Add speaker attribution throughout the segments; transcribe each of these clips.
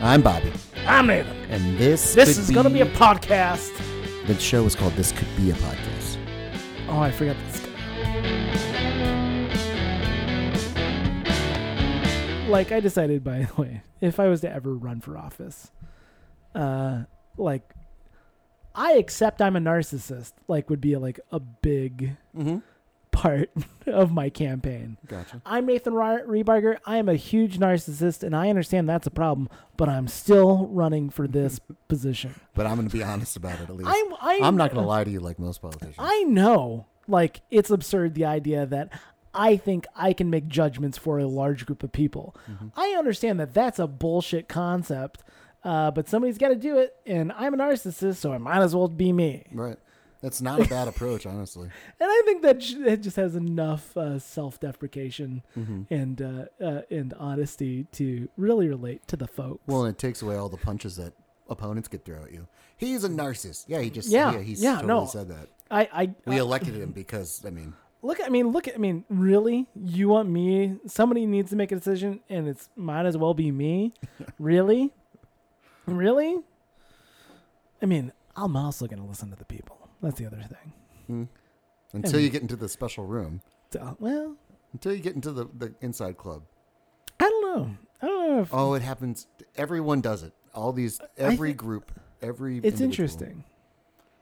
Speaker 1: I'm Bobby,
Speaker 2: I'm Nathan.
Speaker 1: and this
Speaker 2: This
Speaker 1: could
Speaker 2: is going to be a podcast.
Speaker 1: the show is called This Could Be a Podcast.
Speaker 2: Oh, I forgot this. Like I decided, by the way, if I was to ever run for office, uh, like I accept I'm a narcissist. Like would be like a big
Speaker 1: Mhm.
Speaker 2: part of my campaign.
Speaker 1: Gotcha.
Speaker 2: I'm Nathan Re- Rebarger. I am a huge narcissist, and I understand that's a problem. But I'm still running for this position.
Speaker 1: But I'm going to be honest about it at least.
Speaker 2: I'm. I'm,
Speaker 1: I'm not going to lie to you like most politicians.
Speaker 2: uh, I know, like, it's absurd the idea that I think I can make judgments for a large group of people.
Speaker 1: Mm-hmm.
Speaker 2: I understand that that's a bullshit concept, uh, but somebody's got to do it, and I'm a narcissist, so I might as well be me.
Speaker 1: right. That's not a bad approach, honestly.
Speaker 2: And I think that j- it just has enough uh, self-deprecation and uh, uh, and honesty to really relate to the folks.
Speaker 1: Well, it takes away all the punches that opponents could throw at you. He's a narcissist. Yeah, he just
Speaker 2: Yeah,
Speaker 1: yeah, he's
Speaker 2: yeah,
Speaker 1: totally
Speaker 2: no. Uh,
Speaker 1: said that.
Speaker 2: I, I
Speaker 1: We elected him because I mean,
Speaker 2: Look, I mean, look, I mean, really? You want me? Somebody needs to make a decision, and it's might as well be me. really, really. I mean, I'm also gonna listen to the people. That's the other thing.
Speaker 1: until you get into the special room,
Speaker 2: So, well,
Speaker 1: until you get into the, the inside club.
Speaker 2: I don't know. I don't know if
Speaker 1: Oh, it happens. Everyone does it. All these, every
Speaker 2: think-
Speaker 1: group, every.
Speaker 2: it's
Speaker 1: individual.
Speaker 2: interesting,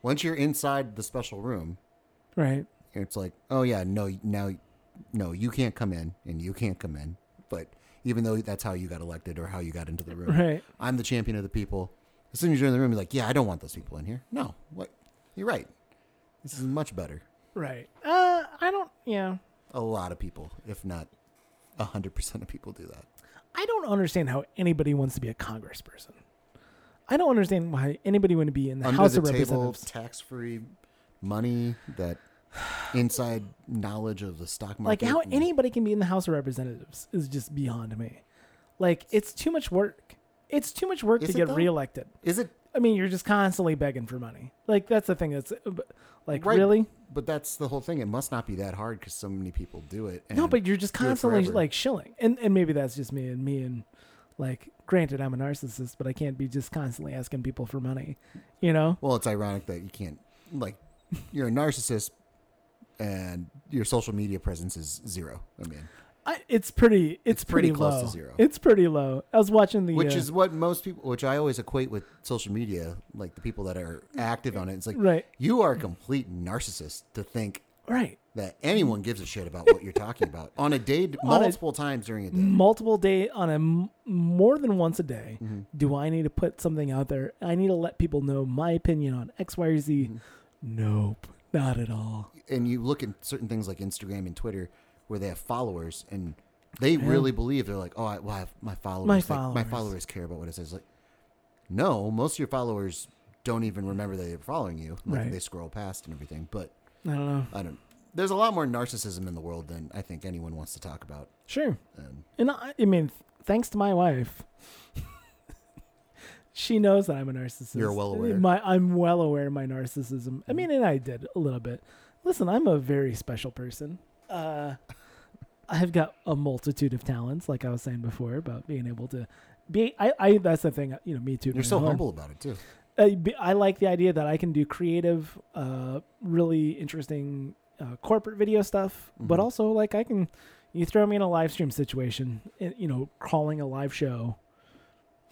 Speaker 1: Once you're inside the special room,
Speaker 2: right?
Speaker 1: it's like, oh yeah, no, now, no, you can't come in, and you can't come in. But even though that's how you got elected or how you got into the room,
Speaker 2: Right.
Speaker 1: I'm the champion of the people. As soon as you're in the room, you're like, yeah, I don't want those people in here. No, what? You're right. This is much better.
Speaker 2: Right. Uh, I don't. Yeah,
Speaker 1: A lot of people, if not, hundred percent of people do that.
Speaker 2: I don't understand how anybody wants to be a congressperson. I don't understand why anybody would be in the
Speaker 1: Under
Speaker 2: House
Speaker 1: the
Speaker 2: of
Speaker 1: table,
Speaker 2: Representatives.
Speaker 1: tax-free money that inside knowledge of the stock
Speaker 2: like
Speaker 1: market.
Speaker 2: how
Speaker 1: and-
Speaker 2: anybody can be in the House of Representatives is just beyond me. Like it's too much work. It's too much work
Speaker 1: Is
Speaker 2: to
Speaker 1: it
Speaker 2: get
Speaker 1: though?
Speaker 2: reelected.
Speaker 1: is it
Speaker 2: I mean, you're just constantly begging for money. Like that's the thing. That's but, like
Speaker 1: Right.
Speaker 2: really
Speaker 1: But that's the whole thing. It must not be that hard because so many people do it. And
Speaker 2: no, but you're just
Speaker 1: do it
Speaker 2: constantly
Speaker 1: forever.
Speaker 2: like shilling. And and maybe that's just me and me and like granted I'm a narcissist, but I can't be just constantly asking people for money. You know?
Speaker 1: well, it's ironic that you can't like you're a narcissist and your social media presence is zero. I mean,
Speaker 2: I, it's pretty. It's,
Speaker 1: pretty
Speaker 2: pretty,
Speaker 1: close to
Speaker 2: low.
Speaker 1: zero.
Speaker 2: It's pretty low. I was watching the
Speaker 1: which
Speaker 2: uh,
Speaker 1: is what most people, which I always equate with social media, like the people that are active on it. It's like
Speaker 2: Right.
Speaker 1: you are a complete narcissist to think
Speaker 2: right.
Speaker 1: that anyone gives a shit about what you're talking about on a day
Speaker 2: On a-
Speaker 1: multiple times during a day.
Speaker 2: multiple day on a m- more than once a day do i need to put something out there i need to let people know my opinion on x y or z nope not at all
Speaker 1: and you look at certain things like Instagram and Twitter where they have followers and they really believe they're like, oh, I, well, I have my followers,
Speaker 2: My
Speaker 1: like, my
Speaker 2: followers.
Speaker 1: followers care about what it says. Like, no, most of your followers don't even remember that they're following you. Like,
Speaker 2: Right.
Speaker 1: They scroll past and everything. But
Speaker 2: i don't know
Speaker 1: I don't. There's a lot more narcissism in the world than I think anyone wants to talk about.
Speaker 2: sure
Speaker 1: And
Speaker 2: and i, I mean thanks to my wife she knows that i'm a narcissist
Speaker 1: You're well aware.
Speaker 2: my i'm well aware of my narcissism i mean and i did a little bit listen i'm a very special person uh I've got a multitude of talents, like I was saying before, about being able to be. I, I that's the thing, you know, me too.
Speaker 1: you're so humble about it too.
Speaker 2: I, I like the idea that I can do creative, uh, really interesting uh, corporate video stuff, but also like I can, you throw me in a live stream situation, and, you know, calling a live show,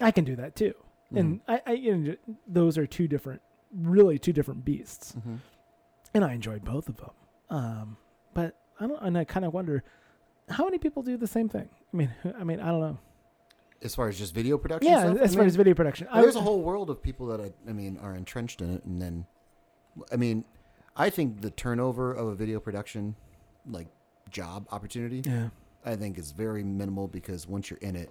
Speaker 2: I can do that too. And I, I you know, those are two different, really two different beasts,
Speaker 1: Mm-hmm.
Speaker 2: and I enjoyed both of them. Um, but I don't, and I kind of wonder how many people do the same thing. I mean, I mean, I don't know.
Speaker 1: As far as just video production,
Speaker 2: Yeah,
Speaker 1: stuff, I
Speaker 2: as far
Speaker 1: mean,
Speaker 2: as video production, I-
Speaker 1: there's a whole world of people that I, I mean are entrenched in it, and then, I mean, I think the turnover of a video production, like job opportunity,
Speaker 2: Yeah.
Speaker 1: I think is very minimal because once you're in it,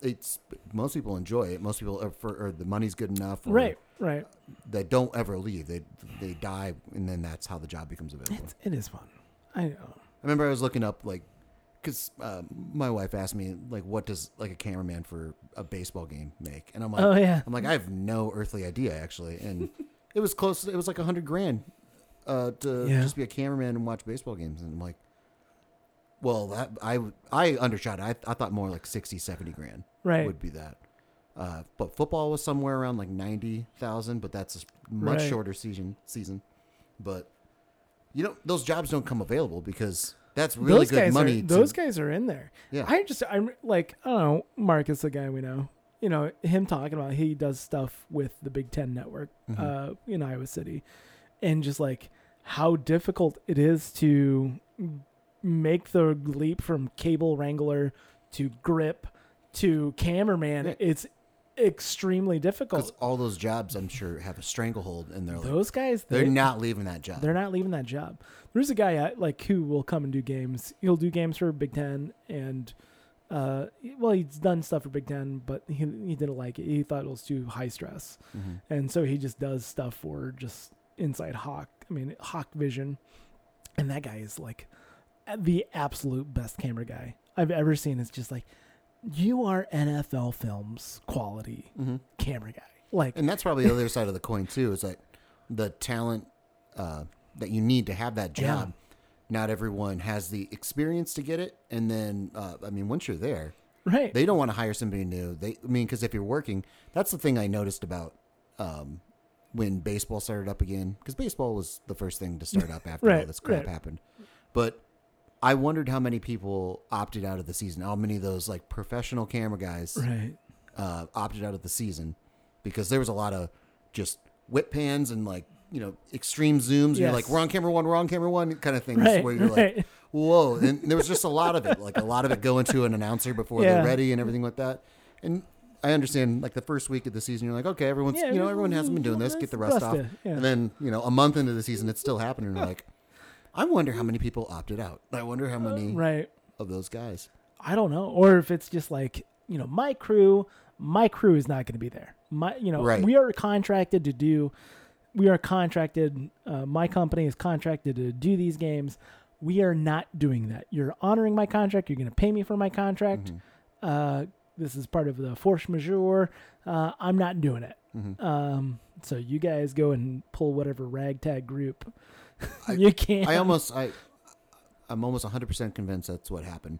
Speaker 1: it's most people enjoy it. Most people are for or the money's good enough, or
Speaker 2: Right. Right.
Speaker 1: They don't ever leave. They they die, and then that's how the job becomes available.
Speaker 2: It's, it is fun. I know.
Speaker 1: I remember I was looking up like, because my wife asked me like, what does like a cameraman for a baseball game make? And I'm like,
Speaker 2: Oh, yeah.
Speaker 1: I'm like, I have no earthly idea actually. And it was close. It was like a hundred grand uh, to
Speaker 2: Yeah.
Speaker 1: just be a cameraman and watch baseball games. And I'm like, well, that I I undershot. it. I I thought more like 60, 70 grand
Speaker 2: Right.
Speaker 1: would be that. Uh, but football was somewhere around like ninety thousand, but that's a much
Speaker 2: Right.
Speaker 1: shorter season. Season, but you know those jobs don't come available because that's really
Speaker 2: those
Speaker 1: good
Speaker 2: guys
Speaker 1: money.
Speaker 2: Are,
Speaker 1: to-
Speaker 2: those guys are in there.
Speaker 1: Yeah.
Speaker 2: I just I'm like I don't know Marcus, the guy we know. You know him talking about he does stuff with the Big Ten Network
Speaker 1: Mm-hmm.
Speaker 2: uh, in Iowa City, and just like how difficult it is to make the leap from cable wrangler to grip to cameraman.
Speaker 1: Yeah.
Speaker 2: It's extremely
Speaker 1: Because
Speaker 2: difficult.
Speaker 1: all those jobs, I'm sure, have a stranglehold, and they're like
Speaker 2: Those guys,
Speaker 1: they're
Speaker 2: they-
Speaker 1: not leaving that job.
Speaker 2: They're not leaving that job. There's a guy uh, like who will come and do games. He'll do games for Big Ten and uh, well, he's done stuff for Big Ten, but he he didn't like it. He thought it was too high stress,
Speaker 1: Mhm.
Speaker 2: and so he just does stuff for just inside Hawk. I mean Hawk Vision, and that guy is like the absolute best camera guy I've ever seen. It's just like you are NFL films quality camera guy. Like
Speaker 1: Mm-hmm. And that's probably the other side of the coin too. Is like the talent uh, that you need to have that
Speaker 2: Yeah.
Speaker 1: job. Not everyone has the experience to get it, and then uh, I mean, once you're there,
Speaker 2: right,
Speaker 1: they don't want to hire somebody new. They, I mean, because if you're working, that's the thing I noticed about um, when baseball started up again. Because baseball was the first thing to start up after all
Speaker 2: Right,
Speaker 1: this crap
Speaker 2: right.
Speaker 1: happened. But I wondered how many people opted out of the season. How many of those like professional camera guys
Speaker 2: right.
Speaker 1: uh, opted out of the season because there was a lot of just whip pans and like you know extreme zooms. And you're
Speaker 2: Yes.
Speaker 1: like we're on camera one, we're on camera one kind of things
Speaker 2: Right,
Speaker 1: where you're like
Speaker 2: right.
Speaker 1: whoa. And there was just a lot of it, like a lot of it going to an announcer before
Speaker 2: Yeah.
Speaker 1: they're ready and everything like that. And I understand like the first week of the season, you're like okay, everyone's
Speaker 2: Yeah,
Speaker 1: you know everyone hasn't been doing this, get the rest off.
Speaker 2: Busta, yeah.
Speaker 1: And then you know a month into the season, it's still happening. You're like. I wonder how many people opted out. I wonder how many
Speaker 2: Right.
Speaker 1: of those guys.
Speaker 2: I don't know. Or if it's just like, you know, my crew, my crew is not going to be there. My, you know,
Speaker 1: Right.
Speaker 2: we are contracted to do, we are contracted, uh, my company is contracted to do these games. We are not doing that. You're honoring my contract. You're going to pay me for my contract.
Speaker 1: Mm-hmm.
Speaker 2: Uh, this is part of the force majeure. Uh, I'm not doing it.
Speaker 1: Mm-hmm.
Speaker 2: Um, so you guys go and pull whatever ragtag group you can.
Speaker 1: I almost I I'm almost 100% convinced that's what happened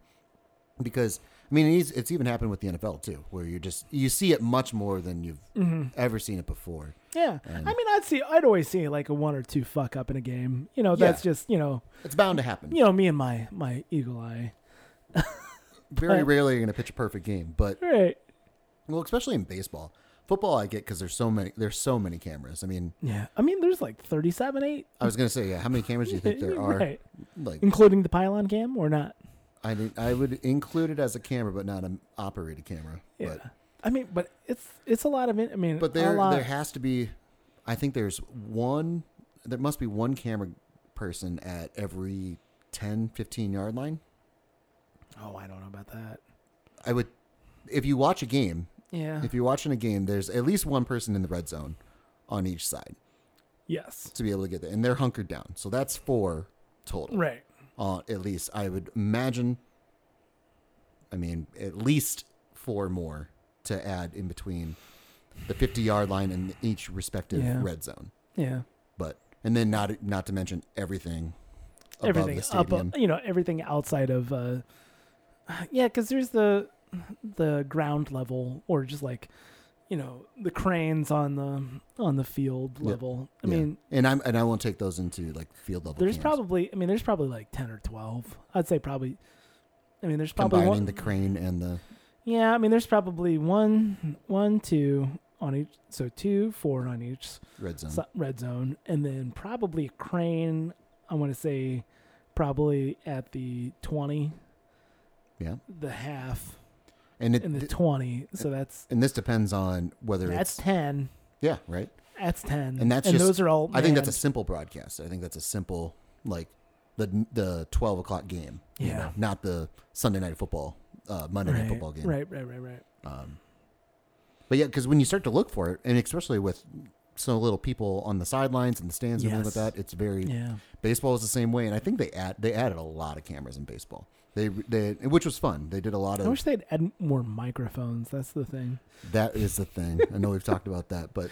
Speaker 1: because I mean it's, it's even happened with the NFL too where you're just you see it much more than you've
Speaker 2: Mm-hmm.
Speaker 1: ever seen it before.
Speaker 2: Yeah, I mean, I'd see, I'd always see like a one or two fuck up in a game. You know, that's
Speaker 1: Yeah.
Speaker 2: just you know,
Speaker 1: It's bound to happen.
Speaker 2: you know, me and my my eagle eye.
Speaker 1: Very
Speaker 2: but-
Speaker 1: rarely you're going to pitch a perfect game, but
Speaker 2: Right.
Speaker 1: well especially in baseball. Football I get cuz there's so many there's so many cameras. I mean,
Speaker 2: Yeah. I mean, there's like thirty-seven, eight,
Speaker 1: I was going to say yeah, how many cameras do you think there are?
Speaker 2: right,
Speaker 1: Like
Speaker 2: including the pylon cam or not.
Speaker 1: I didn't, I would include it as a camera but not an operated camera.
Speaker 2: Yeah.
Speaker 1: But
Speaker 2: I mean, but it's it's a lot of it. I mean,
Speaker 1: But
Speaker 2: a
Speaker 1: there,
Speaker 2: lot.
Speaker 1: there has to be. I think there's one. There must be one camera person at every 10, 15 yard line.
Speaker 2: oh, I don't know about that.
Speaker 1: I would, if you watch a game,
Speaker 2: Yeah.
Speaker 1: if you're watching a game, there's at least one person in the red zone on each side
Speaker 2: yes.
Speaker 1: to be able to get there, and they're hunkered down. So that's four total.
Speaker 2: Right.
Speaker 1: Uh, at least I would imagine. I mean, at least four more to add in between the 50 yard line and each respective
Speaker 2: Yeah.
Speaker 1: red zone.
Speaker 2: Yeah.
Speaker 1: but and then not not to mention everything above
Speaker 2: everything
Speaker 1: the stadium.
Speaker 2: up, uh, you know, everything outside of, uh, yeah, because there's the the ground level or just like, you know, the cranes on the on the field
Speaker 1: Yeah.
Speaker 2: level. I
Speaker 1: Yeah.
Speaker 2: mean,
Speaker 1: and I'm and I won't take those into like field level.
Speaker 2: there's
Speaker 1: cams.
Speaker 2: probably, I mean, there's probably like ten or twelve. I'd say probably. I mean, there's probably
Speaker 1: combining
Speaker 2: one.
Speaker 1: the crane and the
Speaker 2: yeah, I mean, there's probably one, one, two on each. So two, four on each
Speaker 1: red zone.
Speaker 2: so- red zone, and then probably a crane. I want to say probably at the twenty.
Speaker 1: Yeah.
Speaker 2: The half
Speaker 1: and it
Speaker 2: and the
Speaker 1: and,
Speaker 2: twenty. So that's
Speaker 1: this depends on whether
Speaker 2: that's
Speaker 1: it's
Speaker 2: ten.
Speaker 1: yeah right.
Speaker 2: That's ten.
Speaker 1: And that's
Speaker 2: and
Speaker 1: just-
Speaker 2: those are all.
Speaker 1: I think that's a
Speaker 2: manned.
Speaker 1: simple broadcast. I think that's a simple like the the twelve o'clock game. you
Speaker 2: Yeah.
Speaker 1: know, not the Sunday night football, uh, Monday
Speaker 2: right,
Speaker 1: night football game.
Speaker 2: Right, right, right, right.
Speaker 1: Um, but yeah, because when you start to look for it, and especially with so little people on the sidelines and the stands and things
Speaker 2: Yes.
Speaker 1: like that, it's very
Speaker 2: Yeah.
Speaker 1: baseball was the same way, and I think they add they added a lot of cameras in baseball. They they which was fun. They did a lot
Speaker 2: I
Speaker 1: of
Speaker 2: wish they'd add more microphones. That's the thing.
Speaker 1: that is the thing. I know we've talked about that, but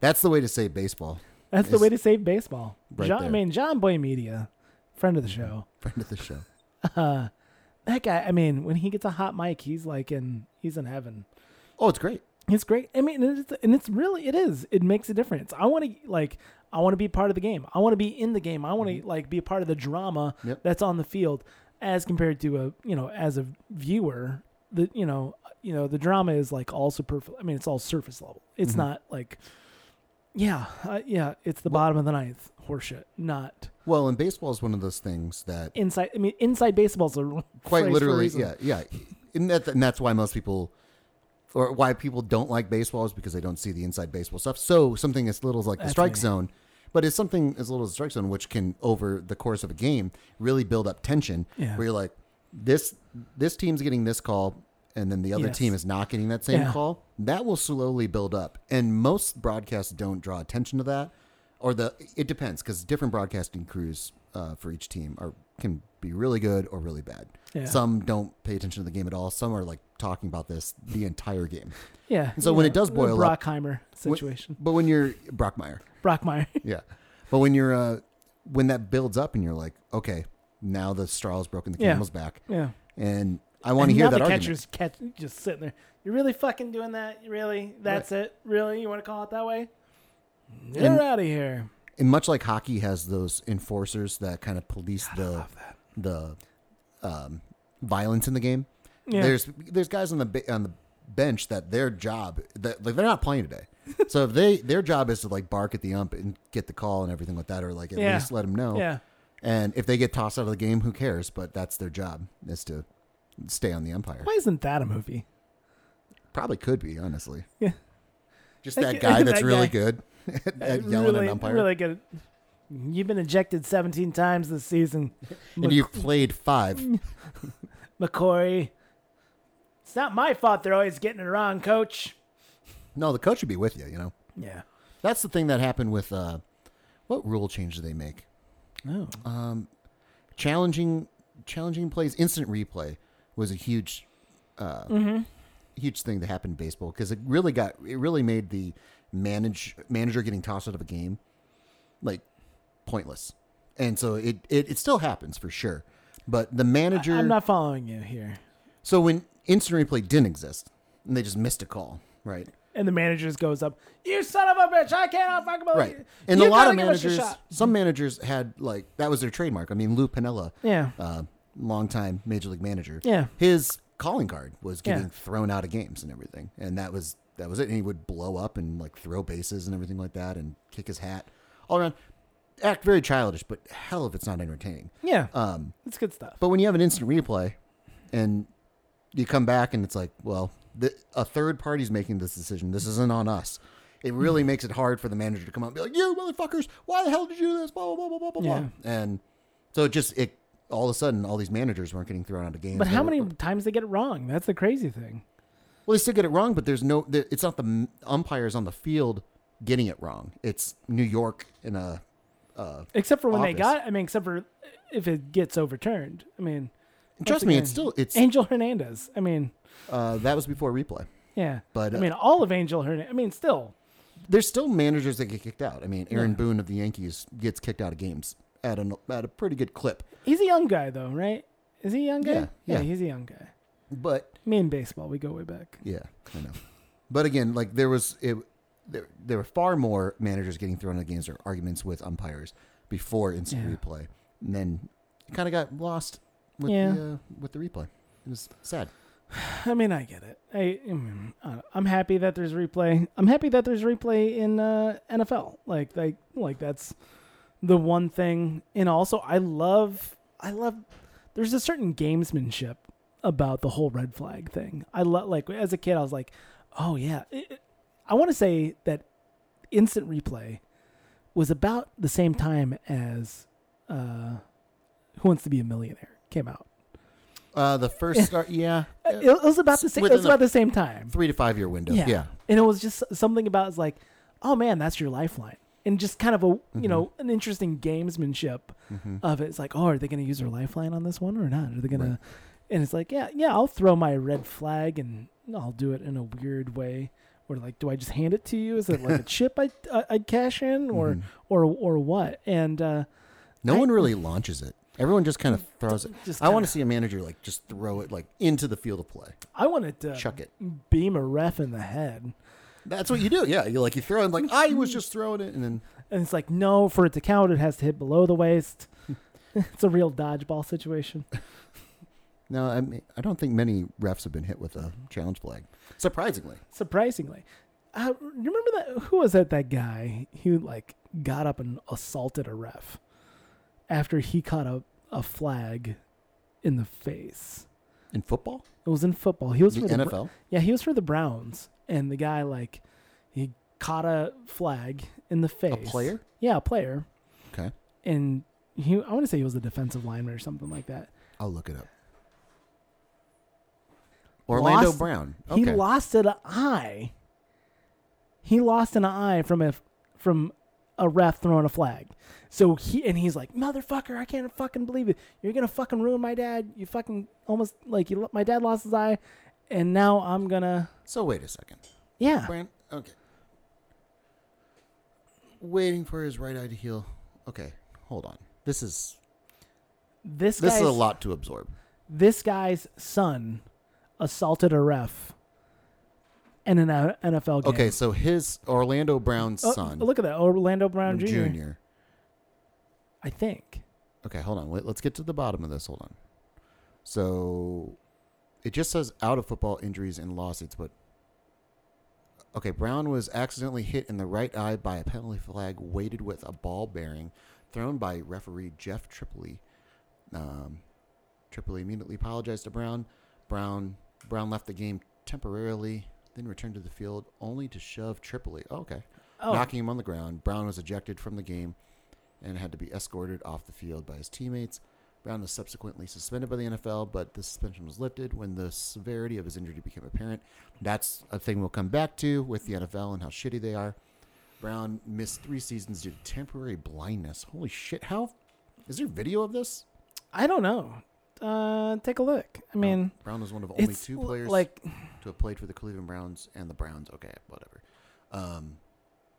Speaker 1: that's the way to say baseball.
Speaker 2: That's the
Speaker 1: It's
Speaker 2: way to save baseball.
Speaker 1: right
Speaker 2: John, I
Speaker 1: there. Mm-hmm.
Speaker 2: mean, John Boy Media, friend of the show.
Speaker 1: Friend of the show.
Speaker 2: Uh, that guy. I mean, when he gets a hot mic, he's like in he's in heaven.
Speaker 1: Oh, it's great.
Speaker 2: It's great. I mean, and it's, and it's really it is. It makes a difference. I want to like I want to be part of the game. I want to be in the game. I want to like be a part of the drama
Speaker 1: Mm-hmm. Yep.
Speaker 2: that's on the field as compared to a, you know, as a viewer, the you know, you know, the drama is like all superfluous. I mean, it's all surface level. It's
Speaker 1: Mm-hmm.
Speaker 2: not like yeah, uh, yeah, it's the bottom of the ninth horseshit, not
Speaker 1: Well, and baseball is one of those things that
Speaker 2: inside. I mean, inside baseball's a phrase
Speaker 1: quite
Speaker 2: for a
Speaker 1: literally,
Speaker 2: reason.
Speaker 1: yeah, yeah, and, that, and that's why most people, or why people don't like baseball is because they don't see the inside baseball stuff. So something as little as like the
Speaker 2: That's
Speaker 1: strike
Speaker 2: me.
Speaker 1: zone, but it's something as little as the strike zone, which can over the course of a game really build up tension,
Speaker 2: Yeah.
Speaker 1: where you're like, this this team's getting this call, and then the other
Speaker 2: Yes.
Speaker 1: team is not getting that same
Speaker 2: Yeah.
Speaker 1: call. That will slowly build up, and most broadcasts don't draw attention to that. Or the it depends because different broadcasting crews uh, for each team are can be really good or really bad.
Speaker 2: Yeah.
Speaker 1: Some don't pay attention to the game at all. Some are like talking about this the entire game.
Speaker 2: Yeah.
Speaker 1: So when it does boil up-
Speaker 2: Brockheimer
Speaker 1: When-
Speaker 2: situation.
Speaker 1: but when you're Brockmeyer,
Speaker 2: Brockmeyer.
Speaker 1: yeah. But when you're uh, when that builds up and you're like, okay, now the straw's broken the
Speaker 2: Yeah.
Speaker 1: camel's back,
Speaker 2: yeah.
Speaker 1: and I want to
Speaker 2: And
Speaker 1: hear
Speaker 2: now
Speaker 1: that
Speaker 2: the
Speaker 1: argument.
Speaker 2: catcher's catch, just sitting there. You're really fucking doing that? You Really? That's it? Really? You want to call it that way? You're
Speaker 1: And-
Speaker 2: out of here.
Speaker 1: and much like hockey has those enforcers that kind of police the the um, violence in the game.
Speaker 2: Yeah.
Speaker 1: There's there's guys on the be- on the bench that their job that like they're not playing today. So if they their job is to like bark at the ump and get the call and everything like that, or like at
Speaker 2: Yeah.
Speaker 1: least let them know.
Speaker 2: Yeah.
Speaker 1: And if they get tossed out of the game, who cares? But that's their job is to stay on the umpire.
Speaker 2: Why isn't that a movie?
Speaker 1: Probably could be honestly.
Speaker 2: Yeah.
Speaker 1: Just
Speaker 2: That
Speaker 1: that
Speaker 2: g-
Speaker 1: guy that's
Speaker 2: that
Speaker 1: really
Speaker 2: guy.
Speaker 1: good at, at yelling
Speaker 2: really,
Speaker 1: at an umpire.
Speaker 2: Really good. You've been ejected 17 times this season,
Speaker 1: and you've played five.
Speaker 2: McCory. It's not my fault they're always getting it wrong, coach.
Speaker 1: No, the coach would be with you. You know,
Speaker 2: Yeah.
Speaker 1: that's the thing that happened with uh, what rule change did they make?
Speaker 2: Oh.
Speaker 1: Um, challenging challenging plays instant replay was a huge uh,
Speaker 2: Mm-hmm.
Speaker 1: huge thing that happened in baseball because it really got it really made the manage manager getting tossed out of a game like pointless and so it it, it still happens for sure but the manager
Speaker 2: I'm not following you here.
Speaker 1: so when instant replay didn't exist and they just missed a call right
Speaker 2: And the manager just goes up, You son of a bitch, I cannot fucking believe
Speaker 1: right
Speaker 2: you.
Speaker 1: and a
Speaker 2: You
Speaker 1: lot
Speaker 2: gotta
Speaker 1: of
Speaker 2: give us a
Speaker 1: managers
Speaker 2: shot."
Speaker 1: some managers had like that was their trademark i mean lou pinella
Speaker 2: Yeah.
Speaker 1: uh, longtime major league manager.
Speaker 2: Yeah.
Speaker 1: his calling card was getting
Speaker 2: Yeah.
Speaker 1: thrown out of games and everything, and that was that was it. And he would blow up and like throw bases and everything like that, and kick his hat all around. Act very childish, but hell if it's not entertaining.
Speaker 2: Yeah.
Speaker 1: Um,
Speaker 2: it's good stuff.
Speaker 1: but when you have an instant replay, and you come back and it's like, well, the, a third party's making this decision. This isn't on us. It really makes it hard for the manager to come out and be like, "You motherfuckers, why the hell did you do this?" Blah blah blah blah blah blah.
Speaker 2: Yeah.
Speaker 1: And so it just it all of a sudden all these managers weren't getting thrown out of games.
Speaker 2: But how
Speaker 1: They were-
Speaker 2: many times they get it wrong? That's the crazy thing.
Speaker 1: Well, they still get it wrong, but there's no. there- It's not the m- umpires on the field getting it wrong. It's New York in a. Uh,
Speaker 2: Except for when they
Speaker 1: Office.
Speaker 2: got. I mean, except for if it gets overturned. I mean, once
Speaker 1: trust me, it's
Speaker 2: again,
Speaker 1: still it's
Speaker 2: Angel Hernandez. I mean,
Speaker 1: uh, that was before replay.
Speaker 2: yeah.
Speaker 1: But,
Speaker 2: I
Speaker 1: uh,
Speaker 2: mean, all of Angel Hernandez. I mean, still.
Speaker 1: there's still managers that get kicked out. I mean, Aaron Boone of the Yankees gets kicked out of games at an at a pretty good clip.
Speaker 2: He's a young guy though, right? Is he a young guy?
Speaker 1: Yeah, yeah.
Speaker 2: he's a young guy.
Speaker 1: But
Speaker 2: Me and baseball, we go way back.
Speaker 1: yeah, I know. But again, like there was it, there, there were far more managers getting thrown out of games or arguments with umpires before instant
Speaker 2: Yeah.
Speaker 1: replay, and then it kind of got lost with
Speaker 2: Yeah.
Speaker 1: the uh, with the replay. It was sad.
Speaker 2: I mean, I get it. I, I mean, I- I'm happy that there's replay. I'm happy that there's replay in uh, NFL. Like, like, like that's the one thing. And also, I love, I love. There's a certain gamesmanship about the whole red flag thing. I love, like, as a kid, I was like, oh yeah. It- it- I want to say that instant replay was about the same time as uh, Who Wants to Be a Millionaire came out.
Speaker 1: Uh, the first start, yeah,
Speaker 2: Uh, It, it was about the same. It
Speaker 1: Within
Speaker 2: was
Speaker 1: the-
Speaker 2: about the same time.
Speaker 1: three to five year window.
Speaker 2: Yeah.
Speaker 1: yeah.
Speaker 2: And it was just something about it's like, oh man, that's your lifeline. And just kind of a
Speaker 1: Mm-hmm.
Speaker 2: you know an interesting gamesmanship of it. It's like, oh, are they going to use their lifeline on this one or not? Are they going to? And it's like, yeah, yeah, I'll throw my red flag and I'll do it in a weird way. Or like, do I just hand it to you? Is it like a chip I
Speaker 1: Mm-hmm.
Speaker 2: I- I'd cash in or or or what? And uh,
Speaker 1: No
Speaker 2: I-
Speaker 1: one really launches it. Everyone just kind of throws it.
Speaker 2: Just
Speaker 1: I want
Speaker 2: kinda-
Speaker 1: to see a manager like just throw it like into the field of play,
Speaker 2: I wanted to
Speaker 1: chuck it.
Speaker 2: beam a ref in the head,
Speaker 1: That's what you do. Yeah, you like you throw it like I was just throwing it, and then
Speaker 2: and it's like no, for it to count, it has to hit below the waist. it's a real dodgeball situation.
Speaker 1: no, I mean, I don't think many refs have been hit with a challenge flag. Surprisingly,
Speaker 2: surprisingly. Uh, you remember that? Who was that? That guy who like got up and assaulted a ref after he caught a, a flag in the face.
Speaker 1: in football,
Speaker 2: It was in football. He was
Speaker 1: the
Speaker 2: for the Br-
Speaker 1: NFL,
Speaker 2: yeah, he was for the Browns, and the guy like he caught a flag in the face.
Speaker 1: a player.
Speaker 2: Yeah, a player.
Speaker 1: Okay,
Speaker 2: And he, I want to say he was a defensive lineman or something like that.
Speaker 1: I'll look it up. Orlando
Speaker 2: Lost-
Speaker 1: Brown.
Speaker 2: He
Speaker 1: Okay.
Speaker 2: lost an eye. He lost an eye from a from a ref throwing a flag. So he and he's like, motherfucker, I can't fucking believe it. You're gonna fucking ruin my dad. You fucking almost like you. lo- My dad lost his eye, and now I'm gonna
Speaker 1: so wait a second.
Speaker 2: yeah.
Speaker 1: Brand, okay. Waiting for his right eye to heal. Okay, hold on. This is
Speaker 2: This
Speaker 1: this
Speaker 2: guy's,
Speaker 1: is a lot to absorb.
Speaker 2: This guy's son assaulted a ref in an uh, NFL game.
Speaker 1: Okay, so his Orlando Brown's
Speaker 2: Oh,
Speaker 1: son,
Speaker 2: look at that, Orlando Brown Jr.
Speaker 1: junior.
Speaker 2: I think.
Speaker 1: Okay, hold on. Wait, let's get to the bottom of this. Hold on. So it just says out of football injuries and lawsuits, but okay, Brown was accidentally hit in the right eye by a penalty flag weighted with a ball bearing thrown by referee Jeff Tripoli. Um, Tripoli immediately apologized to Brown. Brown Brown left the game temporarily, then returned to the field only to shove Tripoli. Oh, okay
Speaker 2: Oh,
Speaker 1: knocking him on the ground. Brown was ejected from the game and had to be escorted off the field by his teammates. Brown was subsequently suspended by the NFL, but the suspension was lifted when the severity of his injury became apparent. That's a thing we'll come back to with the NFL and how shitty they are. Brown missed three seasons due to temporary blindness. Holy shit! How is there video of this?
Speaker 2: I don't know. Uh, take a look. I
Speaker 1: No,
Speaker 2: mean,
Speaker 1: Brown was one of only
Speaker 2: it's
Speaker 1: two
Speaker 2: l-
Speaker 1: players
Speaker 2: Like,
Speaker 1: to have played for the Cleveland Browns and the Browns. Okay, whatever. Um,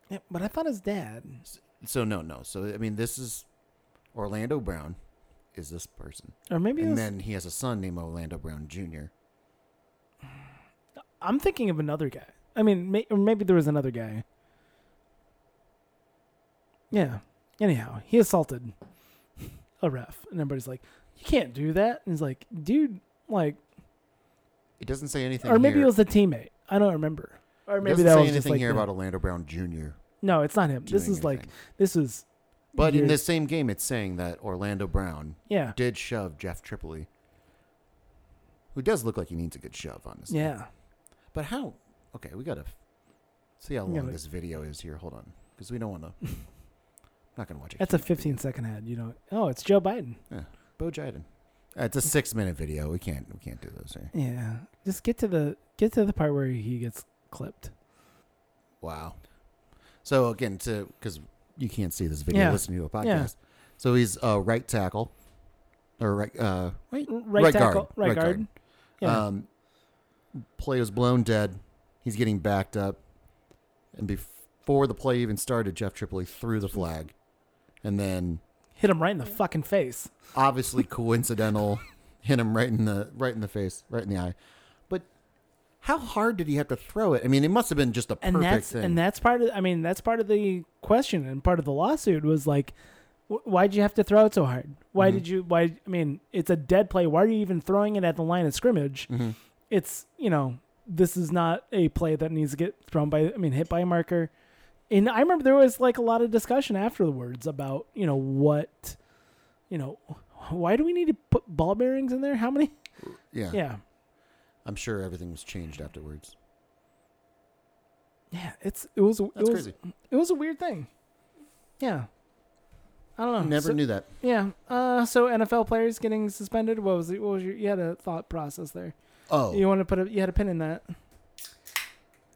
Speaker 2: yeah, but I thought his dad.
Speaker 1: So no, no. So I mean, this is Orlando Brown is this person,
Speaker 2: Or maybe it
Speaker 1: and
Speaker 2: was,
Speaker 1: then he has a son named Orlando Brown Jr.
Speaker 2: I'm thinking of another guy. I mean, may, or maybe there was another guy. Yeah. Anyhow, he assaulted a ref, and everybody's like, "You can't do that." And he's like, "Dude, like,"
Speaker 1: It doesn't say anything.
Speaker 2: or maybe
Speaker 1: here.
Speaker 2: it was a teammate. I don't remember. Or
Speaker 1: It
Speaker 2: maybe
Speaker 1: doesn't
Speaker 2: that
Speaker 1: say
Speaker 2: was
Speaker 1: anything
Speaker 2: just like
Speaker 1: here
Speaker 2: the-
Speaker 1: about Orlando Brown Jr.
Speaker 2: No, it's not him. This
Speaker 1: doing
Speaker 2: is like
Speaker 1: anything.
Speaker 2: this is.
Speaker 1: But in
Speaker 2: years-
Speaker 1: this same game, it's saying that Orlando Brown
Speaker 2: yeah,
Speaker 1: did shove Jeff Tripoli, who does look like he needs a good shove, honestly.
Speaker 2: yeah.
Speaker 1: But how? Okay, we gotta f- see how
Speaker 2: Yeah,
Speaker 1: long
Speaker 2: but-
Speaker 1: this video is here. Hold on, because we don't want to. not gonna watch it.
Speaker 2: That's a 15 second ad. You know. Oh, it's Joe Biden.
Speaker 1: Bo Jiden. Uh, it's a six-minute video. We can't. We can't do those here.
Speaker 2: Yeah, just get to the get to the part where he gets clipped.
Speaker 1: Wow. So again, to because you can't see this video
Speaker 2: Yeah.
Speaker 1: listening to a podcast.
Speaker 2: Yeah.
Speaker 1: So he's uh, right tackle, or right uh, right.
Speaker 2: R- Right,
Speaker 1: Right guard,
Speaker 2: tackle, right,
Speaker 1: right
Speaker 2: guard.
Speaker 1: guard.
Speaker 2: Yeah,
Speaker 1: Um, play was blown dead. He's getting backed up, and before the play even started, Jeff Tripoli threw the flag, and then
Speaker 2: hit him right in the fucking face.
Speaker 1: obviously coincidental hit him right in the right in the face, right in the eye. But how hard did he have to throw it? I mean, it must have been just a
Speaker 2: And
Speaker 1: perfect
Speaker 2: that's
Speaker 1: thing.
Speaker 2: and that's part of. I mean, that's part of the question and part of the lawsuit was like, wh- why'd you have to throw it so hard? Why
Speaker 1: Mm-hmm.
Speaker 2: did you? Why? I mean, it's a dead play. Why are you even throwing it at the line of scrimmage?
Speaker 1: Mm-hmm.
Speaker 2: It's you know, this is not a play that needs to get thrown by. I mean, hit by a marker. And I remember there was like a lot of discussion afterwards about you know what, you know, why do we need to put ball bearings in there? How many?
Speaker 1: yeah.
Speaker 2: Yeah.
Speaker 1: I'm sure everything was changed afterwards.
Speaker 2: Yeah, it's it was it
Speaker 1: That's
Speaker 2: was
Speaker 1: crazy.
Speaker 2: it was a weird thing. Yeah, I don't know.
Speaker 1: Never
Speaker 2: So-
Speaker 1: knew that.
Speaker 2: Yeah. Uh, so NFL players getting suspended. What was it? What was your? You had a thought process there.
Speaker 1: Oh,
Speaker 2: You want to put a you had a pin in that.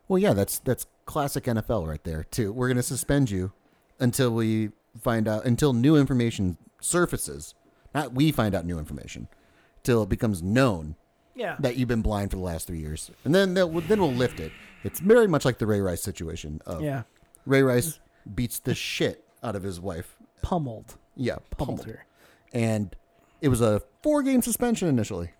Speaker 1: well, yeah. That's that's classic NFL right there too. We're gonna suspend you until we find out until new information surfaces. Not we find out new information till it becomes known
Speaker 2: Yeah.
Speaker 1: that you've been blind for the last three years, and then they'll, then we'll lift it. It's very much like the Ray Rice situation. Of
Speaker 2: yeah.
Speaker 1: Ray Rice beats the shit out of his wife.
Speaker 2: Pummeled.
Speaker 1: Yeah,
Speaker 2: Pummeled
Speaker 1: pummeled.
Speaker 2: her.
Speaker 1: and It was a four game suspension initially,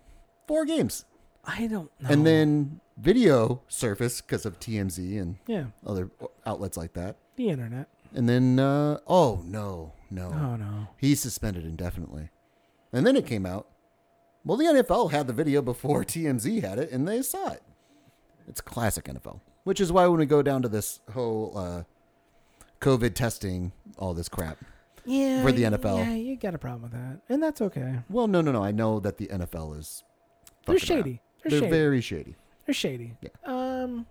Speaker 1: four games,
Speaker 2: I don't know.
Speaker 1: and then video surfaced because of TMZ and
Speaker 2: yeah,
Speaker 1: other outlets like that.
Speaker 2: the internet.
Speaker 1: And then, uh, oh no, no,
Speaker 2: Oh no.
Speaker 1: he's suspended indefinitely. And then it came out. Well, the NFL had the video before TMZ had it, and they saw it. It's classic NFL, which is why when we go down to this whole uh, COVID testing, all this crap.
Speaker 2: Yeah.
Speaker 1: For the NFL.
Speaker 2: Yeah, you got a problem with that, and that's okay.
Speaker 1: Well, no, no, no. I know that the NFL is.
Speaker 2: They're
Speaker 1: fucking around.
Speaker 2: shady. They're,
Speaker 1: They're
Speaker 2: shady.
Speaker 1: very shady.
Speaker 2: They're shady.
Speaker 1: Yeah.
Speaker 2: Um.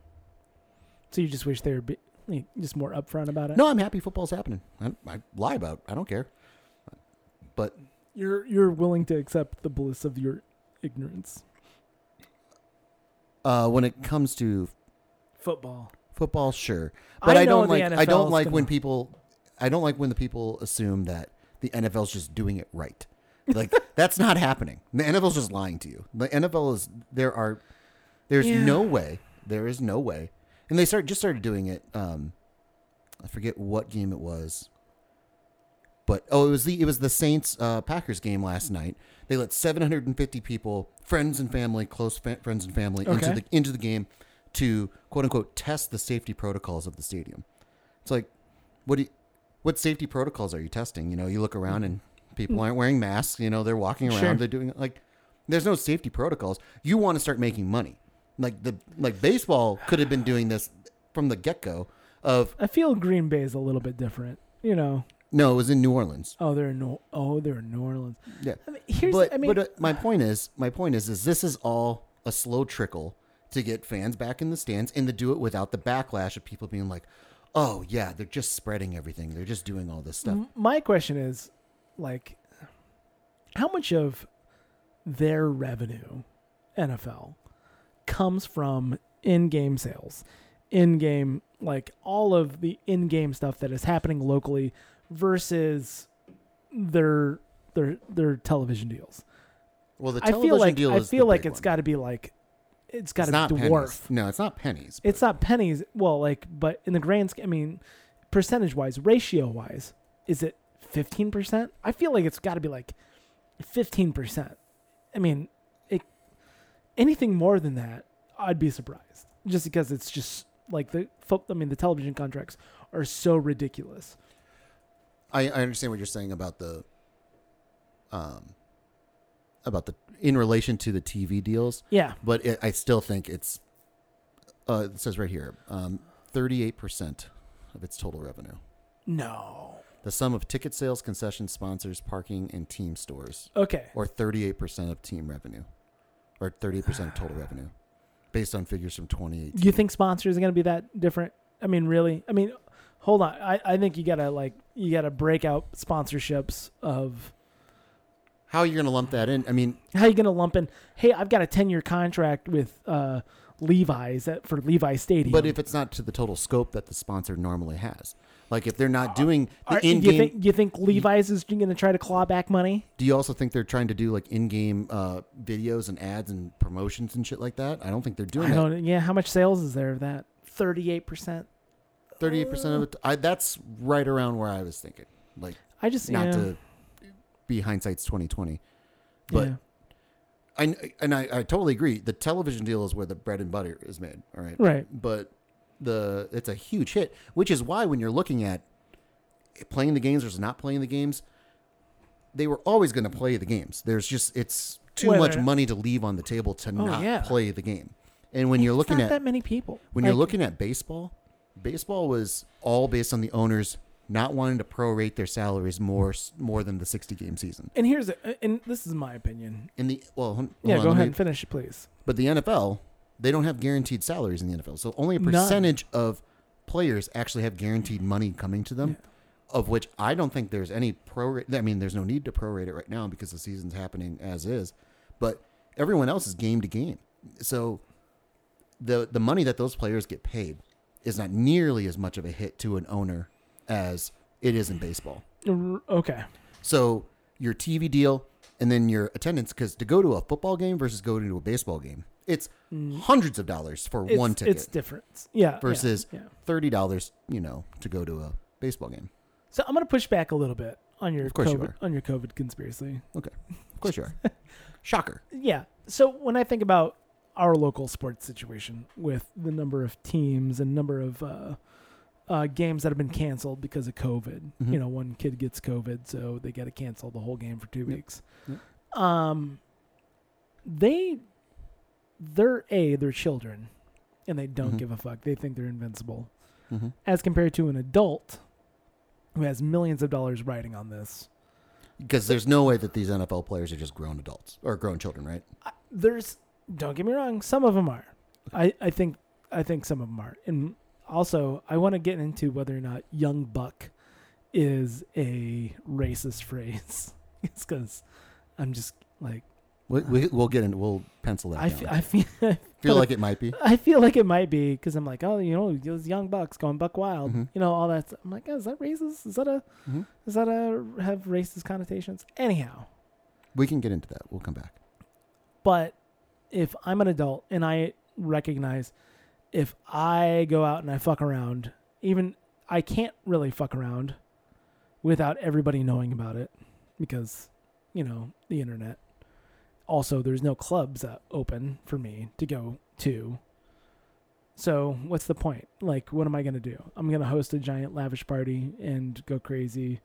Speaker 2: So you just wish they were be, like, just more upfront about it.
Speaker 1: No, I'm happy football's happening. I, I lie about. It. I don't care. But
Speaker 2: You're you're willing to accept the bliss of your ignorance.
Speaker 1: uh, when it comes to
Speaker 2: Football.
Speaker 1: football, sure.
Speaker 2: I
Speaker 1: But I,
Speaker 2: know
Speaker 1: don't
Speaker 2: the
Speaker 1: like. I
Speaker 2: NFL
Speaker 1: don't
Speaker 2: 's
Speaker 1: like
Speaker 2: gonna-
Speaker 1: when people. I don't like when the people assume that the NFL's just doing it right. Like that's not happening. The NFL's just lying to you. The NFL is there are. There's
Speaker 2: Yeah.
Speaker 1: no way. There is no way. And they start just started doing it. Um, I forget what game it was. But oh, it was the it was the Saints uh, Packers game last night. They let 750 people, friends and family, close fa- friends and family, into
Speaker 2: Okay.
Speaker 1: the into the game to quote unquote test the safety protocols of the stadium. It's like, what do you, what safety protocols are you testing? You know, you look around and people aren't wearing masks. You know, they're walking around.
Speaker 2: Sure.
Speaker 1: They're doing like, there's no safety protocols. You want to start making money, like the like baseball could have been doing this from the get go. Of
Speaker 2: I feel Green Bay is a little bit different. You know.
Speaker 1: no, it was in New Orleans.
Speaker 2: Oh, they're in New. Oh, they're in New Orleans.
Speaker 1: Yeah.
Speaker 2: I mean, here's.
Speaker 1: but
Speaker 2: I mean,
Speaker 1: but uh, my point is, my point is, is this is all a slow trickle to get fans back in the stands and to do it without the backlash of people being like, oh yeah, they're just spreading everything. They're just doing all this stuff.
Speaker 2: M- my question is like how much of their revenue NFL comes from in-game sales in-game like all of the in-game stuff that is happening locally versus their their their television deals
Speaker 1: Well, the
Speaker 2: Mm-hmm. I
Speaker 1: television
Speaker 2: feel like
Speaker 1: deal
Speaker 2: I
Speaker 1: is
Speaker 2: feel
Speaker 1: the
Speaker 2: like
Speaker 1: big
Speaker 2: it's
Speaker 1: one.
Speaker 2: got to be like it's got
Speaker 1: It's
Speaker 2: to
Speaker 1: not
Speaker 2: dwarf
Speaker 1: pennies. No, it's not pennies.
Speaker 2: it's not pennies. Well, like, but in the grand scheme, I mean, percentage wise, ratio wise, is it 15%? I feel like it's got to be like 15%. I mean, it, anything more than that, I'd be surprised just because it's just like the, fo- I mean, the television contracts are so ridiculous.
Speaker 1: I, I understand what you're saying about the, um, about the in relation to the TV deals,
Speaker 2: Yeah.
Speaker 1: but it, I still think it's, uh, it says right here, um, 38 percent of its total revenue.
Speaker 2: No.
Speaker 1: The sum of ticket sales, concession sponsors, parking, and team stores,
Speaker 2: Okay.
Speaker 1: or 38% of team revenue, or 38% of total revenue, based on figures from 2018.
Speaker 2: You think sponsors are going to be that different? I mean, really? I mean, hold on. I, I think you got to like, you got to break out sponsorships of,
Speaker 1: How are you going to lump that in? I mean,
Speaker 2: How you going to lump in? Hey, I've got a ten year contract with uh, Levi's at, for Levi Stadium.
Speaker 1: but if it's not to the total scope that the sponsor normally has, like if they're not doing the
Speaker 2: Are-
Speaker 1: in
Speaker 2: you
Speaker 1: game,
Speaker 2: think you think Levi's is going to try to claw back money?
Speaker 1: do you also think they're trying to do like in game uh, videos and ads and promotions and shit like that? I don't think they're doing that.
Speaker 2: I don't. Yeah, how much sales is there of that? Thirty eight percent.
Speaker 1: 38% of it, I, that's right around where I was thinking. Like,
Speaker 2: I just
Speaker 1: not
Speaker 2: yeah,
Speaker 1: to be hindsight's 2020. But
Speaker 2: yeah.
Speaker 1: I and I, I totally agree. The television deal is where the bread and butter is made. All right,
Speaker 2: right.
Speaker 1: but the it's a huge hit, which is why when you're looking at playing the games versus not playing the games, they were always going to play the games. There's just it's too
Speaker 2: Well,
Speaker 1: much
Speaker 2: they're-
Speaker 1: money to leave on the table to not
Speaker 2: Oh, yeah.
Speaker 1: play the game. And when you're
Speaker 2: It's
Speaker 1: looking
Speaker 2: not
Speaker 1: at
Speaker 2: that many people.
Speaker 1: when you're
Speaker 2: Like,
Speaker 1: looking at baseball, baseball was all based on the owners not wanting to prorate their salaries more more than the 60 game season.
Speaker 2: and here's a, and this is my opinion.
Speaker 1: In the well, hold
Speaker 2: Yeah,
Speaker 1: on,
Speaker 2: go
Speaker 1: let
Speaker 2: ahead
Speaker 1: me-
Speaker 2: and finish, please.
Speaker 1: But the NFL, they don't have guaranteed salaries in the NFL. So only a
Speaker 2: None.
Speaker 1: percentage of players actually have guaranteed money coming to them, of which I don't think there's any pro. I mean, there's no need to prorate it right now because the season's happening as is. But everyone else is game to game. So the the money that those players get paid is not nearly as much of a hit to an owner as it is in baseball.
Speaker 2: R- Okay.
Speaker 1: So your TV deal and then your attendance, because to go to a football game versus going to a baseball game, it's hundreds of dollars for
Speaker 2: Mm, It's,
Speaker 1: one ticket
Speaker 2: It's different. Yeah. yeah,
Speaker 1: versus
Speaker 2: Yeah,
Speaker 1: thirty dollars, you know, to go to a baseball game.
Speaker 2: So I'm going to push back a little bit on your
Speaker 1: Of course you
Speaker 2: COVID,
Speaker 1: are.
Speaker 2: on your COVID conspiracy.
Speaker 1: Okay, course you are. Shocker.
Speaker 2: yeah. So when I think about our local sports situation with the number of teams and number of uh, uh, games that have been canceled because of COVID,
Speaker 1: Mhm.
Speaker 2: you know, one kid gets COVID, so they got to cancel the whole game for two weeks.
Speaker 1: Yep.
Speaker 2: Um, they, they're a they're children, and they don't
Speaker 1: Mhm.
Speaker 2: give a fuck. They think they're invincible
Speaker 1: hmm
Speaker 2: as compared to an adult who has millions of dollars riding on this.
Speaker 1: Because there's no way that these NFL players are just grown adults or grown children, right?
Speaker 2: I- there's don't get me wrong some of them are I, I think i think some of them are and also i want to get into whether or not young buck is a racist phrase it's because i'm just like
Speaker 1: We, we, we'll get in. We'll pencil that
Speaker 2: Uh, I,
Speaker 1: down.
Speaker 2: fe- I feel
Speaker 1: feel like it might be.
Speaker 2: i feel like it might be because i'm like oh you know those young bucks going buck wild
Speaker 1: Mhm.
Speaker 2: you know all that stuff. i'm like oh, is that racist is that a
Speaker 1: Mhm.
Speaker 2: is that a have racist connotations anyhow
Speaker 1: We can get into that. We'll come back.
Speaker 2: But if I'm an adult and I recognize if I go out and I fuck around, even I can't really fuck around without everybody knowing about it because, you know, the internet. Also, there's no clubs uh, open for me to go to. So, what's the point? Like, what am I going to do? I'm going to host a giant lavish party and go crazy,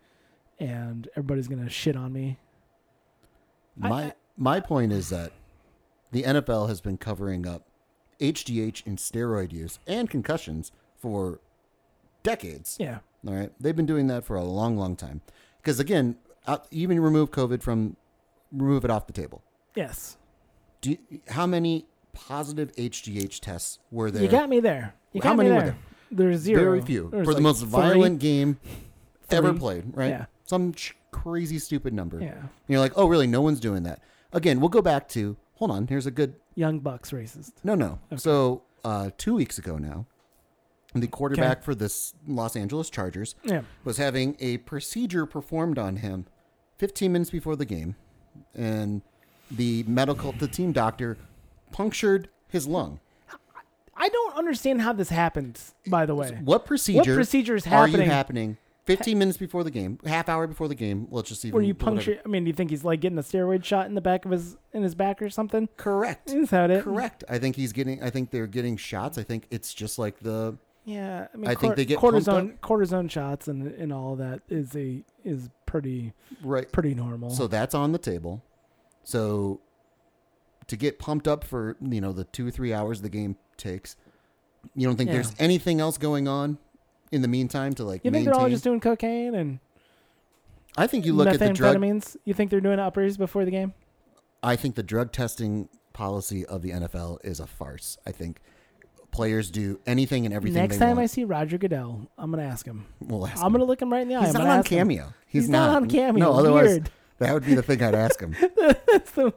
Speaker 2: and everybody's going to shit on me. I-
Speaker 1: My
Speaker 2: I-
Speaker 1: my point is that the NFL has been covering up HGH and steroid use and concussions for decades.
Speaker 2: Yeah.
Speaker 1: All right, they've been doing that for a long, long time. Because again, out, even remove COVID from remove it off the table.
Speaker 2: Yes.
Speaker 1: Do you, how many positive HGH tests were there?
Speaker 2: You got me there. You
Speaker 1: How
Speaker 2: got
Speaker 1: many
Speaker 2: me
Speaker 1: were
Speaker 2: there. There's zero.
Speaker 1: Very few
Speaker 2: There's
Speaker 1: for the
Speaker 2: like
Speaker 1: most
Speaker 2: three.
Speaker 1: violent game ever
Speaker 2: Three.
Speaker 1: played. Right?
Speaker 2: Yeah.
Speaker 1: Some ch- crazy stupid number.
Speaker 2: Yeah.
Speaker 1: And you're like, oh, really? No one's doing that. Again, we'll go back to hold on. Here's a good
Speaker 2: Young Bucks racist.
Speaker 1: no, no. So uh, two weeks ago now, the quarterback for this Los Angeles Chargers
Speaker 2: Yeah.
Speaker 1: was having a procedure performed on him 15 minutes before the game, and the medical the team doctor punctured his lung.
Speaker 2: I don't understand how this happens, by the way.
Speaker 1: What procedure?
Speaker 2: procedure is
Speaker 1: Are
Speaker 2: happening?
Speaker 1: you happening? 15 minutes before the game, half hour before the game. Let's just even.
Speaker 2: Where you
Speaker 1: whatever.
Speaker 2: puncture I mean, do you think he's like getting a steroid shot in the back of his in his back or something?
Speaker 1: Correct.
Speaker 2: Is that it?
Speaker 1: Correct. I think he's getting. I think they're getting shots. I think it's just like the
Speaker 2: Yeah. I mean
Speaker 1: I think they get pumped
Speaker 2: cortisone cortisone shots and and all that is a is pretty
Speaker 1: right.
Speaker 2: pretty normal.
Speaker 1: So that's on the table. So to get pumped up for, you know, the two, three hours the game takes, you don't think
Speaker 2: Yeah.
Speaker 1: there's anything else going on in the meantime to like
Speaker 2: you think
Speaker 1: maintain?
Speaker 2: they're all just doing cocaine and
Speaker 1: I think you look at the drug
Speaker 2: methamphetamines? you think they're doing uppers before the game?
Speaker 1: I think the drug testing policy of the NFL is a farce. I think players do anything and everything
Speaker 2: Next
Speaker 1: they
Speaker 2: time I
Speaker 1: want.
Speaker 2: see Roger Goodell, I'm gonna ask him.
Speaker 1: We'll ask
Speaker 2: I'm
Speaker 1: him.
Speaker 2: gonna look him right in the eye.
Speaker 1: He's
Speaker 2: I'm
Speaker 1: not
Speaker 2: gonna
Speaker 1: on
Speaker 2: ask him.
Speaker 1: Cameo. He's,
Speaker 2: He's not on Cameo.
Speaker 1: No, otherwise
Speaker 2: Weird.
Speaker 1: that would be the thing I'd ask him.
Speaker 2: That's the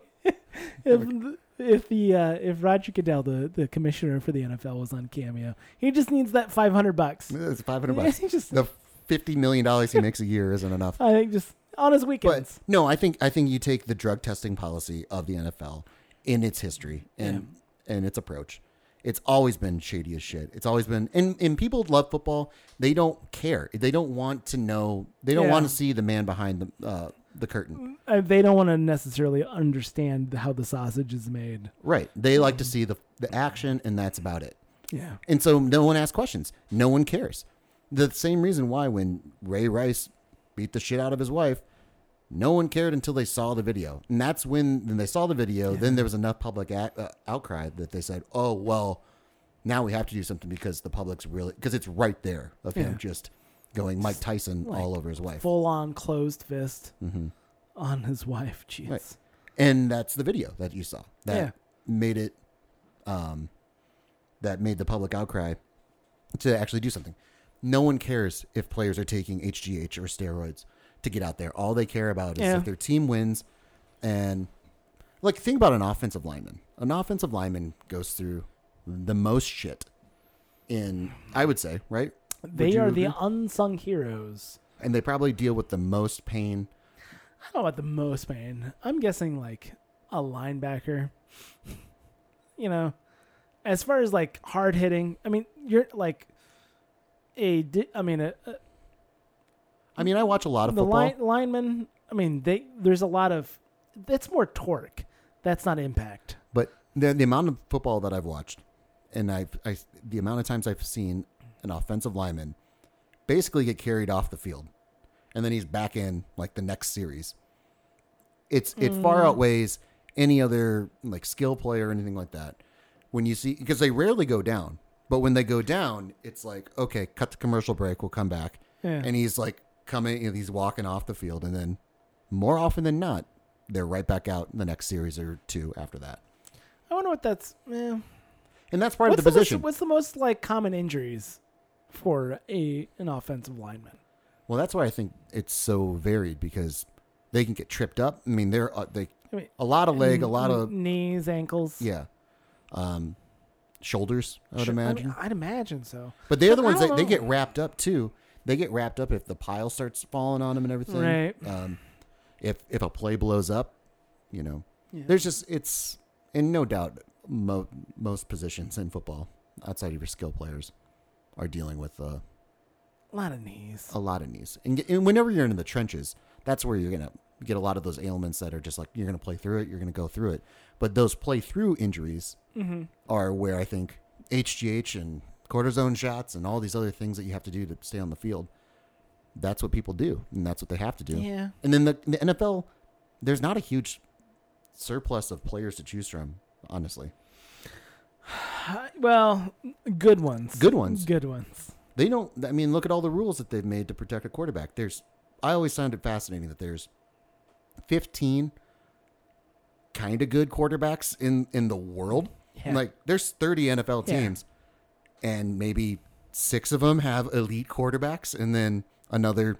Speaker 2: if the- if the uh, if Roger Goodell, the, the commissioner for the NFL, was on Cameo, he just needs that five hundred bucks.
Speaker 1: It's 500 bucks.
Speaker 2: He just,
Speaker 1: The 50 million dollars he makes a year isn't enough.
Speaker 2: I think just on his
Speaker 1: But
Speaker 2: weekends.
Speaker 1: no, I think I think you take the drug testing policy of the NFL in its history and and its approach. It's always been shady as shit. It's always been and, and people love football. They don't care. They don't want to know. They don't
Speaker 2: Yeah.
Speaker 1: want to see the man behind the uh, the curtain.
Speaker 2: Uh, they don't want to necessarily understand how the sausage is made.
Speaker 1: Right. They like to see the the action, and that's about it.
Speaker 2: Yeah,
Speaker 1: And so no one asks questions. No one cares. The same reason why when Ray Rice beat the shit out of his wife, no one cared until they saw the video. And that's when, when they saw the video, then there was enough public ac uh, outcry that they said, oh, well, now we have to do something because the public's really, because it's right there of
Speaker 2: Yeah.
Speaker 1: him just going Mike Tyson all over his wife.
Speaker 2: full on closed fist on his wife. Jeez.
Speaker 1: Right. And that's the video that you saw that
Speaker 2: Yeah.
Speaker 1: made it, um, that made the public outcry to actually do something. No one cares if players are taking HGH or steroids to get out there. All they care about is
Speaker 2: Yeah.
Speaker 1: if their team wins. And like, think about an offensive lineman. An offensive lineman goes through the most shit in, I would say, right? Would
Speaker 2: They
Speaker 1: you
Speaker 2: are
Speaker 1: agree?
Speaker 2: the unsung heroes.
Speaker 1: and they probably deal with the most pain.
Speaker 2: I don't know about the most pain. I'm guessing like a linebacker. you know, as far as like hard hitting, I mean, you're like a. Di- I mean, a, a,
Speaker 1: I mean, I watch a lot
Speaker 2: the
Speaker 1: of football.
Speaker 2: line, linemen. I mean, they there's a lot of it's more torque. That's not impact.
Speaker 1: But the, the amount of football that I've watched, and I've, I the amount of times I've seen an offensive lineman basically get carried off the field, and then he's back in like the next series. It's it far outweighs any other like skill play or anything like that. When you see because they rarely go down, but when they go down, it's like okay, cut the commercial break. We'll come back,
Speaker 2: Yeah.
Speaker 1: and he's like coming, you know, he's walking off the field, and then more often than not, they're right back out in the next series or two after that.
Speaker 2: I wonder what that's. Eh.
Speaker 1: And that's part
Speaker 2: What's
Speaker 1: of the
Speaker 2: the most,
Speaker 1: position.
Speaker 2: what's the most like common injuries for a an offensive lineman?
Speaker 1: Well, that's why I think it's so varied because they can get tripped up. I mean, they're uh, they
Speaker 2: I mean,
Speaker 1: a lot of leg, a lot of
Speaker 2: knees, ankles.
Speaker 1: yeah, um, shoulders. I would
Speaker 2: Sure.
Speaker 1: imagine,
Speaker 2: I mean, I'd imagine so.
Speaker 1: but they're
Speaker 2: but
Speaker 1: the
Speaker 2: I
Speaker 1: ones
Speaker 2: don't
Speaker 1: that they
Speaker 2: know.
Speaker 1: get wrapped up too. They get wrapped up if the pile starts falling on them and everything.
Speaker 2: Right.
Speaker 1: Um, if if a play blows up, you know,
Speaker 2: Yeah.
Speaker 1: there's just it's and no doubt mo- most positions in football outside of your skill players are dealing with uh,
Speaker 2: A lot of knees.
Speaker 1: a lot of knees. And, and whenever you're in the trenches, that's where you're going to get a lot of those ailments that are just like you're going to play through it, you're going to go through it. But those play through injuries are where I think HGH and cortisone shots and all these other things that you have to do to stay on the field. That's what people do, and that's what they have to do.
Speaker 2: Yeah.
Speaker 1: And then the, the NFL, there's not a huge surplus of players to choose from, honestly.
Speaker 2: Well, good ones.
Speaker 1: Good ones.
Speaker 2: Good ones.
Speaker 1: They don't. I mean, look at all the rules that they've made to protect a quarterback. There's. I always found it fascinating that there's 15 kind of good quarterbacks in in the world.
Speaker 2: Yeah.
Speaker 1: Like there's 30 NFL
Speaker 2: Yeah.
Speaker 1: teams, and maybe six of them have elite quarterbacks, and then another.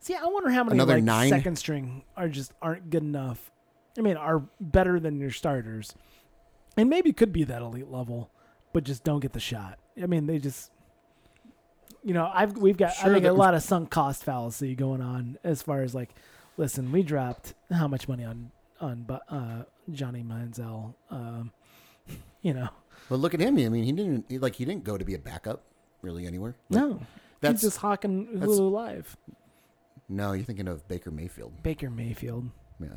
Speaker 2: See, I wonder how many
Speaker 1: Another
Speaker 2: like
Speaker 1: nine.
Speaker 2: second string are just aren't good enough. I mean, are better than your starters, and maybe could be that elite level, but just don't get the shot. I mean, they just, you know, I've we've got
Speaker 1: Sure,
Speaker 2: I think a
Speaker 1: that-
Speaker 2: lot of sunk cost fallacy going on as far as like, listen, we dropped how much money on on Bu- uh, Johnny Manziel, um, you know,
Speaker 1: But look at him. I mean, he didn't he- like he didn't go to be a backup really anywhere. Like,
Speaker 2: no,
Speaker 1: that's-
Speaker 2: he's just hawking
Speaker 1: that's-
Speaker 2: Hulu Live,
Speaker 1: No, you're thinking of Baker Mayfield.
Speaker 2: Baker Mayfield,
Speaker 1: Yeah,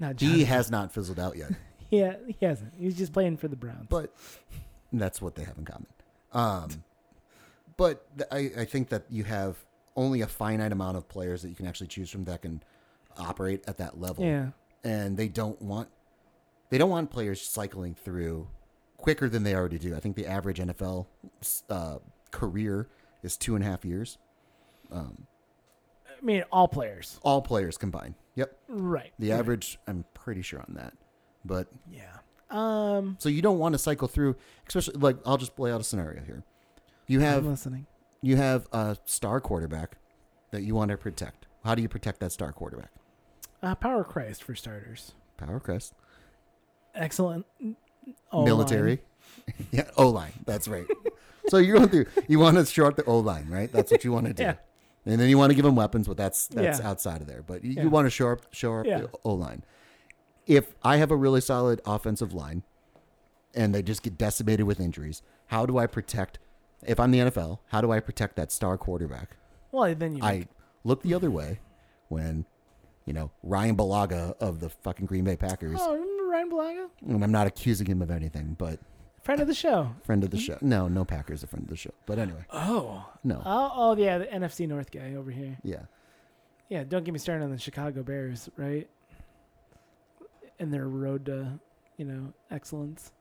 Speaker 2: not
Speaker 1: he
Speaker 2: Johnny.
Speaker 1: has not fizzled out yet.
Speaker 2: Yeah, he hasn't. He's just playing for the Browns.
Speaker 1: but that's what they have in common. Um, but th- I, I think that you have only a finite amount of players that you can actually choose from that can operate at that level,
Speaker 2: yeah.
Speaker 1: and they don't want they don't want players cycling through quicker than they already do. I think the average NFL uh, career is two and a half years, um,
Speaker 2: I mean, all players.
Speaker 1: all players combined. Yep,
Speaker 2: Right.
Speaker 1: the average. I'm pretty sure on that, but
Speaker 2: Yeah. Um,
Speaker 1: so you don't want to cycle through, especially like I'll just play out a scenario here. You have
Speaker 2: I'm listening.
Speaker 1: you have a star quarterback that you want to protect. How do you protect that star quarterback?
Speaker 2: Uh, Power Christ for starters.
Speaker 1: Power crest,
Speaker 2: Excellent. O-line.
Speaker 1: military, yeah, O line. That's right. so you're going through. You want to short the O line, right? That's what you want to do.
Speaker 2: Yeah.
Speaker 1: And then you want to give them weapons, but that's that's
Speaker 2: Yeah.
Speaker 1: outside of there. But you,
Speaker 2: Yeah.
Speaker 1: you want to shore up shore up
Speaker 2: Yeah.
Speaker 1: the O line. If I have a really solid offensive line, and they just get decimated with injuries, how do I protect? If I'm the NFL, how do I protect that star quarterback?
Speaker 2: Well, then you.
Speaker 1: I look the other way when, you know, Ryan Balaga of the fucking Green Bay Packers.
Speaker 2: oh, remember Ryan Blaga?
Speaker 1: And I'm not accusing him of anything, but
Speaker 2: Friend of the show.
Speaker 1: friend of the show. No, no Packers, a friend of the show. But anyway,
Speaker 2: Oh.
Speaker 1: no,
Speaker 2: Oh, oh yeah, the NFC North guy over here.
Speaker 1: yeah,
Speaker 2: Yeah, don't get me started on the Chicago Bears, right? And their road to, you know, excellence.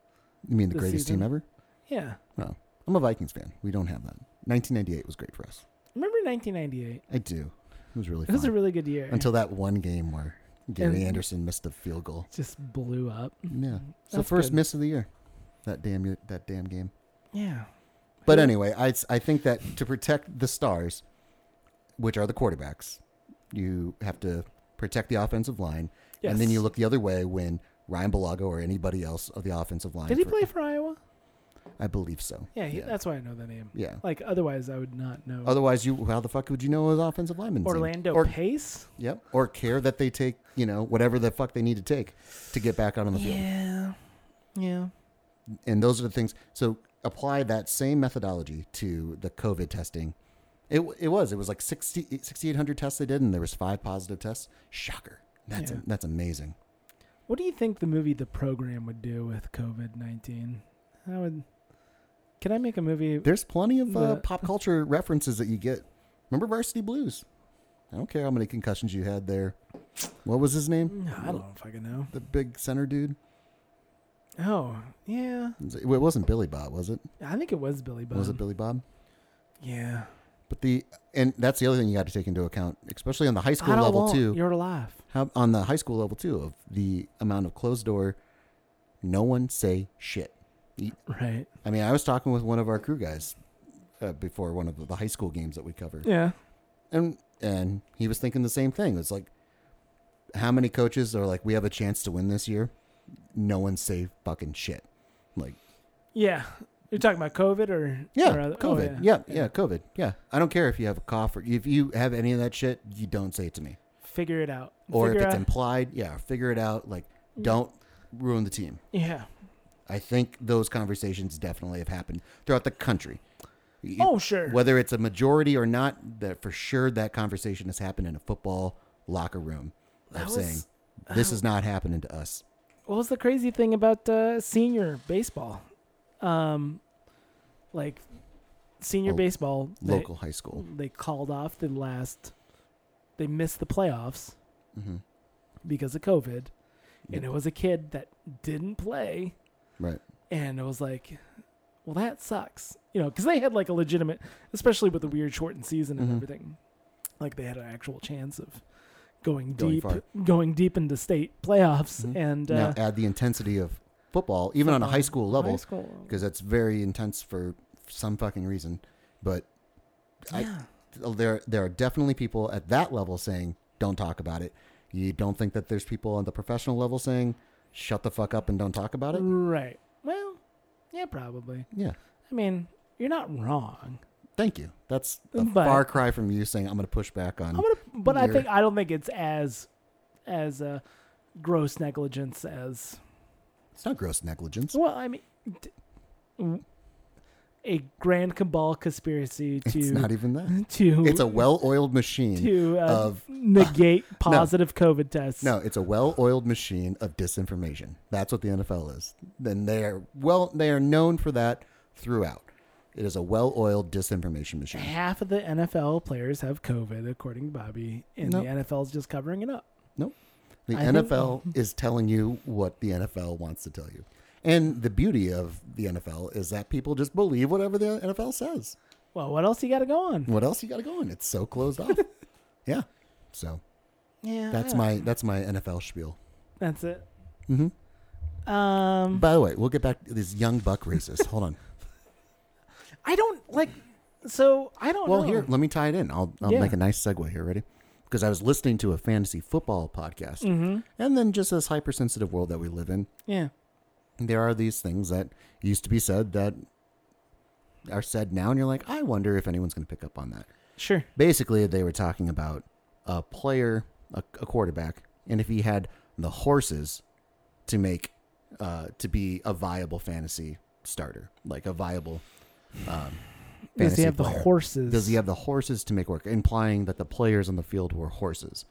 Speaker 1: you mean the
Speaker 2: This
Speaker 1: greatest
Speaker 2: season.
Speaker 1: team ever?
Speaker 2: Yeah.
Speaker 1: No, I'm a Vikings fan. We don't have that. 1998 was great for us.
Speaker 2: Remember 1998?
Speaker 1: I do. It was really
Speaker 2: It was a
Speaker 1: fun
Speaker 2: really good year.
Speaker 1: until that one game where Gary
Speaker 2: And-
Speaker 1: Anderson missed a field goal.
Speaker 2: just blew up. Mm-hmm.
Speaker 1: Yeah, it's the
Speaker 2: That's
Speaker 1: first
Speaker 2: good.
Speaker 1: miss of the year. That damn year- that damn game.
Speaker 2: Yeah.
Speaker 1: But
Speaker 2: Who-
Speaker 1: anyway, I, I think that to protect the stars, which are the quarterbacks, you have to protect the offensive line. And then
Speaker 2: Yes.
Speaker 1: you look the other way when Ryan Balaga or anybody else of the offensive line.
Speaker 2: Did he
Speaker 1: for-
Speaker 2: play for Iowa?
Speaker 1: I believe so.
Speaker 2: Yeah, he,
Speaker 1: yeah.
Speaker 2: that's why I know the name.
Speaker 1: Yeah.
Speaker 2: Like otherwise, I would not know.
Speaker 1: Otherwise, you how the fuck would you know his offensive lineman?
Speaker 2: Orlando
Speaker 1: Or,
Speaker 2: Pace.
Speaker 1: yep. Or care that they take you know whatever the fuck they need to take to get back out on the field.
Speaker 2: Yeah, yeah.
Speaker 1: and those are the things. So apply that same methodology to the COVID testing. It, it was it was like 60 6,800 tests they did, and there was five positive tests. Shocker! That's
Speaker 2: Yeah.
Speaker 1: that's amazing.
Speaker 2: What do you think the movie The Program would do with COVID nineteen? I would. Can I make a movie?
Speaker 1: There's plenty of uh,
Speaker 2: The-
Speaker 1: pop culture references that you get. Remember Varsity Blues? I don't care how many concussions you had there. What was his name?
Speaker 2: Mm, I don't fucking know.
Speaker 1: The big center dude.
Speaker 2: Oh yeah,
Speaker 1: It wasn't Billy Bob, was it?
Speaker 2: I think it was Billy Bob.
Speaker 1: was it Billy Bob?
Speaker 2: Yeah.
Speaker 1: But the and that's the other thing you got to take into account, especially on the high school
Speaker 2: I don't
Speaker 1: level
Speaker 2: want
Speaker 1: too.
Speaker 2: Your life.
Speaker 1: How on the high school level too of the amount of closed door, no one say shit.
Speaker 2: Right.
Speaker 1: I mean, I was talking with one of our crew guys uh, before one of the- the high school games that we covered.
Speaker 2: Yeah.
Speaker 1: and and he was thinking the same thing. It's like, how many coaches are like, we have a chance to win this year? No one say fucking shit. Like,
Speaker 2: Yeah. You're talking about COVID or
Speaker 1: yeah,
Speaker 2: or other- oh,
Speaker 1: COVID. yeah. yeah, COVID. Yeah, I don't care if you have a cough or if you have any of that shit. You don't say it to me.
Speaker 2: Figure it out.
Speaker 1: Or
Speaker 2: Figure
Speaker 1: if it's
Speaker 2: out- Mm.
Speaker 1: implied, yeah, figure it out. Like, don't ruin the team.
Speaker 2: yeah.
Speaker 1: I think those conversations definitely have happened throughout the country. You-
Speaker 2: Oh sure.
Speaker 1: Whether it's a majority or not, that for sure that conversation has happened in a football locker room
Speaker 2: That
Speaker 1: of
Speaker 2: was-
Speaker 1: saying this is not happening to us.
Speaker 2: what was the crazy thing about uh, senior baseball? Um, like senior
Speaker 1: Oh,
Speaker 2: baseball, they-
Speaker 1: Local high school.
Speaker 2: They, called off the last. They missed the playoffs
Speaker 1: hmm
Speaker 2: because of COVID,
Speaker 1: Yep.
Speaker 2: and it was a kid that didn't play,
Speaker 1: Right.
Speaker 2: and it was like, well, that sucks, you know, because they had like a legitimate, especially with the weird shortened season and
Speaker 1: Mhm.
Speaker 2: everything, like they had an actual chance of going,
Speaker 1: Going
Speaker 2: deep,
Speaker 1: far.
Speaker 2: going deep into state playoffs,
Speaker 1: Mhm.
Speaker 2: and
Speaker 1: now
Speaker 2: uh,
Speaker 1: add the intensity of football, even on a high
Speaker 2: football.
Speaker 1: school level,
Speaker 2: High
Speaker 1: because
Speaker 2: school.
Speaker 1: that's very intense for some fucking reason. But I-
Speaker 2: Yeah.
Speaker 1: there, there are definitely people at that level saying, "Don't talk about it." You don't think that there's people on the professional level saying, "Shut the fuck up and don't talk about it."
Speaker 2: Right. Well, yeah, probably.
Speaker 1: Yeah.
Speaker 2: I mean, you're not wrong.
Speaker 1: Thank you. That's a
Speaker 2: But-
Speaker 1: far cry from you saying I'm going to push back on.
Speaker 2: I'm gonna, but I
Speaker 1: You're-
Speaker 2: think I don't think it's as as uh, gross negligence as
Speaker 1: It's not gross negligence.
Speaker 2: well. I mean, d- w- a grand cabal conspiracy to
Speaker 1: It's not even that.
Speaker 2: to
Speaker 1: It's a well-oiled machine.
Speaker 2: to uh,
Speaker 1: of-
Speaker 2: negate positive COVID tests.
Speaker 1: No, it's a well-oiled machine of disinformation. That's what the NFL is. Then they are well. They are known for that throughout. It is a well-oiled disinformation machine.
Speaker 2: Half of the NFL players have COVID, according to Bobby, and
Speaker 1: Nope.
Speaker 2: the NFL's just covering it up.
Speaker 1: The
Speaker 2: I think-
Speaker 1: NFL is telling you what the NFL wants to tell you. And the beauty of the NFL is that people just believe whatever the NFL says.
Speaker 2: Well, what else you got to go on?
Speaker 1: What else you got to go on? It's so closed off. yeah. So
Speaker 2: Yeah, I
Speaker 1: that's
Speaker 2: don't-
Speaker 1: my that's my NFL spiel.
Speaker 2: That's it.
Speaker 1: hmm
Speaker 2: Um,
Speaker 1: By the way, we'll get back to this young buck racist. Hold on.
Speaker 2: I don't like. So I don't.
Speaker 1: Well,
Speaker 2: know.
Speaker 1: here, let me tie it in. I'll, I'll
Speaker 2: Oh, Yeah.
Speaker 1: make a nice segue here. Ready? Because I was listening to a fantasy football podcast,
Speaker 2: Mhm.
Speaker 1: and then just this hypersensitive world that we live in,
Speaker 2: Yeah.
Speaker 1: there are these things that used to be said that are said now, and you're like, I wonder if anyone's going to pick up on that.
Speaker 2: Sure.
Speaker 1: Basically, they were talking about a player, a, a quarterback, and if he had the horses to make, uh, to be a viable fantasy starter, like a viable. Um,
Speaker 2: Does
Speaker 1: fantasy
Speaker 2: he have the
Speaker 1: player.
Speaker 2: horses?
Speaker 1: Does he have the horses to make work? Implying that the players on the field were horses.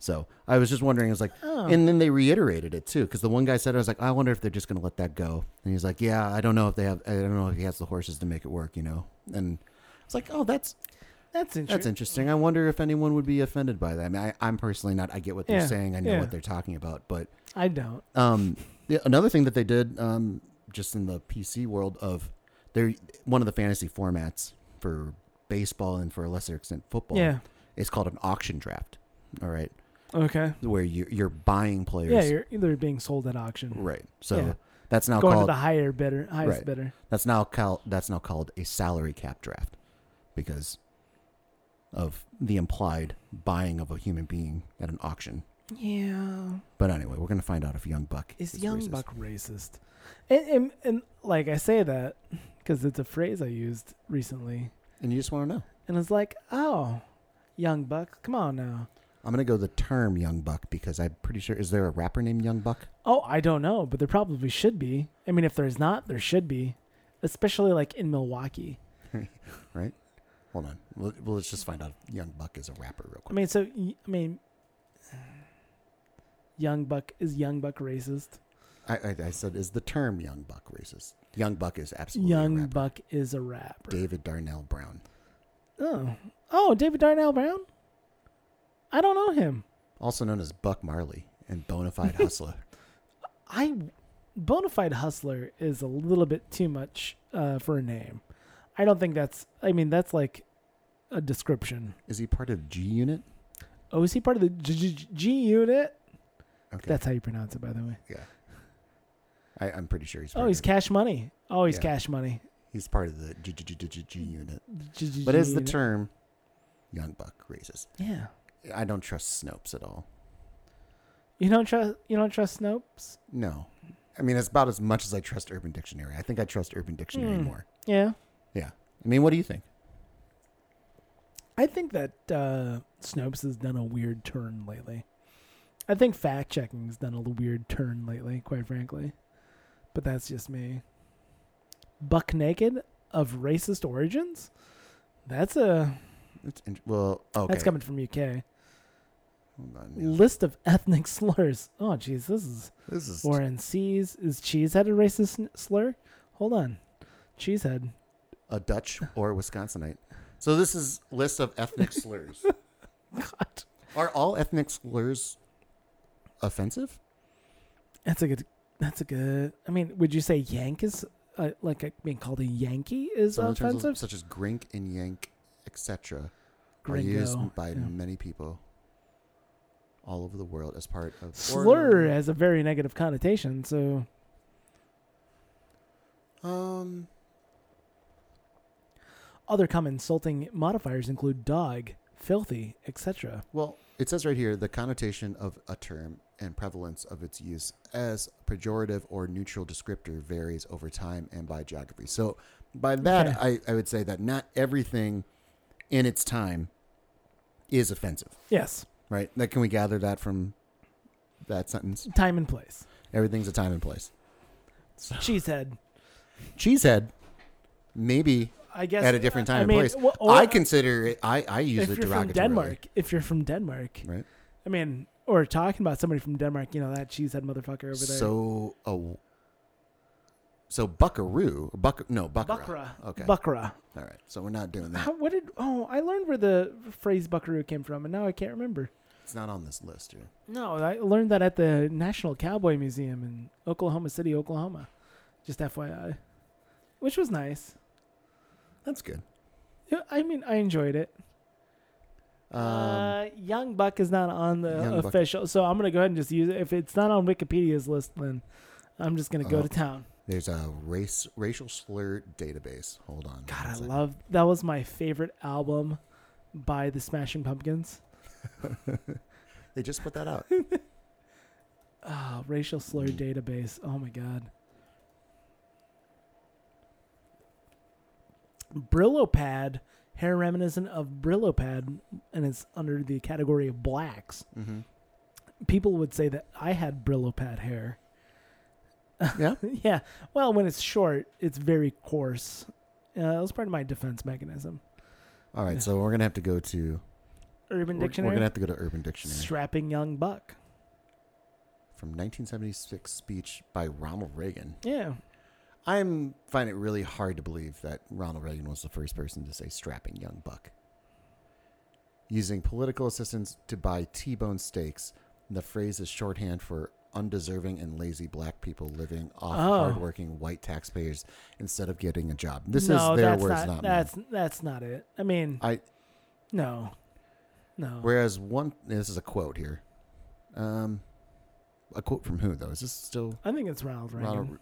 Speaker 1: So I was just wondering, I was like,
Speaker 2: Oh.
Speaker 1: and then they reiterated it too, because the one guy said, I was like, I wonder if they're just going to let that go. And he's like, Yeah, I don't know if they have, I don't know if he has the horses to make it work, you know? And I was like, Oh, that's,
Speaker 2: That's interesting.
Speaker 1: that's interesting. I wonder if anyone would be offended by that. I mean, I, I'm personally not, I get what they're
Speaker 2: Yeah,
Speaker 1: saying, I know
Speaker 2: yeah.
Speaker 1: what they're talking about, but
Speaker 2: I don't.
Speaker 1: um, the, another thing that they did, um, just in the PC world of, they're one of the fantasy formats for baseball and for a lesser extent football.
Speaker 2: Yeah.
Speaker 1: it's called an auction draft. All right,
Speaker 2: Okay.
Speaker 1: where you you're buying players.
Speaker 2: Yeah, you're either being sold at auction,
Speaker 1: right. So
Speaker 2: Yeah.
Speaker 1: that's now
Speaker 2: going to
Speaker 1: called
Speaker 2: the higher bidder, highest
Speaker 1: Right.
Speaker 2: bidder.
Speaker 1: that's now cal- that's now called a salary cap draft, because of the implied buying of a human being at an auction.
Speaker 2: Yeah.
Speaker 1: But anyway, we're gonna find out if Young Buck
Speaker 2: Is
Speaker 1: is
Speaker 2: young
Speaker 1: racist.
Speaker 2: buck racist? And, and and like I say that because it's a phrase I used recently,
Speaker 1: and you just want to know.
Speaker 2: and it's like, oh, young buck, come on now.
Speaker 1: I'm gonna go the term Young Buck because I'm pretty sure is there a rapper named Young Buck?
Speaker 2: Oh, I don't know, but there probably should be. I mean, if there's not, there should be, especially like in Milwaukee.
Speaker 1: Right. Hold on. Well, well, let's just find out if Young Buck is a rapper real
Speaker 2: I
Speaker 1: quick.
Speaker 2: mean, so y- I mean, Young Buck is Young Buck racist?
Speaker 1: I, I, I said, is the term "young buck" racist? Young buck is absolutely a
Speaker 2: Young
Speaker 1: rapper.
Speaker 2: Buck is a rapper.
Speaker 1: David Darnell Brown.
Speaker 2: Oh, oh, David Darnell Brown. I don't know him.
Speaker 1: also known as Buck Marley and Bonafide Hustler.
Speaker 2: I Bonafide Hustler is a little bit too much uh, for a name. I don't think that's. I mean, that's like a description.
Speaker 1: Is he part of G Unit?
Speaker 2: Oh, is he part of the G, G-, G Unit?
Speaker 1: Okay.
Speaker 2: That's how you pronounce it, by the way.
Speaker 1: yeah. I, I'm pretty sure he's. Part
Speaker 2: Oh, he's
Speaker 1: of,
Speaker 2: Cash Money. Oh, he's
Speaker 1: Yeah.
Speaker 2: Cash Money.
Speaker 1: he's part of the G, G, G, G, G Unit.
Speaker 2: G- G-
Speaker 1: But
Speaker 2: G
Speaker 1: is the
Speaker 2: Unit.
Speaker 1: term "young buck" racist?
Speaker 2: Yeah.
Speaker 1: I don't trust Snopes at all.
Speaker 2: You don't trust. You don't trust Snopes.
Speaker 1: No, I mean it's about as much as I trust Urban Dictionary. I think I trust Urban Dictionary
Speaker 2: Hmm.
Speaker 1: more.
Speaker 2: Yeah.
Speaker 1: Yeah. I mean, what do you think?
Speaker 2: I think that uh, Snopes has done a weird turn lately. I think fact checking's done a l- weird turn lately, quite frankly. But that's just me. Buck naked of racist origins. That's a
Speaker 1: It's in, well, okay.
Speaker 2: that's coming from UK.
Speaker 1: Hold on. now.
Speaker 2: List of ethnic slurs. Oh, jeez, this is
Speaker 1: This is
Speaker 2: Warren C's. Is cheesehead a racist n- slur? Hold on, cheesehead.
Speaker 1: a Dutch or a Wisconsinite. So this is list of ethnic slurs.
Speaker 2: God,
Speaker 1: Are all ethnic slurs offensive?
Speaker 2: that's a good. That's a good. I mean, would you say Yank is uh, like uh, being called a Yankee is
Speaker 1: Some of the terms
Speaker 2: offensive?
Speaker 1: such as grink and yank, etc., are
Speaker 2: Gringo,
Speaker 1: used by
Speaker 2: yeah.
Speaker 1: many people all over the world as part of
Speaker 2: Slur has a very negative connotation, so
Speaker 1: Um,
Speaker 2: other common insulting modifiers include dog, filthy, etc.
Speaker 1: well, it says right here the connotation of a term and prevalence of its use as pejorative or neutral descriptor varies over time and by geography. So, by that, I, I would say that not everything in its time is offensive.
Speaker 2: Yes,
Speaker 1: Right. That can we gather that from that sentence?
Speaker 2: time and place.
Speaker 1: Everything's a time and place.
Speaker 2: Cheesehead.
Speaker 1: Cheesehead, maybe
Speaker 2: I guess
Speaker 1: at a different time
Speaker 2: I mean,
Speaker 1: and place.
Speaker 2: wha- or-
Speaker 1: I consider it. I I use
Speaker 2: if
Speaker 1: it
Speaker 2: you're from
Speaker 1: derogatorily.
Speaker 2: Denmark, if you're from Denmark,
Speaker 1: Right.
Speaker 2: I mean, or talking about somebody from Denmark, you know that cheesehead motherfucker over there.
Speaker 1: So a so buckaroo, buck no buckra.
Speaker 2: Buckra.
Speaker 1: Okay.
Speaker 2: Buckra.
Speaker 1: All right. So we're not doing that.
Speaker 2: How, what did? Oh, I learned where the phrase "buckaroo" came from, and now I can't remember.
Speaker 1: It's not on this list here.
Speaker 2: No, I learned that at the National Cowboy Museum in Oklahoma City, Oklahoma. Just FYI, which was nice.
Speaker 1: That's good.
Speaker 2: Yeah, I mean, I enjoyed it.
Speaker 1: Um,
Speaker 2: uh, Young Buck is not on
Speaker 1: Young
Speaker 2: the
Speaker 1: Buck.
Speaker 2: official, so I'm gonna go ahead and just use it. If it's not on Wikipedia's list, then I'm just gonna go
Speaker 1: Oh.
Speaker 2: to town.
Speaker 1: there's a race racial slur database. Hold on.
Speaker 2: God,
Speaker 1: one
Speaker 2: I
Speaker 1: second.
Speaker 2: love that was my favorite album by the Smashing Pumpkins.
Speaker 1: They just put that out.
Speaker 2: Ah, racial slur
Speaker 1: Mm.
Speaker 2: database. Oh my god. Brillo pad, hair reminiscent of Brillo pad, and it's under the category of blacks.
Speaker 1: hmm
Speaker 2: People would say that I had Brillo pad hair.
Speaker 1: Yeah.
Speaker 2: yeah. Well, when it's short, it's very coarse. Uh, that was part of my defense mechanism.
Speaker 1: All right. So we're gonna have to go to
Speaker 2: Urban
Speaker 1: We're-
Speaker 2: Dictionary.
Speaker 1: We're gonna have to go to Urban Dictionary
Speaker 2: Strapping young buck.
Speaker 1: from 1976 speech by Ronald Reagan.
Speaker 2: Yeah.
Speaker 1: I'm find it really hard to believe that Ronald Reagan was the first person to say strapping young buck. Using political assistance to buy T-bone steaks, the phrase is shorthand for undeserving and lazy black people living off
Speaker 2: Oh.
Speaker 1: hardworking white taxpayers instead of getting a job. This
Speaker 2: no,
Speaker 1: is their
Speaker 2: that's
Speaker 1: words,
Speaker 2: not,
Speaker 1: not, mine.
Speaker 2: that's that's not it. I mean,
Speaker 1: I
Speaker 2: no, no.
Speaker 1: whereas one this is a quote here. Um a quote from who though? Is this still
Speaker 2: I think it's Ronald Reagan.
Speaker 1: Ronald-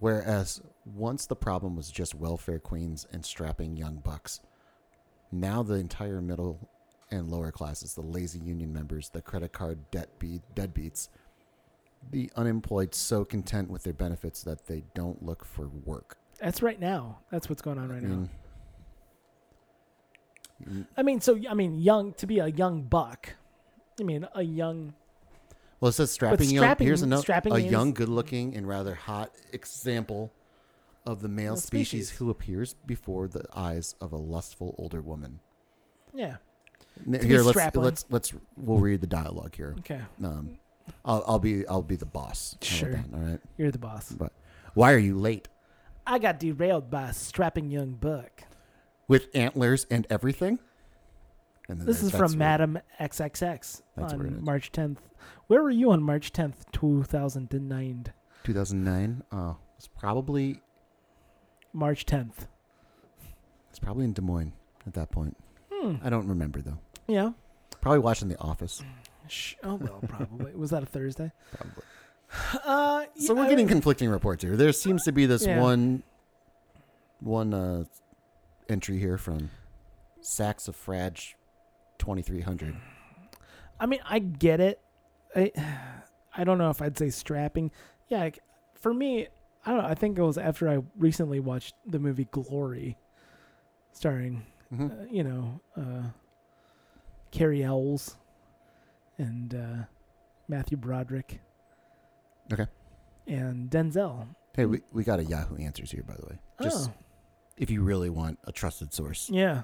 Speaker 1: Whereas once the problem was just welfare queens and strapping young bucks, now the entire middle and lower classes, the lazy union members, the credit card debt be- deadbeats, the unemployed so content with their benefits that they don't look for work.
Speaker 2: That's right now. That's what's going on
Speaker 1: I
Speaker 2: right now.
Speaker 1: mean,
Speaker 2: I mean, so I mean, young to be a young buck. I mean, a young.
Speaker 1: well, it says strapping, young.
Speaker 2: strapping-
Speaker 1: Here's another
Speaker 2: strapping
Speaker 1: a
Speaker 2: is-
Speaker 1: young, good-looking, and rather hot example of the male
Speaker 2: Well, species.
Speaker 1: species who appears before the eyes of a lustful older woman.
Speaker 2: Yeah.
Speaker 1: N-
Speaker 2: be
Speaker 1: Here, let's
Speaker 2: strapping.
Speaker 1: let's let's we'll read the dialogue here.
Speaker 2: Okay.
Speaker 1: Um, I'll, I'll be I'll be the boss. How
Speaker 2: Sure.
Speaker 1: about that? all right.
Speaker 2: You're the boss.
Speaker 1: But why are you late
Speaker 2: I got derailed by a strapping young buck.
Speaker 1: with antlers and everything? And then
Speaker 2: This
Speaker 1: that-
Speaker 2: is
Speaker 1: that's
Speaker 2: from
Speaker 1: where-
Speaker 2: Madam XXX
Speaker 1: That's where it is.
Speaker 2: on March 10th. Where were you on March 10th, 2009?
Speaker 1: 2009. Oh, it's probably
Speaker 2: March 10th.
Speaker 1: it's probably in Des Moines at that point.
Speaker 2: Hmm.
Speaker 1: I don't remember though.
Speaker 2: Yeah.
Speaker 1: Probably watching The Office.
Speaker 2: Sh- oh well, probably was that a Thursday?
Speaker 1: Probably.
Speaker 2: Uh,
Speaker 1: So
Speaker 2: yeah,
Speaker 1: we're
Speaker 2: I-
Speaker 1: getting conflicting reports here. There seems to be this
Speaker 2: Yeah.
Speaker 1: one one uh, entry here from Saxifrage 2300.
Speaker 2: I mean, I get it. I, I don't know if I'd say strapping. Yeah, like, for me, I don't know. I think it was after I recently watched the movie Glory, starring
Speaker 1: Mhm.
Speaker 2: uh, you know uh, Carrie Ells and uh, Matthew Broderick.
Speaker 1: Okay.
Speaker 2: And Denzel.
Speaker 1: Hey, we, we got a Yahoo Answers here, by the way. Just
Speaker 2: oh,
Speaker 1: if you really want a trusted source.
Speaker 2: yeah.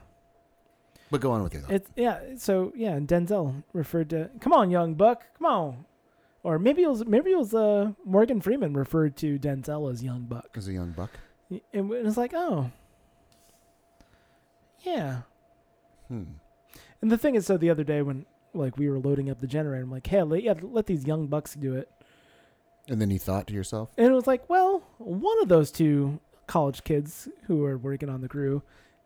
Speaker 1: But go on with your thought.
Speaker 2: It's yeah. So yeah, and Denzel referred to, "Come on, young buck, come on," or maybe it was maybe it was uh, Morgan Freeman referred to Denzel as young buck,
Speaker 1: As a young buck.
Speaker 2: and it was like, oh, yeah.
Speaker 1: Hmm.
Speaker 2: And the thing is, so the other day when like we were loading up the generator, I'm like, hey, let, yeah, let these young bucks do it,
Speaker 1: And then you thought to yourself,
Speaker 2: and it was like, well, one of those two college kids who are working on the crew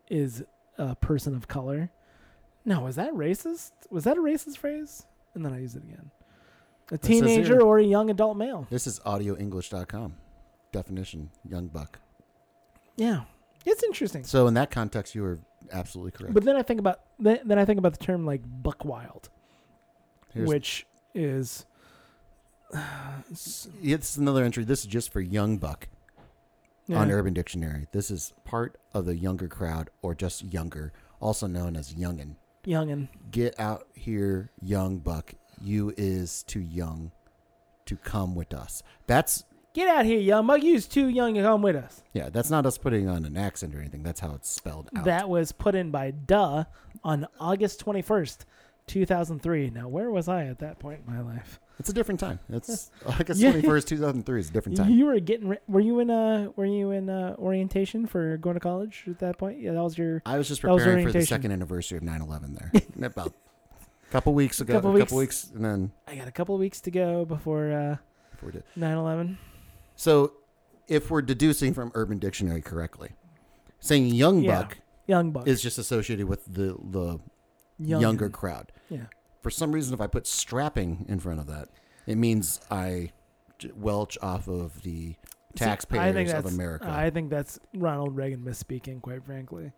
Speaker 2: is a person of color. Now, was that racist? Was that a racist phrase? And then I used it again. A
Speaker 1: says
Speaker 2: teenager
Speaker 1: here-
Speaker 2: or a young adult male.
Speaker 1: this is audioenglish.com. Definition, young buck.
Speaker 2: Yeah, it's interesting.
Speaker 1: So in that context, you were absolutely correct.
Speaker 2: But then I think about then, then I think about the term like buck wild,
Speaker 1: Here's-
Speaker 2: which is
Speaker 1: it's another entry. This is just for young buck
Speaker 2: yeah,
Speaker 1: on Urban Dictionary. This is part of the younger crowd or just younger, also known as youngin'.
Speaker 2: young and
Speaker 1: Get out here, young buck. You is too young to come with us. That's
Speaker 2: get out here, young buck. You's too young to come with us.
Speaker 1: yeah, that's not us putting on an accent or anything. That's how it's spelled out.
Speaker 2: That was put in by Duh on August twenty first, two thousand three. Now where was I at that point in my life?
Speaker 1: it's a different time. It's August
Speaker 2: Yeah.
Speaker 1: twenty first, two thousand three is a different time.
Speaker 2: You were getting re- were you in uh were you in uh, orientation for going to college at that point? Yeah, that was your
Speaker 1: I was just
Speaker 2: That was
Speaker 1: preparing for the
Speaker 2: orientation.
Speaker 1: second anniversary of 9-11 there. About a couple weeks ago.
Speaker 2: Couple
Speaker 1: a couple
Speaker 2: weeks.
Speaker 1: weeks and then
Speaker 2: I got a couple of weeks to go before uh
Speaker 1: before we did.
Speaker 2: 9/11.
Speaker 1: So, if we're deducing from Urban Dictionary correctly, saying young
Speaker 2: Yeah.
Speaker 1: buck
Speaker 2: Young buck.
Speaker 1: is just associated with the the
Speaker 2: Young.
Speaker 1: younger crowd.
Speaker 2: Yeah.
Speaker 1: For some reason, if I put strapping in front of that, it means I j- welch off of the
Speaker 2: See, I think
Speaker 1: taxpayers of
Speaker 2: that's-
Speaker 1: America.
Speaker 2: I think that's Ronald Reagan misspeaking, quite frankly.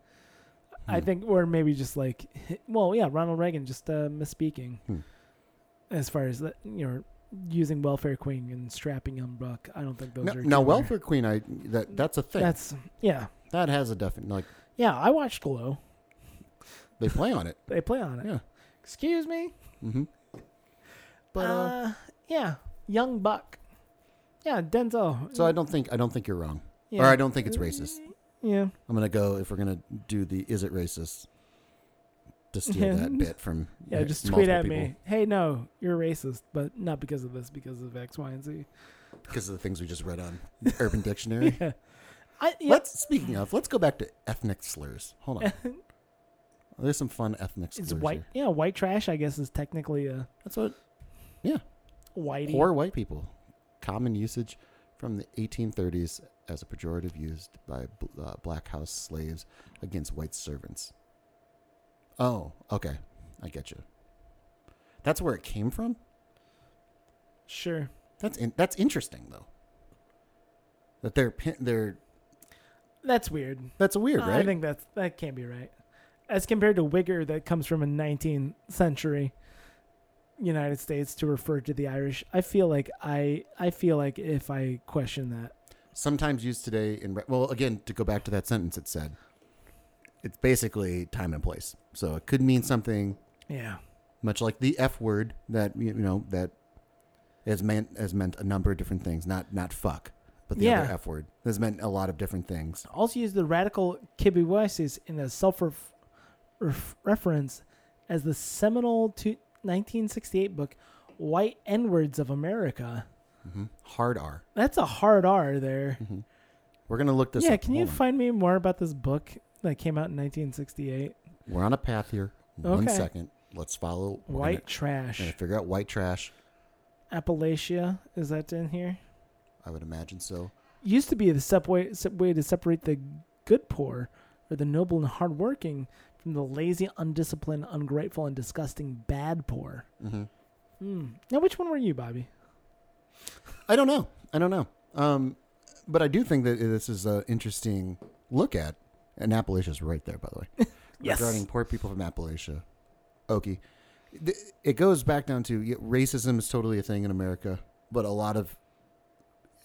Speaker 2: I
Speaker 1: Hmm.
Speaker 2: think, or maybe just like, well, yeah, Ronald Reagan just uh, misspeaking
Speaker 1: Hmm.
Speaker 2: as far as that, you know, using welfare queen and strapping young buck. I don't think those
Speaker 1: now,
Speaker 2: are
Speaker 1: now,
Speaker 2: two are-
Speaker 1: welfare queen, I that that's a thing.
Speaker 2: That's yeah,
Speaker 1: that has a definite like
Speaker 2: yeah. I watched Glow.
Speaker 1: they play on it.
Speaker 2: They play on it.
Speaker 1: Yeah.
Speaker 2: Excuse me.
Speaker 1: hmm But
Speaker 2: uh,
Speaker 1: uh,
Speaker 2: yeah, young buck. Yeah, Denzel.
Speaker 1: so I don't think I don't think you're wrong,
Speaker 2: yeah.
Speaker 1: or I don't think it's racist.
Speaker 2: Yeah.
Speaker 1: I'm gonna go if we're gonna do the is it racist to steal
Speaker 2: Yeah.
Speaker 1: that bit from
Speaker 2: Yeah,
Speaker 1: uh,
Speaker 2: just tweet
Speaker 1: multiple
Speaker 2: at
Speaker 1: people
Speaker 2: me. Hey, no, you're racist, but not because of this, because of X, Y, and Z.
Speaker 1: because of the things we just read on Urban Dictionary.
Speaker 2: Yeah. I, yeah,
Speaker 1: Let's speaking of, let's go back to ethnic slurs. Hold on, there's some fun ethnic slurs.
Speaker 2: it's white.
Speaker 1: here.
Speaker 2: Yeah, white trash. I guess is technically a
Speaker 1: That's what
Speaker 2: whitey.
Speaker 1: poor white people. Common usage from the 1830s as a pejorative used by bl- uh, black house slaves against white servants. Oh, okay, I get you. That's where it came from.
Speaker 2: Sure.
Speaker 1: That's in, that's interesting though. That they're pin- they're
Speaker 2: That's weird.
Speaker 1: that's weird, right?
Speaker 2: I think that's that can't be right. As compared to wigger, that comes from a 19th century United States to refer to the Irish. I feel like I I feel like if I question that,
Speaker 1: Sometimes used today in re- well, again to go back to that sentence, it said it's basically time and place. So it could mean something
Speaker 2: yeah,
Speaker 1: much like the F word that you know that has meant has meant a number of different things. Not not fuck, but the
Speaker 2: Yeah.
Speaker 1: other F word has meant a lot of different things.
Speaker 2: also used the radical kibiwasis in a self reference as the seminal to 1968 book White N words of America.
Speaker 1: Mm-hmm. Hard R.
Speaker 2: That's a hard R there.
Speaker 1: We're gonna look this
Speaker 2: Mm-hmm. yeah,
Speaker 1: up.
Speaker 2: can you
Speaker 1: Hold on.
Speaker 2: find me more about this book that came out in 1968?
Speaker 1: We're on a path here. One
Speaker 2: Okay.
Speaker 1: second. Let's follow. We're
Speaker 2: White
Speaker 1: Gonna,
Speaker 2: Trash.
Speaker 1: gonna figure out white trash.
Speaker 2: Appalachia is that in here?
Speaker 1: I would imagine so.
Speaker 2: Used to be the subway sub- way to separate the good poor, or the noble and hardworking, from the lazy, undisciplined, ungrateful, and disgusting bad poor.
Speaker 1: hmm
Speaker 2: Hmm. Now, which one were you, Bobby?
Speaker 1: I don't know. I don't know. Um, but I do think that this is an interesting look at. And Appalachia's right there, by the way.
Speaker 2: Yes.
Speaker 1: regarding poor people from Appalachia. Okay. Th- It goes back down to yeah, racism is totally a thing in America, but a lot of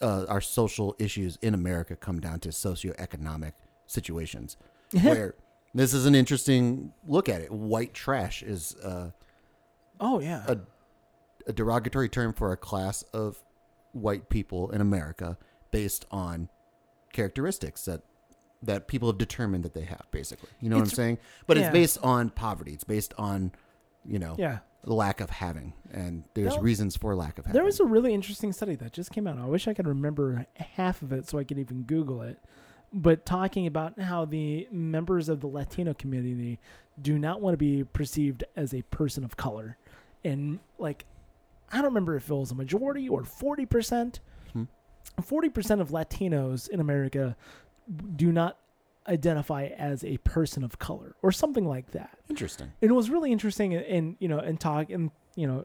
Speaker 1: uh, our social issues in America come down to socioeconomic situations. where this is an interesting look at it. White trash is uh,
Speaker 2: Oh yeah.
Speaker 1: a, a derogatory term for a class of white people in America based on characteristics that that people have determined that they have basically you know what i'm
Speaker 2: It's-
Speaker 1: saying but
Speaker 2: yeah.
Speaker 1: it's based on poverty it's based on you know
Speaker 2: yeah.
Speaker 1: lack of having and there's
Speaker 2: There-
Speaker 1: reasons for lack of having
Speaker 2: There was a really interesting study that just came out. I wish I could remember half of it so I could even Google it. But talking about how the members of the Latino community do not want to be perceived as a person of color. And like, I don't remember if it was a majority or 40%.
Speaker 1: Hmm.
Speaker 2: 40% of Latinos in America do not identify as a person of color or something like that
Speaker 1: interesting
Speaker 2: and it was really interesting and, and you know and talk and you know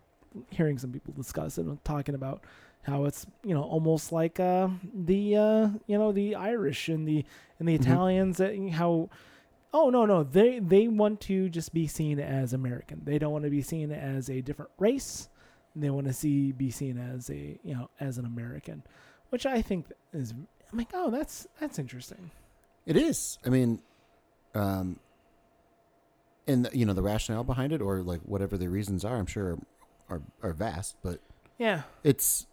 Speaker 2: hearing some people discuss it and talking about how it's you know almost like uh the uh you know the irish and the and the
Speaker 1: Mm-hmm.
Speaker 2: italians and how oh no no they they want to just be seen as american they don't want to be seen as a different race they want to see be seen as a you know as an american which i think is i'm like oh that's that's interesting
Speaker 1: it is i mean um and you know the rationale behind it or like whatever the reasons are i'm sure are are vast but
Speaker 2: yeah
Speaker 1: it's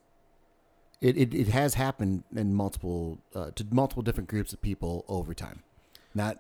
Speaker 1: it, it, it has happened in multiple uh, to multiple different groups of people over time not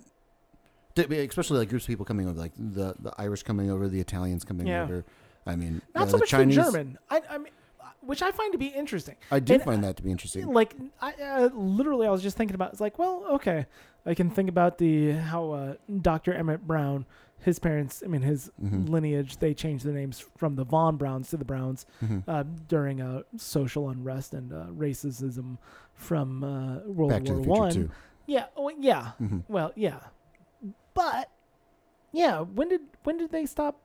Speaker 1: to- especially like groups of people coming over like the the irish coming over the italians coming
Speaker 2: Yeah.
Speaker 1: over i mean
Speaker 2: not
Speaker 1: uh,
Speaker 2: so
Speaker 1: the
Speaker 2: much
Speaker 1: chinese
Speaker 2: the german i i mean uh, which i find to be interesting
Speaker 1: i do
Speaker 2: And-
Speaker 1: find that to be interesting
Speaker 2: like I uh, literally I was just thinking about it's like well okay I can think about the how uh, Dr. Emmett Brown his parents I mean his
Speaker 1: Mhm.
Speaker 2: lineage they changed their names from the Von Browns to the Browns
Speaker 1: Mhm.
Speaker 2: uh, during uh, social unrest and uh, racism from uh, World
Speaker 1: back to
Speaker 2: War
Speaker 1: the future
Speaker 2: One
Speaker 1: too
Speaker 2: yeah oh, yeah
Speaker 1: Mhm.
Speaker 2: well yeah but yeah when did when did they stop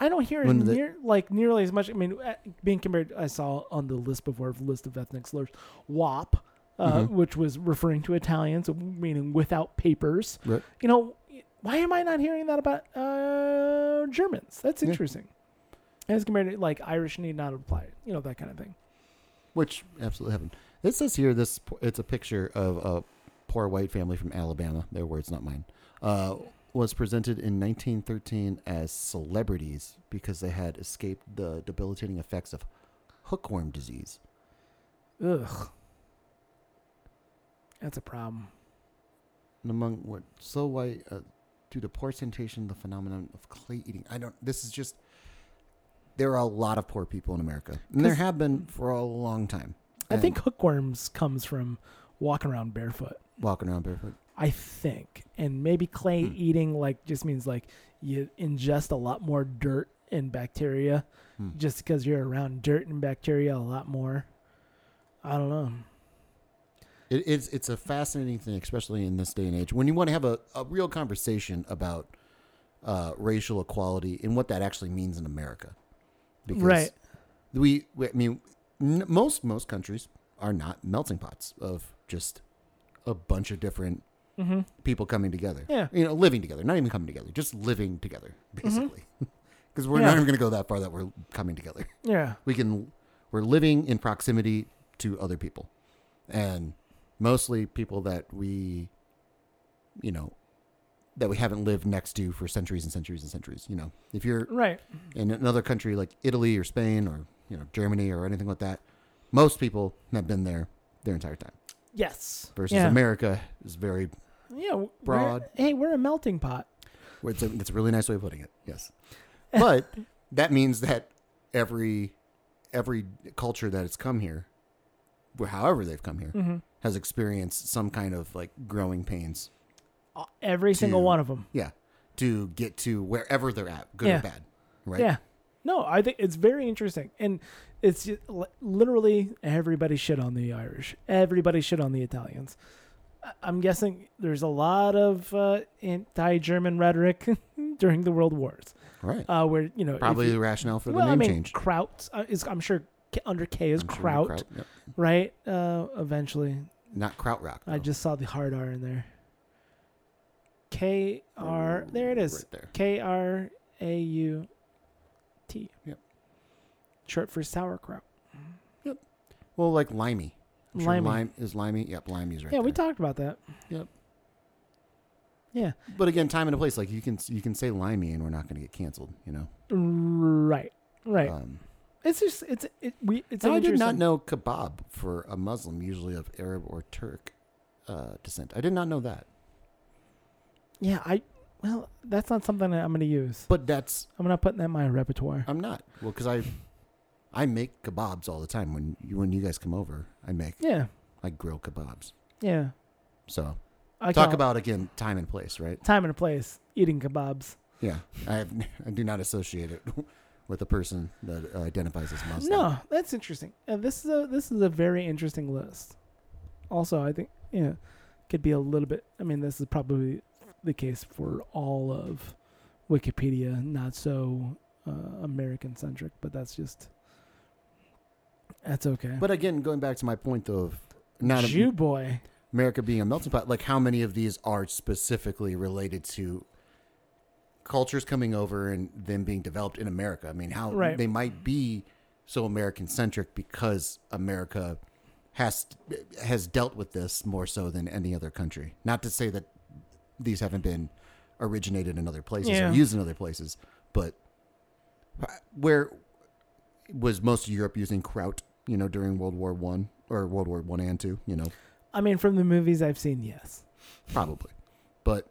Speaker 2: I don't hear it
Speaker 1: When did they-
Speaker 2: near, like nearly as much. I mean, uh, being compared, I saw on the list before of list of ethnic slurs, WAP, uh,
Speaker 1: Mhm.
Speaker 2: which was referring to Italians, meaning without papers.
Speaker 1: Right.
Speaker 2: You know, why am I not hearing that about uh, Germans? That's
Speaker 1: Yeah.
Speaker 2: interesting. As compared to like Irish need not apply, you know that kind of thing.
Speaker 1: which absolutely happened it says here this it's a picture of a poor white family from alabama their words not mine uh, was presented in 1913 as celebrities because they had escaped the debilitating effects of hookworm disease
Speaker 2: Ugh, that's a problem.
Speaker 1: and among what so white uh, due to poor sanitation the phenomenon of clay eating i don't this is just there are a lot of poor people in america and there
Speaker 2: 'Cause-
Speaker 1: have been for a long time
Speaker 2: I
Speaker 1: And
Speaker 2: think hookworms comes from walking around barefoot.
Speaker 1: walking around barefoot
Speaker 2: I think, and maybe clay
Speaker 1: Hmm.
Speaker 2: eating like just means like you ingest a lot more dirt and bacteria,
Speaker 1: Hmm.
Speaker 2: just because you're around dirt and bacteria a lot more. I don't know.
Speaker 1: It, it's it's a fascinating thing, especially in this day and age, when you want to have a, a real conversation about uh, racial equality and what that actually means in America.
Speaker 2: Right.
Speaker 1: We, we I mean, n- most most countries are not melting pots of just a bunch of different
Speaker 2: Mm-hmm.
Speaker 1: people coming together.
Speaker 2: Yeah. Mm-hmm.
Speaker 1: You know, living together, not even coming together, just living together, basically. Because we're
Speaker 2: Yeah.
Speaker 1: not even going to go that far that we're coming together
Speaker 2: Yeah.
Speaker 1: we can we're living in proximity to other people and mostly people that we you know that we haven't lived next to for centuries and centuries and centuries you know if you're
Speaker 2: Right.
Speaker 1: in another country like italy or spain or you know germany or anything like that most people have been there their entire time
Speaker 2: Yes.
Speaker 1: versus
Speaker 2: yeah.
Speaker 1: america is very
Speaker 2: Yeah. w- we're-
Speaker 1: broad.
Speaker 2: hey, we're a melting pot.
Speaker 1: Well, It's a, it's a really nice way of putting it. Yes, but that means that every every culture that has come here, wh- however they've come here, has experienced some kind of like growing pains.
Speaker 2: Uh, Every single
Speaker 1: to-
Speaker 2: one of them.
Speaker 1: Yeah, to get to wherever they're at, good
Speaker 2: Yeah.
Speaker 1: or bad, right?
Speaker 2: Yeah. No, I think it's very interesting, and it's ju- li- literally everybody shit on the Irish, everybody shit on the Italians. I- I'm guessing there's a lot of uh, anti-German rhetoric during the World Wars,
Speaker 1: right.
Speaker 2: uh, where you know if
Speaker 1: Probably
Speaker 2: you-
Speaker 1: the rationale for the
Speaker 2: well,
Speaker 1: name
Speaker 2: I mean,
Speaker 1: change.
Speaker 2: Kraut uh, is I'm sure K- under K is
Speaker 1: I'm sure the
Speaker 2: Kraut,
Speaker 1: yep.
Speaker 2: right? Uh, eventually,
Speaker 1: Not Krautrock.
Speaker 2: I
Speaker 1: though.
Speaker 2: just saw the hard R in there. K R, there it is.
Speaker 1: Oh, Right there.
Speaker 2: K R A U T.
Speaker 1: Yep.
Speaker 2: Short for sauerkraut.
Speaker 1: Well, like limey. I'm sure
Speaker 2: Limey.
Speaker 1: Lime is limey. Yep, limey's right.
Speaker 2: yeah, we
Speaker 1: there.
Speaker 2: talked about that.
Speaker 1: Yep.
Speaker 2: Yeah.
Speaker 1: But again, time and a place. Like you can you can say limey, and we're not going to get canceled. You know.
Speaker 2: Right. Right.
Speaker 1: Um,
Speaker 2: it's just it's it we it's
Speaker 1: I did not
Speaker 2: interesting-
Speaker 1: know kebab for a Muslim, usually of Arab or Turk uh, descent. I did not know that.
Speaker 2: Yeah, I well, that's not something that I'm gonna use.
Speaker 1: But that's
Speaker 2: I'm not putting that in my repertoire.
Speaker 1: I'm not. Well, because I I make kebabs all the time when you, when you guys come over. I make
Speaker 2: Yeah.
Speaker 1: I grill kebabs.
Speaker 2: Yeah.
Speaker 1: So
Speaker 2: I
Speaker 1: talk
Speaker 2: call it
Speaker 1: about again time and place, right?
Speaker 2: time and a place, eating kebabs.
Speaker 1: Yeah, I have I do not associate it with a person that identifies as Muslim.
Speaker 2: No, that's interesting. Uh, this is a this is a very interesting list. Also, I think yeah, could be a little bit. I mean, this is probably the case for all of Wikipedia, not so uh, American centric, but that's just that's okay.
Speaker 1: But again, going back to my point though of not
Speaker 2: Jew boy,
Speaker 1: America being a melting pot, like how many of these are specifically related to cultures coming over and them being developed in America? I mean, how
Speaker 2: Right.
Speaker 1: they might be so American centric because America has has dealt with this more so than any other country. Not to say that these haven't been originated in other places
Speaker 2: Yeah.
Speaker 1: or used in other places, but where was most of Europe using kraut? You know, during World War One or World War One and Two. You know,
Speaker 2: I mean, from the movies I've seen, yes.
Speaker 1: probably. But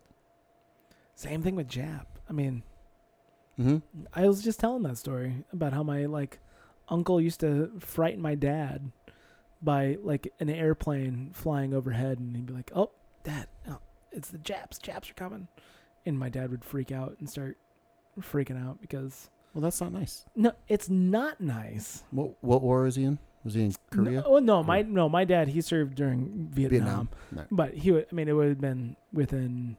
Speaker 2: Same thing with Jap. I mean,
Speaker 1: mhm.
Speaker 2: I was just telling that story about how my like uncle used to frighten my dad by like an airplane flying overhead, and he'd be like, "Oh, dad, oh, it's the Japs. Japs are coming," and my dad would freak out and start freaking out because
Speaker 1: well, that's not nice.
Speaker 2: no, it's not nice.
Speaker 1: What what war was he in? Was he in Korea?
Speaker 2: No, oh no, my no, my dad he served during Vietnam,
Speaker 1: Vietnam. No.
Speaker 2: but he would. I mean, it would have been within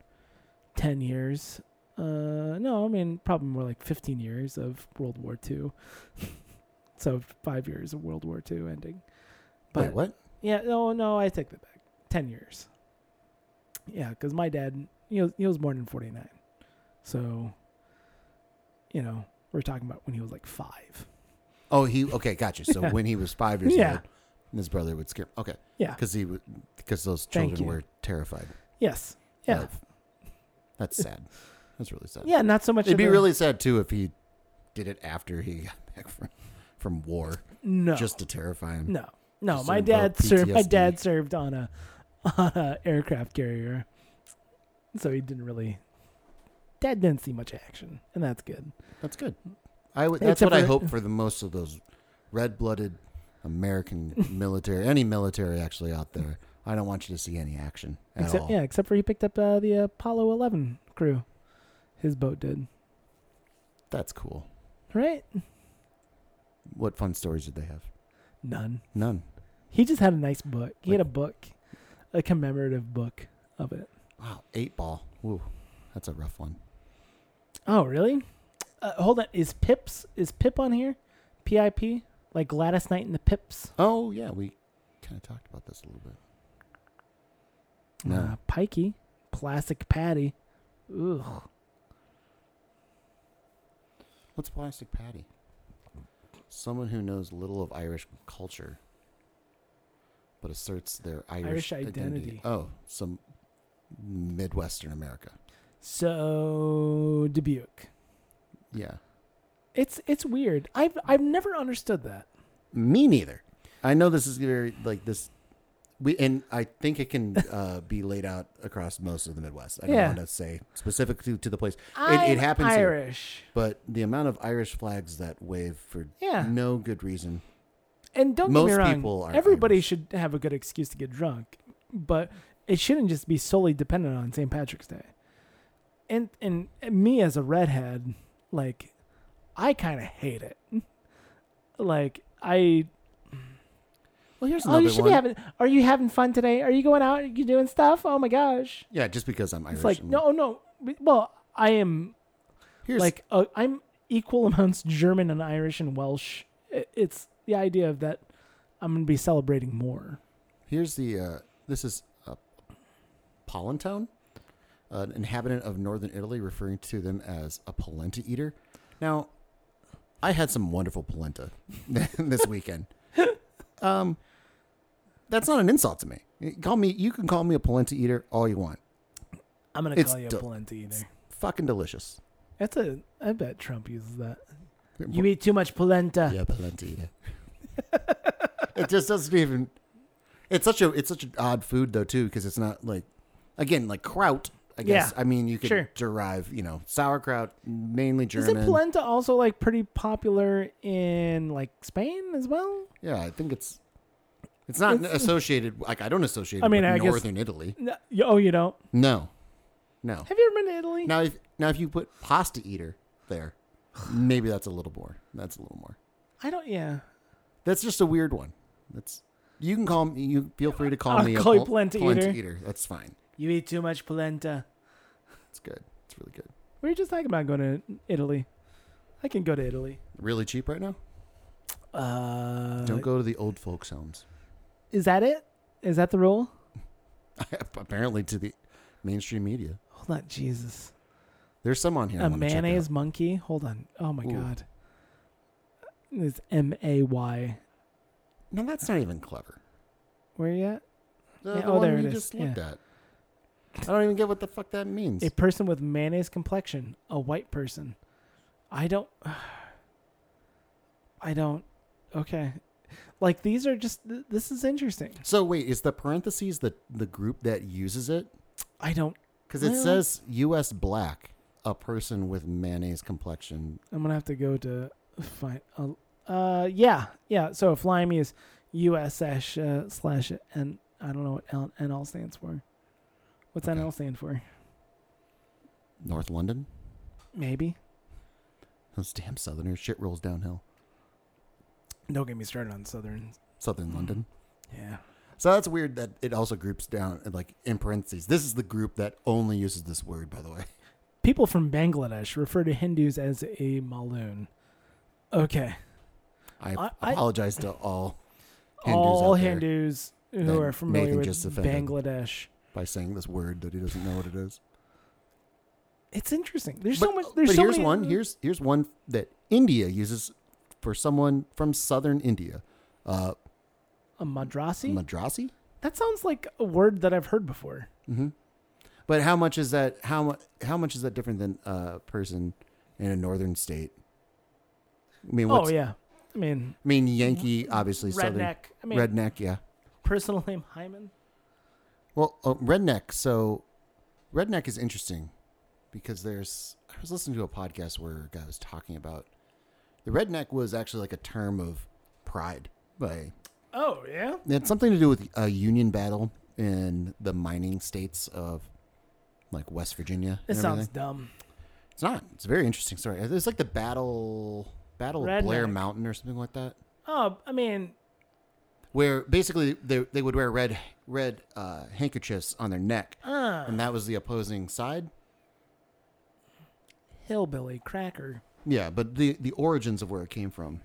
Speaker 2: ten years. Uh, no, I mean probably more like fifteen years of World War Two. so five years of World War Two ending. But
Speaker 1: Wait, what?
Speaker 2: yeah, no, no, I take that back. Ten years. Yeah, because my dad, he was, he was born in '49, so you know we're talking about when he was like five.
Speaker 1: Oh, he okay, gotcha. So
Speaker 2: Yeah.
Speaker 1: when he was five years
Speaker 2: Yeah.
Speaker 1: old, his brother would scare. Okay,
Speaker 2: Yeah.
Speaker 1: because he because those
Speaker 2: Thank
Speaker 1: children
Speaker 2: you.
Speaker 1: were terrified.
Speaker 2: Yes. Yeah.
Speaker 1: of- that's sad. That's really sad.
Speaker 2: Yeah. Not so much.
Speaker 1: it'd
Speaker 2: of
Speaker 1: be
Speaker 2: a-
Speaker 1: really sad too if he did it after he got back from from war,
Speaker 2: no.
Speaker 1: just to terrify him.
Speaker 2: No, no.
Speaker 1: Just
Speaker 2: My
Speaker 1: some
Speaker 2: dad
Speaker 1: pro-
Speaker 2: served. My
Speaker 1: PTSD.
Speaker 2: dad served on a on a aircraft carrier, so he didn't really. Dad didn't see much action, and that's good.
Speaker 1: That's good. I would.
Speaker 2: Except
Speaker 1: That's what I
Speaker 2: for-
Speaker 1: hope for the most of those red-blooded American military, any military actually out there. I don't want you to see any action at
Speaker 2: Except
Speaker 1: all.
Speaker 2: yeah, except for he picked up uh, the Apollo Eleven crew. His boat did.
Speaker 1: That's cool.
Speaker 2: Right?
Speaker 1: What fun stories did they have?
Speaker 2: None.
Speaker 1: None.
Speaker 2: He just had a nice book. He had a
Speaker 1: Like-
Speaker 2: book, a commemorative book of it.
Speaker 1: Wow, eight ball. Woo, that's a rough one.
Speaker 2: Oh, really? Uh, hold on. Is Pips is Pip on here? P I P like Gladys Knight and the Pips.
Speaker 1: Oh yeah, we kind of talked about this a little bit. No.
Speaker 2: Uh, Pikey. Plastic Patty. Ugh.
Speaker 1: What's plastic patty? Someone who knows little of Irish culture, but asserts their Irish,
Speaker 2: Irish identity.
Speaker 1: Oh, some Midwestern America.
Speaker 2: So Dubuque.
Speaker 1: Yeah.
Speaker 2: It's it's weird. I've I've never understood that.
Speaker 1: Me neither. I know this is very like this we and I think it can uh, be laid out across most of the Midwest. I don't
Speaker 2: Yeah.
Speaker 1: want to say specific to, to the place. It,
Speaker 2: I'm
Speaker 1: it happens here.
Speaker 2: Irish.
Speaker 1: but the amount of Irish flags that wave for
Speaker 2: Yeah.
Speaker 1: no good reason.
Speaker 2: And don't get
Speaker 1: Most
Speaker 2: me wrong,
Speaker 1: people are
Speaker 2: everybody
Speaker 1: Irish.
Speaker 2: should have a good excuse to get drunk, but it shouldn't just be solely dependent on St. Patrick's Day. And and me as a redhead, like I kind of hate it. Like I
Speaker 1: Well, here's
Speaker 2: oh
Speaker 1: another
Speaker 2: you should
Speaker 1: one.
Speaker 2: be having are you having fun today? Are you going out? Are you doing stuff? Oh my gosh!
Speaker 1: yeah, just because I'm Irish.
Speaker 2: It's like
Speaker 1: I'm-
Speaker 2: no no. Well, I am
Speaker 1: here's
Speaker 2: like uh, I'm equal amounts German and Irish and Welsh. It, it's the idea of that I'm gonna be celebrating more.
Speaker 1: Here's the uh, this is uh, Pollentown, an inhabitant of northern Italy, referring to them as a polenta eater. Now, I had some wonderful polenta this weekend. Um, that's not an insult to me. You Call me. You can call me a polenta eater all you want.
Speaker 2: I'm gonna
Speaker 1: It's
Speaker 2: call you a
Speaker 1: del-
Speaker 2: polenta either.
Speaker 1: Fucking delicious.
Speaker 2: That's a. I bet Trump uses that. You eat too much polenta.
Speaker 1: yeah, polenta eater. it just doesn't even. It's such a it's such an odd food though too because it's not like, again like kraut. I guess
Speaker 2: Yeah,
Speaker 1: I mean you could
Speaker 2: sure.
Speaker 1: derive you know sauerkraut mainly German.
Speaker 2: Isn't polenta also like pretty popular in like Spain as well?
Speaker 1: yeah, I think it's it's not associated. Like I don't associate.
Speaker 2: I mean,
Speaker 1: it
Speaker 2: I
Speaker 1: with
Speaker 2: guess-
Speaker 1: northern Italy.
Speaker 2: No, you- oh, you don't.
Speaker 1: No, no.
Speaker 2: Have you ever been to Italy?
Speaker 1: Now if now if you put pasta eater there, maybe that's a little more. That's a little more.
Speaker 2: I don't. Yeah,
Speaker 1: That's just a weird one. That's you can call me. You feel free to call
Speaker 2: I'll
Speaker 1: me
Speaker 2: call
Speaker 1: a
Speaker 2: you
Speaker 1: pol-
Speaker 2: polenta
Speaker 1: polenta
Speaker 2: eater.
Speaker 1: eater. That's fine.
Speaker 2: you eat too much polenta.
Speaker 1: It's good. It's really good.
Speaker 2: We were just talking about going to Italy. I can go to Italy.
Speaker 1: Really cheap right now.
Speaker 2: Uh,
Speaker 1: Don't go to the old folks' homes.
Speaker 2: Is that it? Is that the rule?
Speaker 1: Apparently, to the mainstream media,
Speaker 2: Hold on, Jesus.
Speaker 1: there's some on here. I
Speaker 2: a
Speaker 1: wanna check
Speaker 2: mayonnaise monkey. Hold on. Oh my
Speaker 1: Ooh.
Speaker 2: god. It's M A Y.
Speaker 1: out. No, that's not even clever.
Speaker 2: Where you at?
Speaker 1: The,
Speaker 2: Yeah,
Speaker 1: the
Speaker 2: oh,
Speaker 1: one
Speaker 2: there
Speaker 1: you
Speaker 2: it is.
Speaker 1: just looked at. I don't even get what the fuck that means.
Speaker 2: A person with mayonnaise complexion. A white person. I don't. I don't. Okay. Like these are just. th- This is interesting.
Speaker 1: so wait, is the parentheses the the group that uses it?
Speaker 2: I don't.
Speaker 1: Because it
Speaker 2: Well-
Speaker 1: says U.S. black, a person with mayonnaise complexion.
Speaker 2: I'm gonna have to go to find. Uh, uh yeah, yeah. So fly me is U.S. slash uh, slash and I don't know what L- NL stands for. What's
Speaker 1: Okay.
Speaker 2: NL stand for?
Speaker 1: North London.
Speaker 2: Maybe.
Speaker 1: Those damn Southerners. Shit rolls downhill.
Speaker 2: Don't get me started on Southern.
Speaker 1: Southern London.
Speaker 2: Yeah.
Speaker 1: So that's weird that it also groups down like in parentheses. This is the group that only uses this word, by the way.
Speaker 2: People from Bangladesh refer to Hindus as a Maloon. Okay.
Speaker 1: I,
Speaker 2: I- I-
Speaker 1: apologize to all Hindus
Speaker 2: All
Speaker 1: out there
Speaker 2: Hindus
Speaker 1: that
Speaker 2: who are familiar
Speaker 1: Nathan
Speaker 2: with
Speaker 1: just offended.
Speaker 2: Bangladesh.
Speaker 1: by saying this word that he doesn't know what it is.
Speaker 2: It's interesting. There's so
Speaker 1: But-
Speaker 2: much. There's
Speaker 1: but
Speaker 2: so
Speaker 1: here's
Speaker 2: many-
Speaker 1: one. Here's here's one that India uses for someone from southern India. Uh,
Speaker 2: a madrasi.
Speaker 1: Madrasi.
Speaker 2: that sounds like a word that I've heard before.
Speaker 1: But how much is that? How much? How much is that different than a person in a northern state? I mean, what's,
Speaker 2: oh yeah. I mean,
Speaker 1: I mean, Yankee, obviously southern
Speaker 2: redneck. I mean,
Speaker 1: redneck. Yeah.
Speaker 2: personal name Hyman.
Speaker 1: Well, uh, redneck. So, redneck is interesting because there's. I was listening to a podcast where a guy was talking about the redneck was actually like a term of pride. By
Speaker 2: Oh yeah.
Speaker 1: it had something to do with a union battle in the mining states of like West Virginia.
Speaker 2: This
Speaker 1: and
Speaker 2: sounds
Speaker 1: everything.
Speaker 2: dumb.
Speaker 1: It's not. It's a very interesting story. It's like the battle, battle of Blair
Speaker 2: Redneck.
Speaker 1: Mountain or something like that.
Speaker 2: Oh, I mean,
Speaker 1: Where basically they, they would wear red red uh, handkerchiefs on their neck,
Speaker 2: uh,
Speaker 1: and that was the opposing side.
Speaker 2: hillbilly cracker.
Speaker 1: Yeah, but the the origins of where it came from,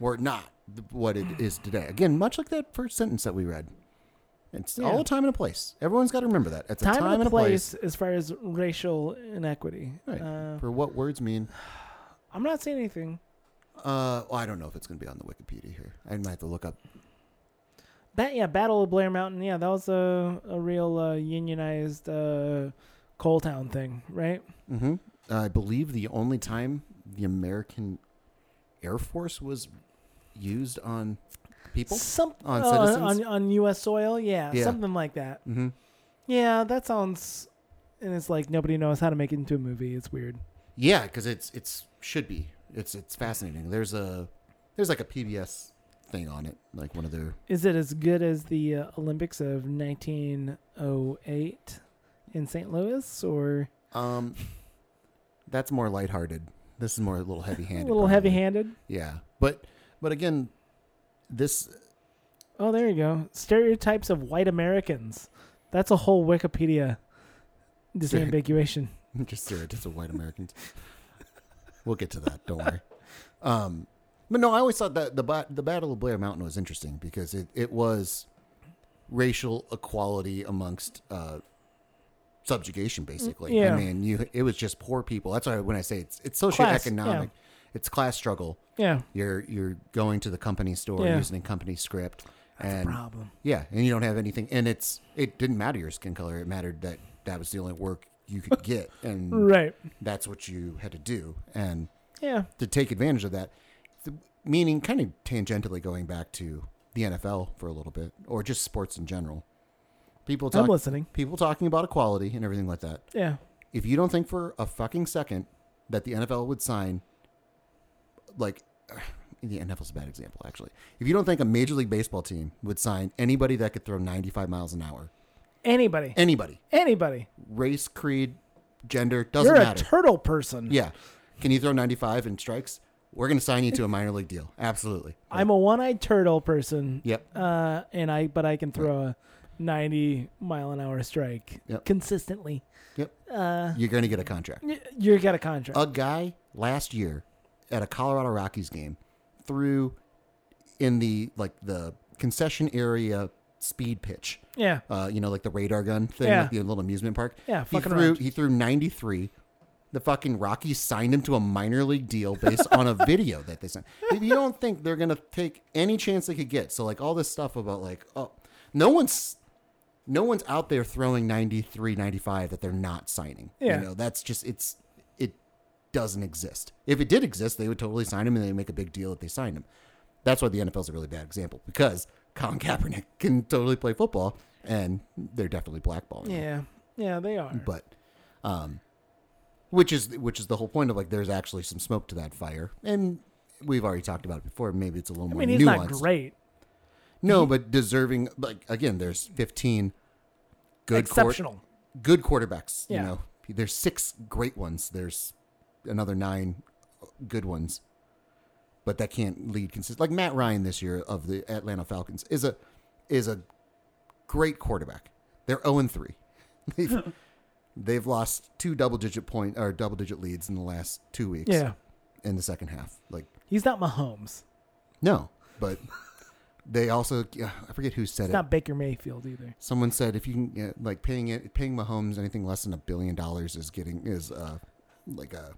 Speaker 1: or not th- what it is today. Again, much like that first sentence that we read, it's
Speaker 2: Yeah.
Speaker 1: all a time and a place. Everyone's got to remember that. It's
Speaker 2: Time,
Speaker 1: a
Speaker 2: and a place, as far as racial inequity.
Speaker 1: Right.
Speaker 2: Uh,
Speaker 1: for what words mean.
Speaker 2: I'm not saying anything.
Speaker 1: Uh, well, I don't know if it's going to be on the Wikipedia here. I might have to look up.
Speaker 2: Ba- yeah, Battle of Blair Mountain. Yeah, that was a a real uh, unionized uh, coal town thing, right? Mm-hmm.
Speaker 1: hmm I believe the only time the American Air Force was used on people.
Speaker 2: Some
Speaker 1: On
Speaker 2: uh,
Speaker 1: citizens?
Speaker 2: on on U.S. soil, yeah,
Speaker 1: Yeah.
Speaker 2: something like that.
Speaker 1: Mm-hmm.
Speaker 2: Yeah, that sounds. And it's like nobody knows how to make it into a movie. It's weird.
Speaker 1: Yeah, because it's it's should be. It's it's fascinating. There's a there's like a PBS thing on it, like one of their.
Speaker 2: Is it as good as the uh, Olympics of 1908 in St. Louis, or
Speaker 1: Um, that's more lighthearted. This is more a little heavy-handed.
Speaker 2: a little
Speaker 1: probably.
Speaker 2: heavy-handed?
Speaker 1: Yeah, but but again, this
Speaker 2: Oh, there you go. Stereotypes of white Americans. That's a whole Wikipedia disambiguation.
Speaker 1: just stereotypes of white Americans. We'll get to that. Don't worry. Um, but no, I always thought that the ba- the Battle of Blair Mountain was interesting because it it was racial equality amongst uh, subjugation. Basically,
Speaker 2: yeah.
Speaker 1: I mean, you it was just poor people. That's why when I say it's it's socioeconomic,
Speaker 2: yeah.
Speaker 1: it's class struggle.
Speaker 2: yeah,
Speaker 1: You're you're going to the company store
Speaker 2: Yeah.
Speaker 1: using a company script, and
Speaker 2: problem.
Speaker 1: yeah, and you don't have anything, and it's it didn't matter your skin color. It mattered that that was the only work you could get, and
Speaker 2: Right.
Speaker 1: that's what you had to do, and
Speaker 2: Yeah.
Speaker 1: to take advantage of that. Th- meaning, kind of tangentially going back to the NFL for a little bit, or just sports in general. People
Speaker 2: I'm
Speaker 1: talk,
Speaker 2: listening.
Speaker 1: people talking about equality and everything like that.
Speaker 2: Yeah.
Speaker 1: If you don't think for a fucking second that the NFL would sign, like, the NFL's a bad example actually. If you don't think a Major League Baseball team would sign anybody that could throw 95 miles an hour,
Speaker 2: Anybody.
Speaker 1: anybody,
Speaker 2: Anybody.
Speaker 1: race, creed, gender, doesn't
Speaker 2: You're
Speaker 1: matter.
Speaker 2: a turtle person.
Speaker 1: Yeah. Can you throw 95 in strikes? We're going to sign you to a minor league deal. Absolutely.
Speaker 2: I'm a one-eyed turtle person.
Speaker 1: Yep.
Speaker 2: Uh, and I but I can throw a 90 mile an hour strike
Speaker 1: Yep.
Speaker 2: consistently.
Speaker 1: Yep. Uh,
Speaker 2: Uh,
Speaker 1: You're going to get a contract.
Speaker 2: y- you got a contract.
Speaker 1: A guy last year at a Colorado Rockies game threw in the like the concession area speed pitch.
Speaker 2: yeah.
Speaker 1: Uh, you know, like the radar gun thing,
Speaker 2: Yeah.
Speaker 1: like the little amusement park.
Speaker 2: Yeah,
Speaker 1: he
Speaker 2: fucking
Speaker 1: threw
Speaker 2: around.
Speaker 1: he threw ninety three. The fucking Rockies signed him to a minor league deal based on a video that they sent. If you don't think they're gonna take any chance they could get, so like all this stuff about like, oh, no one's no one's out there throwing 93 95 that they're not signing
Speaker 2: Yeah.
Speaker 1: you know that's just it's it doesn't exist if it did exist they would totally sign him and they make a big deal that they signed him that's why the nfl's a really bad example because colin kaepernick can totally play football and they're definitely blackballing him.
Speaker 2: Yeah. Yeah, they are.
Speaker 1: but um which is which is the whole point of like there's actually some smoke to that fire and we've already talked about it before maybe it's a little
Speaker 2: I
Speaker 1: more
Speaker 2: mean, he's
Speaker 1: nuanced
Speaker 2: not great.
Speaker 1: no but deserving like again there's 15 good court
Speaker 2: Exceptional.
Speaker 1: good quarterbacks.
Speaker 2: Yeah.
Speaker 1: You know, there's six great ones. There's another nine good ones, but that can't lead consist. Like Matt Ryan this year of the Atlanta Falcons is a is a great quarterback. They're zero and three. They've they've lost two double digit point or double digit leads in the last two weeks.
Speaker 2: Yeah.
Speaker 1: in the second half, like
Speaker 2: He's not Mahomes.
Speaker 1: no, but. They also, yeah, I forget who said
Speaker 2: It's
Speaker 1: it.
Speaker 2: not Baker Mayfield either.
Speaker 1: Someone said if you can get, like paying it paying Mahomes anything less than a billion dollars is getting is uh like a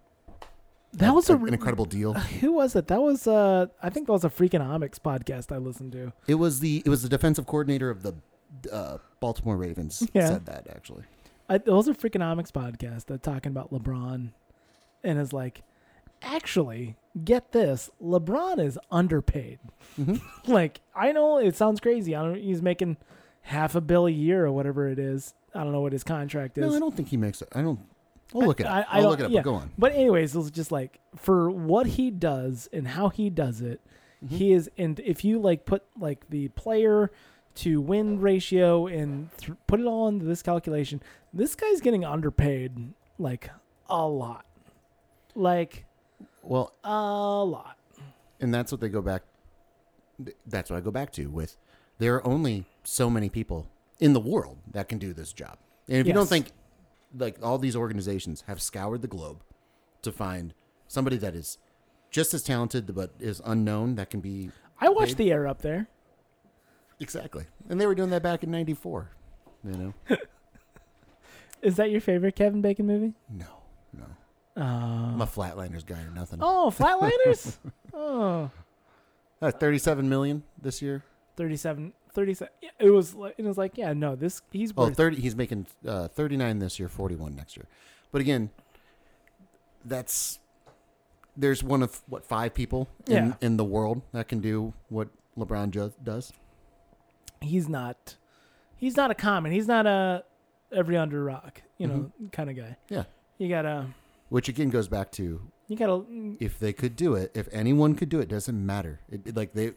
Speaker 2: That was a,
Speaker 1: an incredible deal.
Speaker 2: who was it? That was uh I think that was a Freakonomics podcast I listened to.
Speaker 1: It was the it was the defensive coordinator of the uh, Baltimore Ravens
Speaker 2: Yeah.
Speaker 1: said that actually.
Speaker 2: I, it was a Freakonomics podcast that talking about LeBron, and is like, actually, get this, LeBron is underpaid.
Speaker 1: Mm-hmm.
Speaker 2: like I know it sounds crazy. I don't. He's making half a bill a year or whatever it is. I don't know what his contract is.
Speaker 1: No, I don't think he makes it. I don't. I'll look it
Speaker 2: I-
Speaker 1: up.
Speaker 2: I
Speaker 1: I, will
Speaker 2: don't-
Speaker 1: look it up.
Speaker 2: yeah.
Speaker 1: But go on.
Speaker 2: But anyways, it was just like for what he does and how he does it,
Speaker 1: Mm-hmm.
Speaker 2: he is. And if you like put like the player to win ratio and th- put it all into this calculation, this guy's getting underpaid like a lot, like
Speaker 1: Well,
Speaker 2: a lot.
Speaker 1: and that's what they go back. That's what I go back to with. There are only so many people in the world that can do this job, and if you don't
Speaker 2: Yes.
Speaker 1: think like all these organizations have scoured the globe to find somebody that is just as talented but is unknown that can be
Speaker 2: I watched the air up there.
Speaker 1: exactly, and they were doing that back in '94. You know,
Speaker 2: Is that your favorite Kevin Bacon movie?
Speaker 1: no, no. I'm a flatliners guy or nothing.
Speaker 2: Oh, Flatliners. oh.
Speaker 1: Uh, 37 million this year.
Speaker 2: 37 37 yeah, it was like it was like yeah no this he's
Speaker 1: Oh,
Speaker 2: worth
Speaker 1: 30 he's making uh, 39 this year, 41 next year. But again, that's there's one of what five people in,
Speaker 2: Yeah.
Speaker 1: in the world that can do what LeBron jo- does.
Speaker 2: he's not he's not a common he's not a every under rock you know kind of guy
Speaker 1: Mm-hmm. Yeah.
Speaker 2: you gotta
Speaker 1: Which again goes back to
Speaker 2: you gotta mm,
Speaker 1: if they could do it, if anyone could do it, doesn't matter. It, it- like they,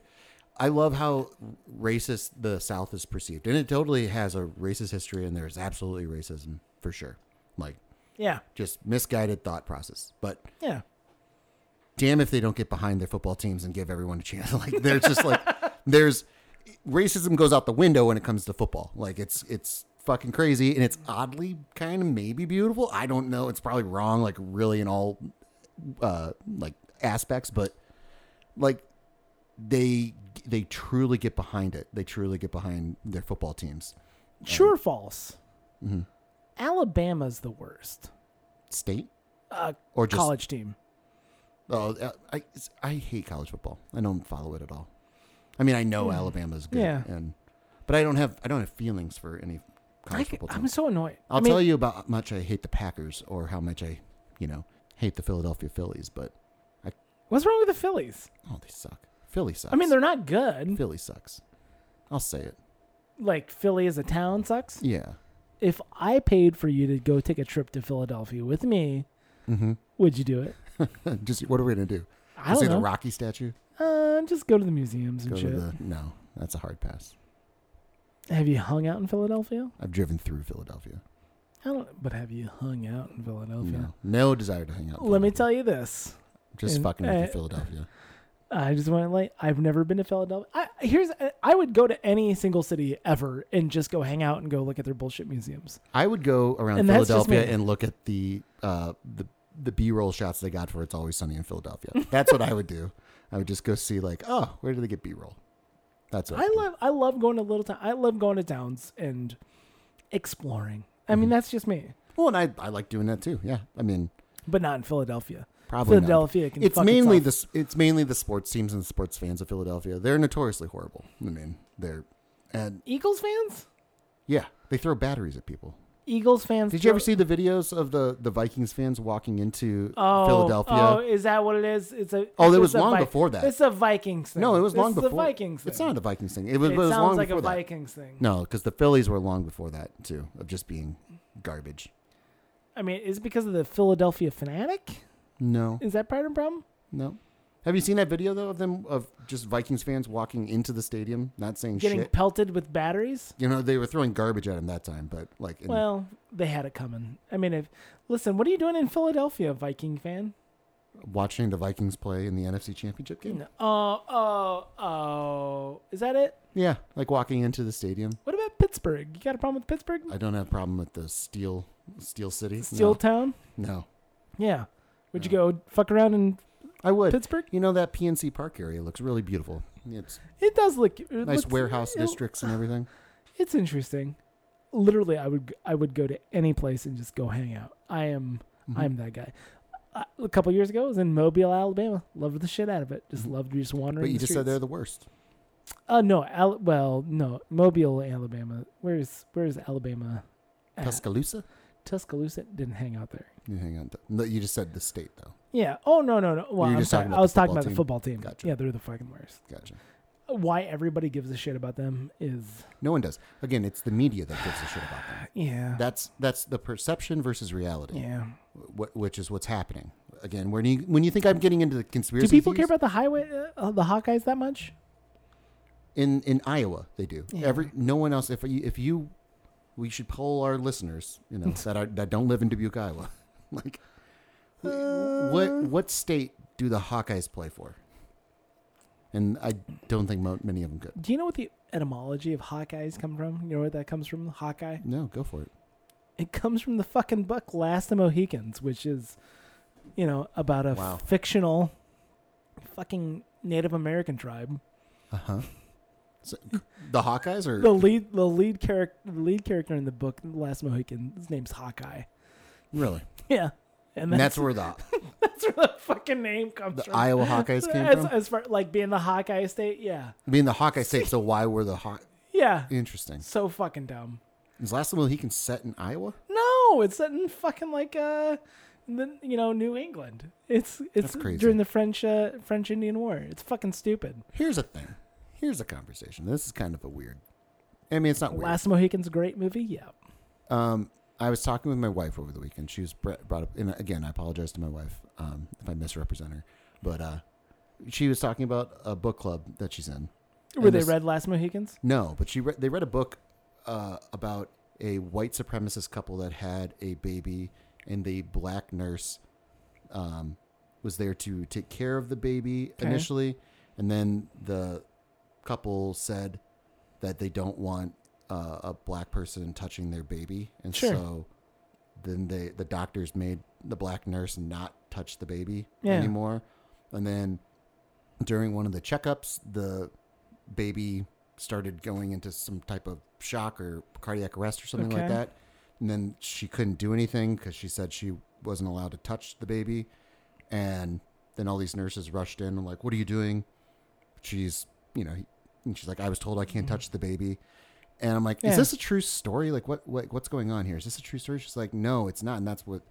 Speaker 1: I love how racist the South is perceived, and it totally has a racist history, and there's absolutely racism for sure, like
Speaker 2: yeah
Speaker 1: just misguided thought process. But
Speaker 2: yeah
Speaker 1: damn if they don't get behind their football teams and give everyone a chance. Like there's just like there's racism goes out the window when it comes to football. Like it's it's fucking crazy and it's oddly kind of maybe beautiful. I don't know. It's probably wrong like really in all uh like aspects, but like they they truly get behind it. They truly get behind their football teams. Mm-hmm.
Speaker 2: true or false alabama's the worst
Speaker 1: State
Speaker 2: uh,
Speaker 1: or just
Speaker 2: college team
Speaker 1: Oh, uh, I it's- I hate college football. I don't follow it at all. I mean, I know Alabama's good,
Speaker 2: Hmm. Yeah.
Speaker 1: and but I don't have I don't have feelings for any
Speaker 2: I,
Speaker 1: college football team.
Speaker 2: am so annoyed
Speaker 1: I'll
Speaker 2: I mean,
Speaker 1: tell you about how much I hate the Packers or how much I, you know, hate the Philadelphia Phillies. But
Speaker 2: what's wrong with the phillies
Speaker 1: oh, they suck. Philly sucks.
Speaker 2: i mean they're not good
Speaker 1: Philly sucks. I'll say it.
Speaker 2: like philly as a town sucks
Speaker 1: Yeah.
Speaker 2: if i paid for you to go take a trip to philadelphia with me
Speaker 1: Mm-hmm.
Speaker 2: would you do it
Speaker 1: Just what are we gonna do?
Speaker 2: i
Speaker 1: see
Speaker 2: don't
Speaker 1: the
Speaker 2: know
Speaker 1: Rocky statue.
Speaker 2: uh, just go to the museums and
Speaker 1: Go
Speaker 2: shit
Speaker 1: to the no. That's a hard pass.
Speaker 2: have you hung out in philadelphia
Speaker 1: I've driven through Philadelphia.
Speaker 2: I don't. But have you hung out in Philadelphia?
Speaker 1: No, no desire to hang out. in
Speaker 2: Let me
Speaker 1: Philadelphia.
Speaker 2: tell you this.
Speaker 1: Just
Speaker 2: and-
Speaker 1: fucking with you,
Speaker 2: uh,
Speaker 1: Philadelphia.
Speaker 2: I just want to like. I've never been to Philadelphia. I, here's. uh, I would go to any single city ever and just go hang out and go look at their bullshit museums.
Speaker 1: I would go around
Speaker 2: And that's just
Speaker 1: Philadelphia
Speaker 2: me.
Speaker 1: and look at the uh, the the B roll shots they got for "It's Always Sunny in Philadelphia." That's what I would do. I would just go see like, oh, where do they get B roll? That's what
Speaker 2: I
Speaker 1: I'd do.
Speaker 2: love. I love going to little town. I love going to towns and exploring. I
Speaker 1: Mm-hmm.
Speaker 2: mean, that's just me.
Speaker 1: Well, and I, I like doing that too. Yeah, I mean,
Speaker 2: But not in Philadelphia.
Speaker 1: probably not.
Speaker 2: Philadelphia can.
Speaker 1: It's
Speaker 2: fuck
Speaker 1: mainly
Speaker 2: itself.
Speaker 1: the s- it's mainly the sports teams and the sports fans of Philadelphia. They're notoriously horrible. I mean, they're and
Speaker 2: Eagles fans.
Speaker 1: yeah, they throw batteries at people.
Speaker 2: Eagles fans.
Speaker 1: Did you ever
Speaker 2: throw-
Speaker 1: see the videos of the the Vikings fans walking into
Speaker 2: Oh,
Speaker 1: Philadelphia?
Speaker 2: Oh, is that what it is? It's a.
Speaker 1: Oh, that
Speaker 2: it's
Speaker 1: was
Speaker 2: a
Speaker 1: long
Speaker 2: Vi-
Speaker 1: before that.
Speaker 2: It's a Vikings thing.
Speaker 1: no, it was
Speaker 2: This
Speaker 1: long
Speaker 2: is
Speaker 1: before.
Speaker 2: a Vikings thing.
Speaker 1: It's not a Vikings thing. It was,
Speaker 2: It,
Speaker 1: it was long
Speaker 2: sounds like
Speaker 1: before
Speaker 2: a
Speaker 1: that.
Speaker 2: Vikings thing.
Speaker 1: No, because the Phillies were long before that too, of just being garbage.
Speaker 2: I mean, is it because of the Philadelphia fanatic?
Speaker 1: No,
Speaker 2: Is that part of the problem?
Speaker 1: no. Have you seen that video though of them of just Vikings fans walking into the stadium, not saying
Speaker 2: Getting
Speaker 1: shit?
Speaker 2: pelted with batteries?
Speaker 1: You know, they were throwing garbage at him that time, but like, in-
Speaker 2: Well, they had it coming. I mean, if listen, what are you doing in Philadelphia, Viking fan?
Speaker 1: watching the Vikings play in the NFC Championship game.
Speaker 2: No. Oh, oh, oh. Is that it?
Speaker 1: Yeah, like walking into the stadium.
Speaker 2: What about Pittsburgh? You got a problem with Pittsburgh?
Speaker 1: I don't have a problem with the steel, steel city.
Speaker 2: Steel Town?
Speaker 1: no, no,
Speaker 2: Yeah. Would you go fuck around in
Speaker 1: I would.
Speaker 2: Pittsburgh?
Speaker 1: You know that PNC Park area looks really beautiful. It's
Speaker 2: It does look it
Speaker 1: nice
Speaker 2: looks-
Speaker 1: warehouse
Speaker 2: it-
Speaker 1: districts and everything.
Speaker 2: It's interesting. Literally, I would I would go to any place and just go hang out. I am
Speaker 1: Mm-hmm.
Speaker 2: I'm that guy. Uh, a couple years ago, I was in Mobile, Alabama. Loved the shit out of it. Just loved just
Speaker 1: Mm-hmm.
Speaker 2: wandering.
Speaker 1: But you
Speaker 2: the
Speaker 1: just said they're
Speaker 2: streets.
Speaker 1: the worst.
Speaker 2: Uh, no, Al- well, no, Mobile, Alabama. Where's Where's Alabama? at?
Speaker 1: Tuscaloosa.
Speaker 2: Tuscaloosa didn't hang out there.
Speaker 1: You hang on. To, no, you just said the state though.
Speaker 2: Yeah. Oh no no no. Well,
Speaker 1: You're
Speaker 2: I'm
Speaker 1: just
Speaker 2: sorry.
Speaker 1: talking about the
Speaker 2: I was
Speaker 1: football
Speaker 2: talking about
Speaker 1: team.
Speaker 2: the football team.
Speaker 1: Gotcha.
Speaker 2: Yeah, they're the fucking worst.
Speaker 1: Gotcha.
Speaker 2: Why everybody gives a shit about them is
Speaker 1: No one does. Again, it's the media that gives a shit about them.
Speaker 2: yeah
Speaker 1: That's that's the perception versus reality,
Speaker 2: yeah.
Speaker 1: wh- which is what's happening. Again, when you when you think I'm getting into the
Speaker 2: Do
Speaker 1: conspiracy,
Speaker 2: people care
Speaker 1: theories,
Speaker 2: about the highway uh, the Hawkeyes that much?
Speaker 1: in in Iowa? They do.
Speaker 2: Yeah.
Speaker 1: Every no one else. If you if you, we should poll our listeners. You know that are that don't live in Dubuque, Iowa. like, wh- Uh, what what state do the Hawkeyes play for? And I don't think mo- many of them could.
Speaker 2: Do you know what the etymology of Hawkeyes come from? You know where that comes from? Hawkeye.
Speaker 1: No, go for it.
Speaker 2: It comes from the fucking book Last of the Mohicans, which is, you know, about a
Speaker 1: Wow.
Speaker 2: fictional, fucking Native American tribe.
Speaker 1: Uh
Speaker 2: Uh-huh.
Speaker 1: huh. So, the Hawkeyes are
Speaker 2: The lead, the lead character, the lead character in the book Last Mohican, his name's Hawkeye.
Speaker 1: really.
Speaker 2: Yeah,
Speaker 1: And
Speaker 2: and
Speaker 1: that's
Speaker 2: that's,
Speaker 1: where the,
Speaker 2: that's where the fucking name comes
Speaker 1: the
Speaker 2: from.
Speaker 1: Iowa Hawkeyes came
Speaker 2: as,
Speaker 1: from.
Speaker 2: as far like being the Hawkeye state, yeah,
Speaker 1: I mean, the Hawkeye State. So why were the Haw?
Speaker 2: yeah,
Speaker 1: Interesting.
Speaker 2: so fucking dumb.
Speaker 1: Is Last of the Mohicans set in Iowa?
Speaker 2: No, it's set in fucking like uh, the, you know, New England. It's it's
Speaker 1: crazy.
Speaker 2: during the French uh, French Indian War. It's fucking stupid.
Speaker 1: Here's a thing. here's a conversation. This is kind of a weird. I mean, it's not weird.
Speaker 2: Last Mohican's a great movie. Yeah.
Speaker 1: Um, I was talking with my wife over the weekend. She was br- brought up, and again, I apologize to my wife um, if I misrepresent her, but uh, she was talking about a book club that she's in.
Speaker 2: Were
Speaker 1: And
Speaker 2: they
Speaker 1: this-
Speaker 2: Red Last Mohicans?
Speaker 1: No, but she re- they read a book uh, about a white supremacist couple that had a baby, and the black nurse um, was there to take care of the baby
Speaker 2: Okay.
Speaker 1: initially, and then the couple said that they don't want uh, a black person touching their baby, and
Speaker 2: Sure.
Speaker 1: so then they the doctors made the black nurse not touch the baby
Speaker 2: Yeah.
Speaker 1: anymore, and then during one of the checkups, the baby started going into some type of shock or cardiac arrest or something like
Speaker 2: Okay.
Speaker 1: that. And then she couldn't do anything because she said she wasn't allowed to touch the baby. And then all these nurses rushed in and like, "What are you doing?" She's, you know, and she's like, "I was told I can't touch the baby." And I'm like, "Is
Speaker 2: Mm-hmm. Yeah.
Speaker 1: this a true story? Like, what, what, what's going on here? Is this a true story?" She's like, "No, it's not." And that's what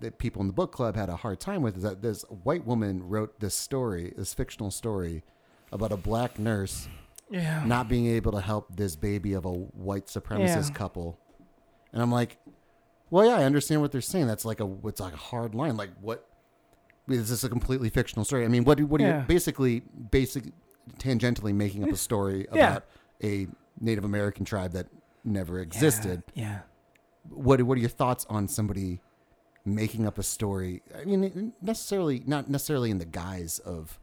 Speaker 1: the people in the book club had a hard time with is that this white woman wrote this story, this fictional story, about a black nurse
Speaker 2: Yeah.
Speaker 1: not being able to help this baby of a white supremacist
Speaker 2: Yeah.
Speaker 1: couple. And I'm like, well, yeah, I understand what they're saying. That's like a what's like a hard line. Like, what I mean, is this a completely fictional story? I mean, what do what are
Speaker 2: Yeah.
Speaker 1: you basically basic tangentially making up a story
Speaker 2: Yeah.
Speaker 1: about a Native American tribe that never existed?
Speaker 2: Yeah.
Speaker 1: What what are your thoughts on somebody making up a story? I mean, necessarily not necessarily in the guise of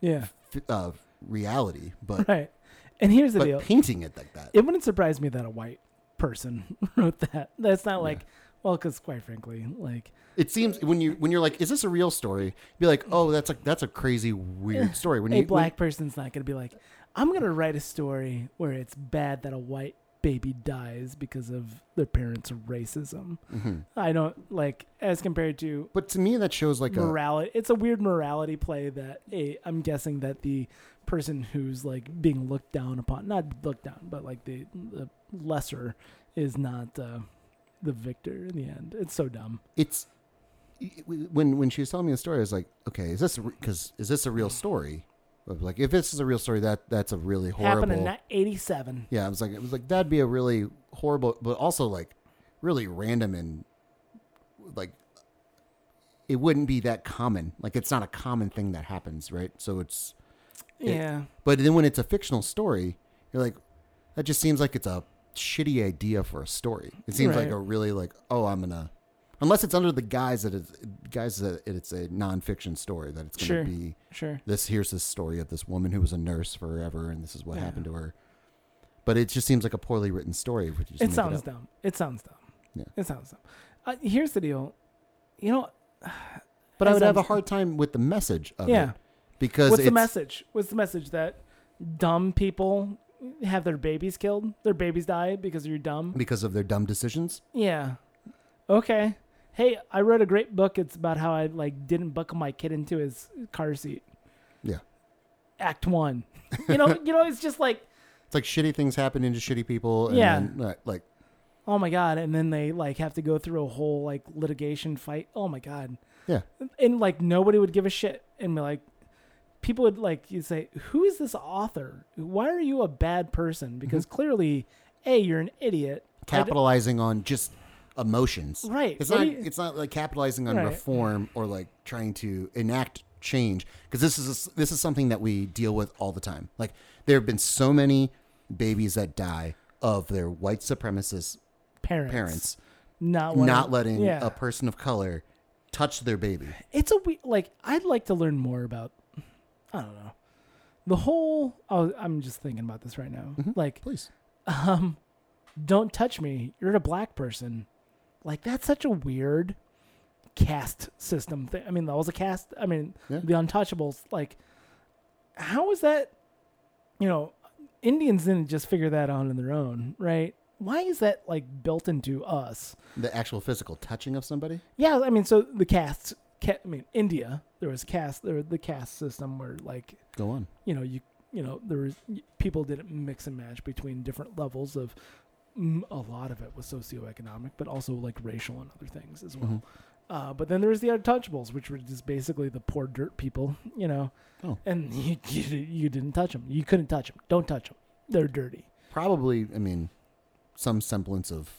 Speaker 2: Yeah.
Speaker 1: of reality, but
Speaker 2: Right. And here's the
Speaker 1: but
Speaker 2: deal.
Speaker 1: painting it like that.
Speaker 2: It wouldn't surprise me that a white person wrote that. That's not like, well, because quite frankly, like,
Speaker 1: It seems when you when you're like, is this a real story? Be like, oh, that's like that's a crazy weird story. When
Speaker 2: a
Speaker 1: you
Speaker 2: black person's not going to be like, I'm going to write a story where it's bad that a white baby dies because of their parents' racism.
Speaker 1: when- Mhm.
Speaker 2: I don't like, as compared to
Speaker 1: but to me that shows like a
Speaker 2: morality, it's a weird morality play that a, I'm guessing that the person who's like being looked down upon, not looked down, but like the, the lesser is not uh, the victor in the end. It's so dumb.
Speaker 1: it's when when she was telling me the story, I was like, okay, is this because is this a real story? Of Like, if this is a real story, that that's a really
Speaker 2: Happened in
Speaker 1: horrible.
Speaker 2: ni- 87.
Speaker 1: Yeah, I was like, it was like that'd be a really horrible, but also like really random and like it wouldn't be that common. Like, it's not a common thing that happens, right? So it's It-
Speaker 2: yeah.
Speaker 1: But then when it's a fictional story, you're like, that just seems like it's a shitty idea for a story. It seems like
Speaker 2: Right.
Speaker 1: a really like, oh, I'm gonna, unless it's under the guise that it's guise that it's a nonfiction story that it's gonna
Speaker 2: Sure.
Speaker 1: be
Speaker 2: Sure.
Speaker 1: this. Here's this story of this woman who was a nurse forever, and this is what
Speaker 2: Yeah.
Speaker 1: happened to her. But it just seems like a poorly written story. Which
Speaker 2: It sounds dumb. It sounds dumb.
Speaker 1: Yeah.
Speaker 2: It sounds dumb. Uh, here's the deal. You know,
Speaker 1: But I
Speaker 2: It
Speaker 1: would have a
Speaker 2: sounds-
Speaker 1: hard time with the message of
Speaker 2: yeah.
Speaker 1: it because
Speaker 2: What's the
Speaker 1: it's-
Speaker 2: message? What's the message that dumb people have their babies killed? Their babies die because you're dumb?
Speaker 1: because of their dumb decisions.
Speaker 2: Yeah. Okay. Hey, I wrote a great book. It's about how I like didn't buckle my kid into his car seat.
Speaker 1: Yeah.
Speaker 2: Act one. You know, you know, it's just like
Speaker 1: It's like shitty things happening to shitty people. And
Speaker 2: Yeah.
Speaker 1: then, like- like
Speaker 2: Oh my god! And then they like have to go through a whole like litigation fight. Oh my god!
Speaker 1: Yeah.
Speaker 2: And like nobody would give a shit, and be like, people would like you say, "Who is this author? Why are you a bad person?" Because
Speaker 1: Mm-hmm.
Speaker 2: clearly, a you're an idiot. I d-
Speaker 1: capitalizing on just emotions.
Speaker 2: Right.
Speaker 1: It's
Speaker 2: What
Speaker 1: not.
Speaker 2: do you-
Speaker 1: it's not like capitalizing on
Speaker 2: Right.
Speaker 1: reform or like trying to enact change because this is this is something that we deal with all the time. Like there have been so many babies that die of their white supremacist
Speaker 2: Parents.
Speaker 1: parents
Speaker 2: Not letting,
Speaker 1: not letting
Speaker 2: yeah.
Speaker 1: a person of color touch their baby.
Speaker 2: it's a we like I'd like to learn more about. I don't know. The whole. Oh, I'm just thinking about this right now. Like
Speaker 1: Please.
Speaker 2: um, don't touch me. You're a black person. Like that's such a weird caste system thing. I mean, that was a caste. I mean,
Speaker 1: Yeah.
Speaker 2: the untouchables. Like, how is that? You know, Indians didn't just figure that out on their own, right? Why is that like built into us?
Speaker 1: The actual physical touching of somebody.
Speaker 2: Yeah, I mean, so the castes. Ca- I mean, India. There was caste. There the caste system where like
Speaker 1: Go on.
Speaker 2: you know you you know there was people didn't mix and match between different levels of
Speaker 1: Mm-hmm.
Speaker 2: mm, a lot of it was socioeconomic but also like racial and other things as well Uh, but then there's the untouchables, which were just basically the poor dirt people, you know.
Speaker 1: Oh.
Speaker 2: And you, you you didn't touch them. You couldn't touch them. Don't touch them. They're dirty.
Speaker 1: Probably, I mean, some semblance of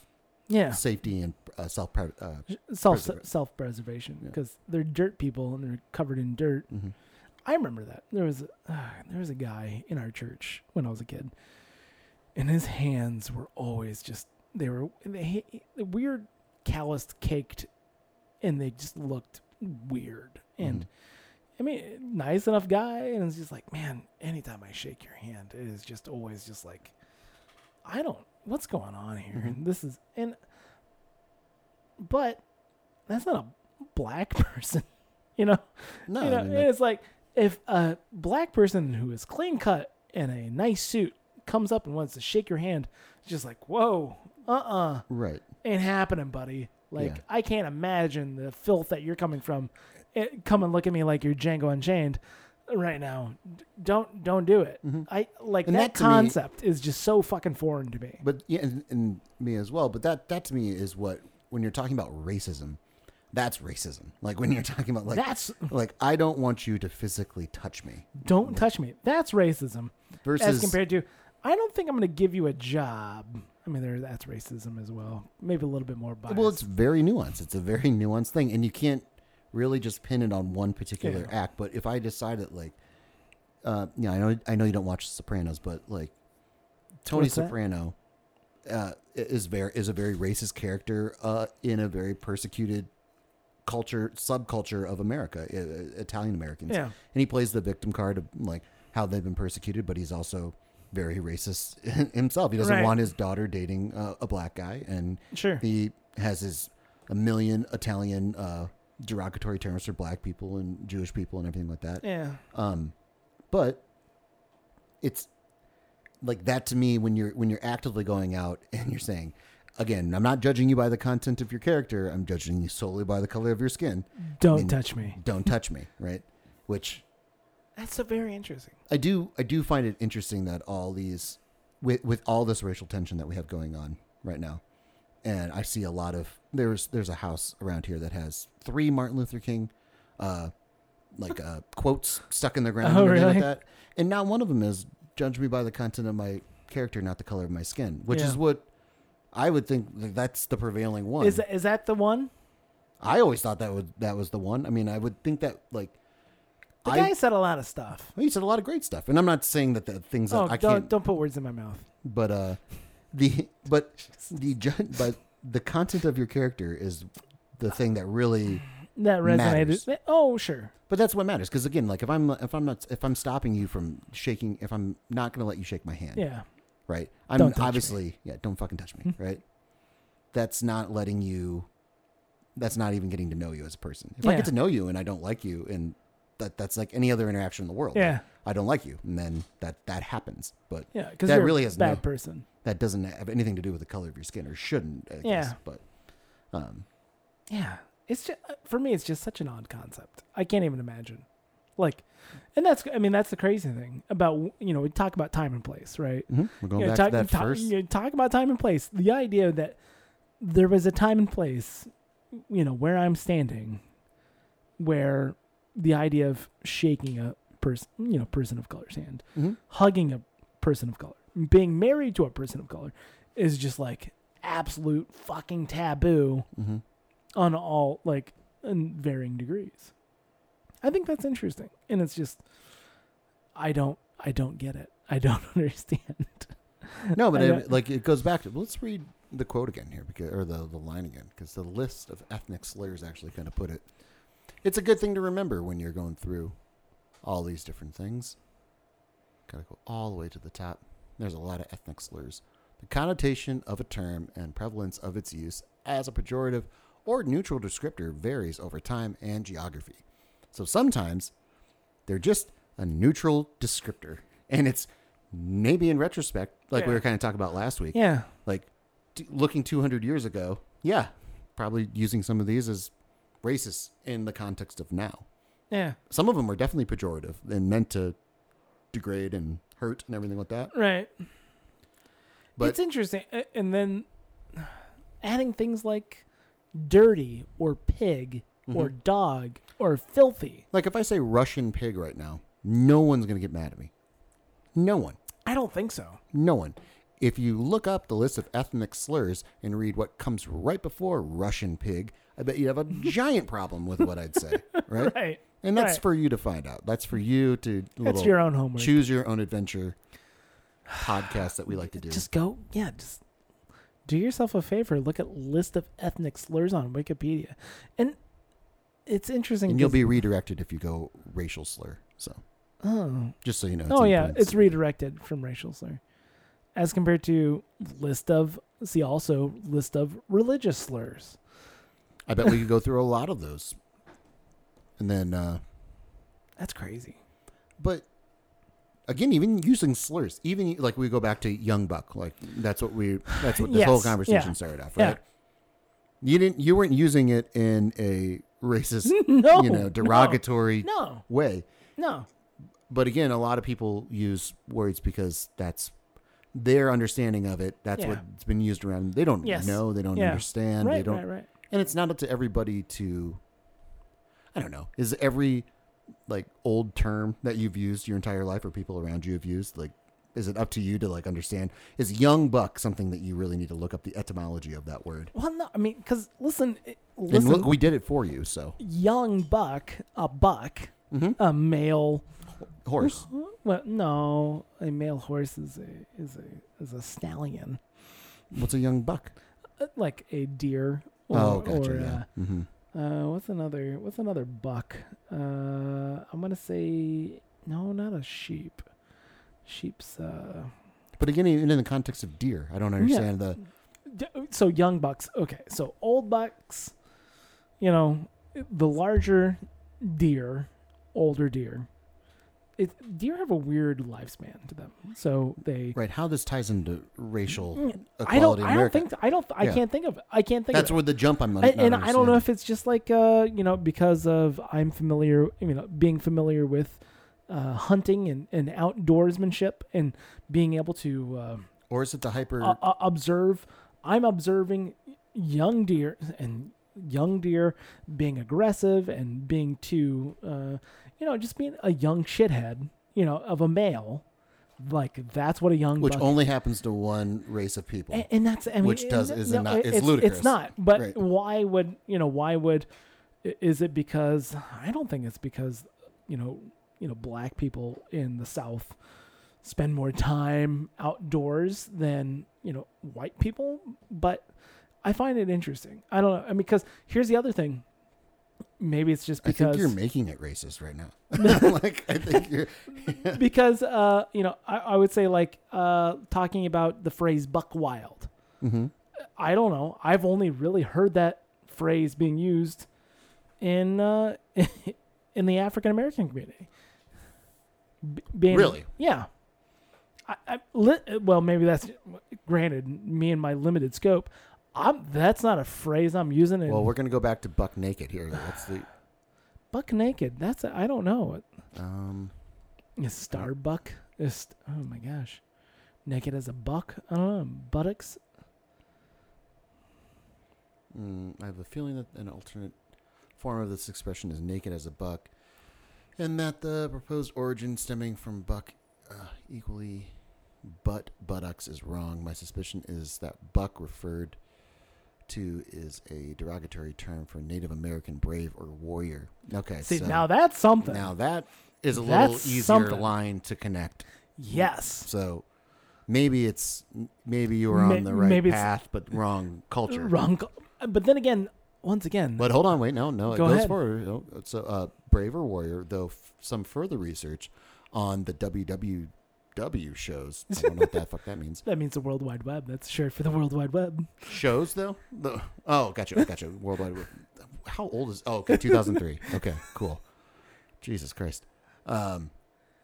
Speaker 2: Yeah.
Speaker 1: safety and uh, self. Uh,
Speaker 2: Self
Speaker 1: preserva-
Speaker 2: self preservation
Speaker 1: Yeah.
Speaker 2: because they're dirt people and they're covered in dirt.
Speaker 1: mhm.
Speaker 2: I remember that there was uh, there was a guy in our church when I was a kid, and his hands were always just they were they, the weird calloused, caked, and they just looked weird. And I mean, nice enough guy, and it's just like, man, anytime I shake your hand, it is just always just like, I don't what's going on here. And this is and but that's not a black person, you know.
Speaker 1: No,
Speaker 2: You know,
Speaker 1: I mean,
Speaker 2: and it's like if a black person who is clean cut and a nice suit comes up and wants to shake your hand, it's just like, whoa, uh uh
Speaker 1: right.
Speaker 2: ain't happening, buddy. Like,
Speaker 1: Yeah.
Speaker 2: I can't imagine the filth that you're coming from. It, come and look at me like you're Django Unchained right now. D- don't don't do it. I like
Speaker 1: Mm-hmm. And
Speaker 2: that,
Speaker 1: that to me-
Speaker 2: concept is just so fucking foreign to me.
Speaker 1: But yeah, and, and me as well. But that that to me is what when you're talking about racism, that's racism. Like when you're talking about like
Speaker 2: That's
Speaker 1: like I don't want you to physically touch me.
Speaker 2: don't touch me. That's racism. as
Speaker 1: Versus
Speaker 2: compared to I don't think I'm going to give you a job. I mean, there that's racism as well. Maybe a little bit more bias.
Speaker 1: well, it's very nuanced. It's a very nuanced thing, and you can't really just pin it on one particular
Speaker 2: Yeah.
Speaker 1: act. But if I decide that like, uh, yeah, I know I know you don't watch The Sopranos, but like Tony
Speaker 2: What's that?
Speaker 1: Soprano uh, is very is a very racist character uh, in a very persecuted culture subculture of America, uh, Italian Americans.
Speaker 2: Yeah.
Speaker 1: And he plays the victim card of like how they've been persecuted, but he's also very racist himself. He doesn't
Speaker 2: Right.
Speaker 1: want his daughter dating uh, a black guy, and
Speaker 2: Sure.
Speaker 1: he has his a million Italian uh, derogatory terms for black people and Jewish people and everything like that.
Speaker 2: yeah.
Speaker 1: Um, but it's like that to me when you're when you're actively going out and you're saying, again, I'm not judging you by the content of your character. I'm judging you solely by the color of your skin.
Speaker 2: Don't
Speaker 1: mean-
Speaker 2: touch me.
Speaker 1: Don't touch me, right? Which
Speaker 2: That's so very interesting.
Speaker 1: I do I do find it interesting that all these with with all this racial tension that we have going on right now. And I see a lot of there's there's a house around here that has three Martin Luther King uh like uh quotes stuck in the ground
Speaker 2: Oh,
Speaker 1: and everything
Speaker 2: really?
Speaker 1: like that. And now one of them is judge me by the content of my character, not the color of my skin, which
Speaker 2: Yeah.
Speaker 1: is what I would think that that's the prevailing one.
Speaker 2: Is that, is that the one?
Speaker 1: I always thought that would that was the one. I mean, I would think that like
Speaker 2: The
Speaker 1: I-
Speaker 2: guy said a lot of stuff.
Speaker 1: he said a lot of great stuff, and I'm not saying that the things that
Speaker 2: Oh,
Speaker 1: I can't
Speaker 2: don't don't put words in my mouth.
Speaker 1: but uh the but the ju- but the content of your character is the thing that really
Speaker 2: That resonated.
Speaker 1: Matters.
Speaker 2: Oh, sure.
Speaker 1: but that's what matters because again like if i'm if i'm not if i'm stopping you from shaking if i'm not going to let you shake my hand
Speaker 2: Yeah.
Speaker 1: right i'm
Speaker 2: Don't touch me. Hmm.
Speaker 1: obviously yeah don't fucking touch me right that's not letting you that's not even getting to know you as a person if i
Speaker 2: Yeah.
Speaker 1: get to know you and i don't like you and that that's like any other interaction in the world
Speaker 2: Yeah.
Speaker 1: i don't like you and then that that happens but
Speaker 2: Yeah. Because
Speaker 1: That
Speaker 2: you're
Speaker 1: really
Speaker 2: a
Speaker 1: has
Speaker 2: bad
Speaker 1: no-
Speaker 2: person.
Speaker 1: that doesn't have anything to do with the color of your skin or shouldn't I guess,
Speaker 2: Yeah.
Speaker 1: but um
Speaker 2: Yeah. It's just, for me, it's just such an odd concept. I can't even imagine. Like, and that's I mean that's the crazy thing about you know we talk about time and place, right?
Speaker 1: mm-hmm. we're going
Speaker 2: You know,
Speaker 1: back
Speaker 2: talk,
Speaker 1: to that
Speaker 2: talk-
Speaker 1: first
Speaker 2: you know, talk about time and place. The idea that there was a time and place, you know, where I'm standing, where the idea of shaking a person, you know, person of color's hand,
Speaker 1: Mhm.
Speaker 2: hugging a person of color, being married to a person of color, is just like absolute fucking taboo
Speaker 1: Mhm.
Speaker 2: on all like in varying degrees. I think that's interesting, and it's just I don't I don't get it. I don't understand.
Speaker 1: no but
Speaker 2: I
Speaker 1: I-
Speaker 2: don't-
Speaker 1: like it goes back to let's read the quote again here because or the, the line again because the list of ethnic slurs actually kind of put it it's a good thing to remember when you're going through all these different things gotta go all the way to the top there's a lot of ethnic slurs the connotation of a term and prevalence of its use as a pejorative or neutral descriptor varies over time and geography so sometimes They're just a neutral descriptor. And it's maybe in retrospect, like we
Speaker 2: Yeah.
Speaker 1: were kind of talking about last week,
Speaker 2: Yeah.
Speaker 1: like t- looking 200 years ago, yeah, probably using some of these as racist in the context of now.
Speaker 2: Yeah.
Speaker 1: Some of them are definitely pejorative and meant to degrade and hurt and everything like that.
Speaker 2: Right.
Speaker 1: But-
Speaker 2: it's interesting. A- And then adding things like dirty or pig
Speaker 1: Mm-hmm.
Speaker 2: or dog or filthy.
Speaker 1: Like if I say Russian pig right now, no one's going to get mad at me. No one.
Speaker 2: I don't think so.
Speaker 1: No one. If you look up the list of ethnic slurs and read what comes right before Russian pig, I bet you'd have a giant problem with what I'd say, right?
Speaker 2: Right.
Speaker 1: And that's
Speaker 2: Right.
Speaker 1: for you to find out. That's for you to
Speaker 2: That's
Speaker 1: little
Speaker 2: your own homework.
Speaker 1: choose your own adventure podcast that we like to do.
Speaker 2: Just go, yeah, just do yourself a favor, look at list of ethnic slurs on Wikipedia. And it's interesting
Speaker 1: and you'll
Speaker 2: 'cause-
Speaker 1: be redirected if you go racial slur. So
Speaker 2: Oh.
Speaker 1: just so you know.
Speaker 2: oh yeah,
Speaker 1: influenced.
Speaker 2: it's redirected from racial slur. As compared to list of see also list of religious slurs.
Speaker 1: I bet we could go through a lot of those. And then, uh,
Speaker 2: That's crazy.
Speaker 1: but again, even using slurs, even like we go back to Young Buck, like that's what we, that's what this whole
Speaker 2: Yes, yeah.
Speaker 1: conversation started off,
Speaker 2: Yeah.
Speaker 1: right? You didn't, you weren't using it in a racist,
Speaker 2: No.
Speaker 1: you know,
Speaker 2: no,
Speaker 1: derogatory
Speaker 2: No.
Speaker 1: way.
Speaker 2: No.
Speaker 1: But again, a lot of people use words because that's their understanding of it. That's
Speaker 2: Yeah.
Speaker 1: what's been used around. They don't
Speaker 2: Yes.
Speaker 1: know. They don't
Speaker 2: Yeah.
Speaker 1: understand. they
Speaker 2: right,
Speaker 1: don't
Speaker 2: right, right.
Speaker 1: and it's not up to everybody to i don't know is every like old term that you've used your entire life or people around you have used like is it up to you to like understand is young buck something that you really need to look up the etymology of that word
Speaker 2: Well, no, I mean, because listen, it-
Speaker 1: and
Speaker 2: listen,
Speaker 1: look we did it for you so
Speaker 2: young buck, a buck,
Speaker 1: Mhm.
Speaker 2: a male.
Speaker 1: horse
Speaker 2: Well, no, a male horse is a is a is a stallion,
Speaker 1: what's a young buck
Speaker 2: Uh, like a deer. Or,
Speaker 1: oh gotcha
Speaker 2: or,
Speaker 1: yeah hmm
Speaker 2: Uh, uh, what's another? What's another buck? Uh, I'm gonna say no, not a sheep. Sheep's uh.
Speaker 1: but again even in the context of deer i don't understand the
Speaker 2: D- so young bucks okay so old bucks you know the larger deer older deer it, deer have a weird lifespan to them so they
Speaker 1: right how this ties into racial
Speaker 2: Mm,
Speaker 1: equality
Speaker 2: i don't
Speaker 1: in
Speaker 2: i don't
Speaker 1: America.
Speaker 2: think i don't i
Speaker 1: Yeah.
Speaker 2: can't think of i can't think
Speaker 1: that's
Speaker 2: of
Speaker 1: where the jump i'm not,
Speaker 2: it. I- and
Speaker 1: not
Speaker 2: i don't know
Speaker 1: understanding.
Speaker 2: if it's just like uh you know because of i'm familiar you know being familiar with uh, hunting and, and outdoorsmanship and being able to uh,
Speaker 1: or is it the hyper
Speaker 2: uh, uh, observe. I'm observing young deer and young deer being aggressive and being too, uh, you know, just being a young shithead, you know, of a male. Like that's what a young
Speaker 1: which
Speaker 2: buck-
Speaker 1: only happens to one race of people
Speaker 2: and, and that's I mean,
Speaker 1: Which does-
Speaker 2: and-
Speaker 1: is not- it's
Speaker 2: it's
Speaker 1: ludicrous.
Speaker 2: not. But
Speaker 1: Right.
Speaker 2: why would you know? Why would i- is it because I don't think it's because you know you know black people in the South spend more time outdoors than you know white people. But I find it interesting. I don't know. I mean, because here's the other thing. Maybe it's just
Speaker 1: I think
Speaker 2: because
Speaker 1: you're making it racist right now. like I think you're
Speaker 2: because uh, you know I, I would say like uh, talking about the phrase buck wild
Speaker 1: mm-hmm.
Speaker 2: i don't know i've only really heard that phrase being used in uh, in the african american community B- being,
Speaker 1: Really?
Speaker 2: yeah I, I, li- well maybe that's granted me and my limited scope I'm, that's not a phrase i'm using in
Speaker 1: well. We're gonna go back to buck naked here. That's the
Speaker 2: buck naked that's I i don't know
Speaker 1: um,
Speaker 2: Is Starbuck? Is st- oh my gosh, naked as a buck? I don't know. Buttocks?
Speaker 1: mm, I have a feeling that an alternate form of this expression is naked as a buck, and that the proposed origin stemming from buck uh, equally butt buttocks is wrong. My suspicion is that buck referred to is a derogatory term for Native American brave or warrior. Okay,
Speaker 2: See,
Speaker 1: so
Speaker 2: now that's something.
Speaker 1: uh, now that is a little
Speaker 2: That's
Speaker 1: easier
Speaker 2: something.
Speaker 1: line to connect.
Speaker 2: yes,
Speaker 1: So maybe it's maybe you were on
Speaker 2: May-
Speaker 1: the right
Speaker 2: maybe it's-
Speaker 1: path, but wrong culture.
Speaker 2: wrong. co- But then again, once again,
Speaker 1: But hold on, wait, no, no, it
Speaker 2: Go
Speaker 1: goes
Speaker 2: ahead.
Speaker 1: forward. No, So, uh, braver warrior, though. F- some further research on the WWW shows. I don't know what that fuck that means.
Speaker 2: that means the World Wide Web. That's a shirt for the World Wide Web.
Speaker 1: Shows though. The, oh, gotcha, gotcha. Worldwide. Web. How old is? Oh, okay, two thousand three. Okay, cool. Jesus Christ. Um,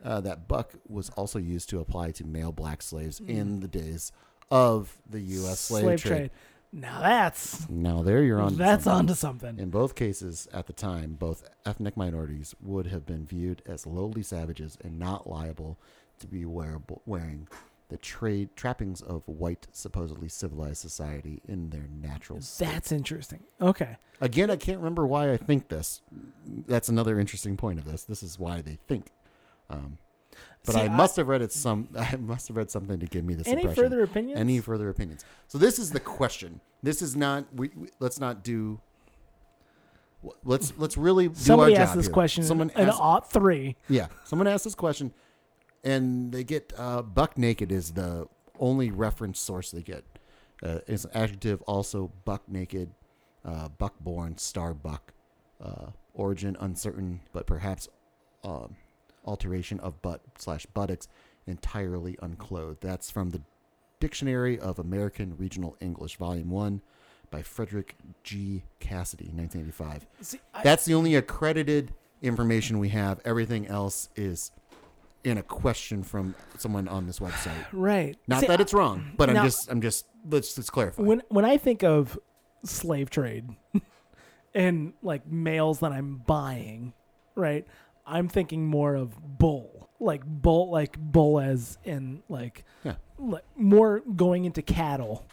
Speaker 1: uh, that buck was also used to apply to male black slaves in the days of the U.S. Hmm. slave, trade.
Speaker 2: Now that's
Speaker 1: Now there you're on.
Speaker 2: that's onto something.
Speaker 1: In both cases, at the time, both ethnic minorities would have been viewed as lowly savages and not liable to be wearable, wearing the trade trappings of white, supposedly civilized society in their natural state.
Speaker 2: That's interesting. Okay.
Speaker 1: Again, I can't remember why I think this. That's another interesting point of this. This is why they think. Um, but
Speaker 2: See,
Speaker 1: I
Speaker 2: I-
Speaker 1: must have read it some. I must have read something to give me this
Speaker 2: Any
Speaker 1: impression.
Speaker 2: further opinions?
Speaker 1: Any further opinions? So this is the question. This is not. We, we let's not do. w- Let's let's really do
Speaker 2: Somebody
Speaker 1: our
Speaker 2: asked
Speaker 1: job
Speaker 2: this
Speaker 1: here.
Speaker 2: question
Speaker 1: Someone
Speaker 2: in
Speaker 1: asked,
Speaker 2: aught three.
Speaker 1: yeah, someone asked this question, and they get uh, buck naked is the only reference source they get. Uh, it's an adjective, also buck naked, uh, buckborn, starbuck, uh, origin uncertain, but perhaps um, alteration of butt slash buttocks, entirely unclothed. That's from the Dictionary of American Regional English, Volume One, by Frederick G. Cassidy, 1985.
Speaker 2: See, I,
Speaker 1: That's the only accredited information we have. Everything else is in a question from someone on this website.
Speaker 2: right.
Speaker 1: Not
Speaker 2: See,
Speaker 1: that it's wrong, but
Speaker 2: now-
Speaker 1: I'm just I'm just let's let's clarify.
Speaker 2: when when I think of slave trade and like males that I'm buying, right? I'm thinking more of bull, like bull, like bull as in like,
Speaker 1: Yeah.
Speaker 2: like more going into cattle,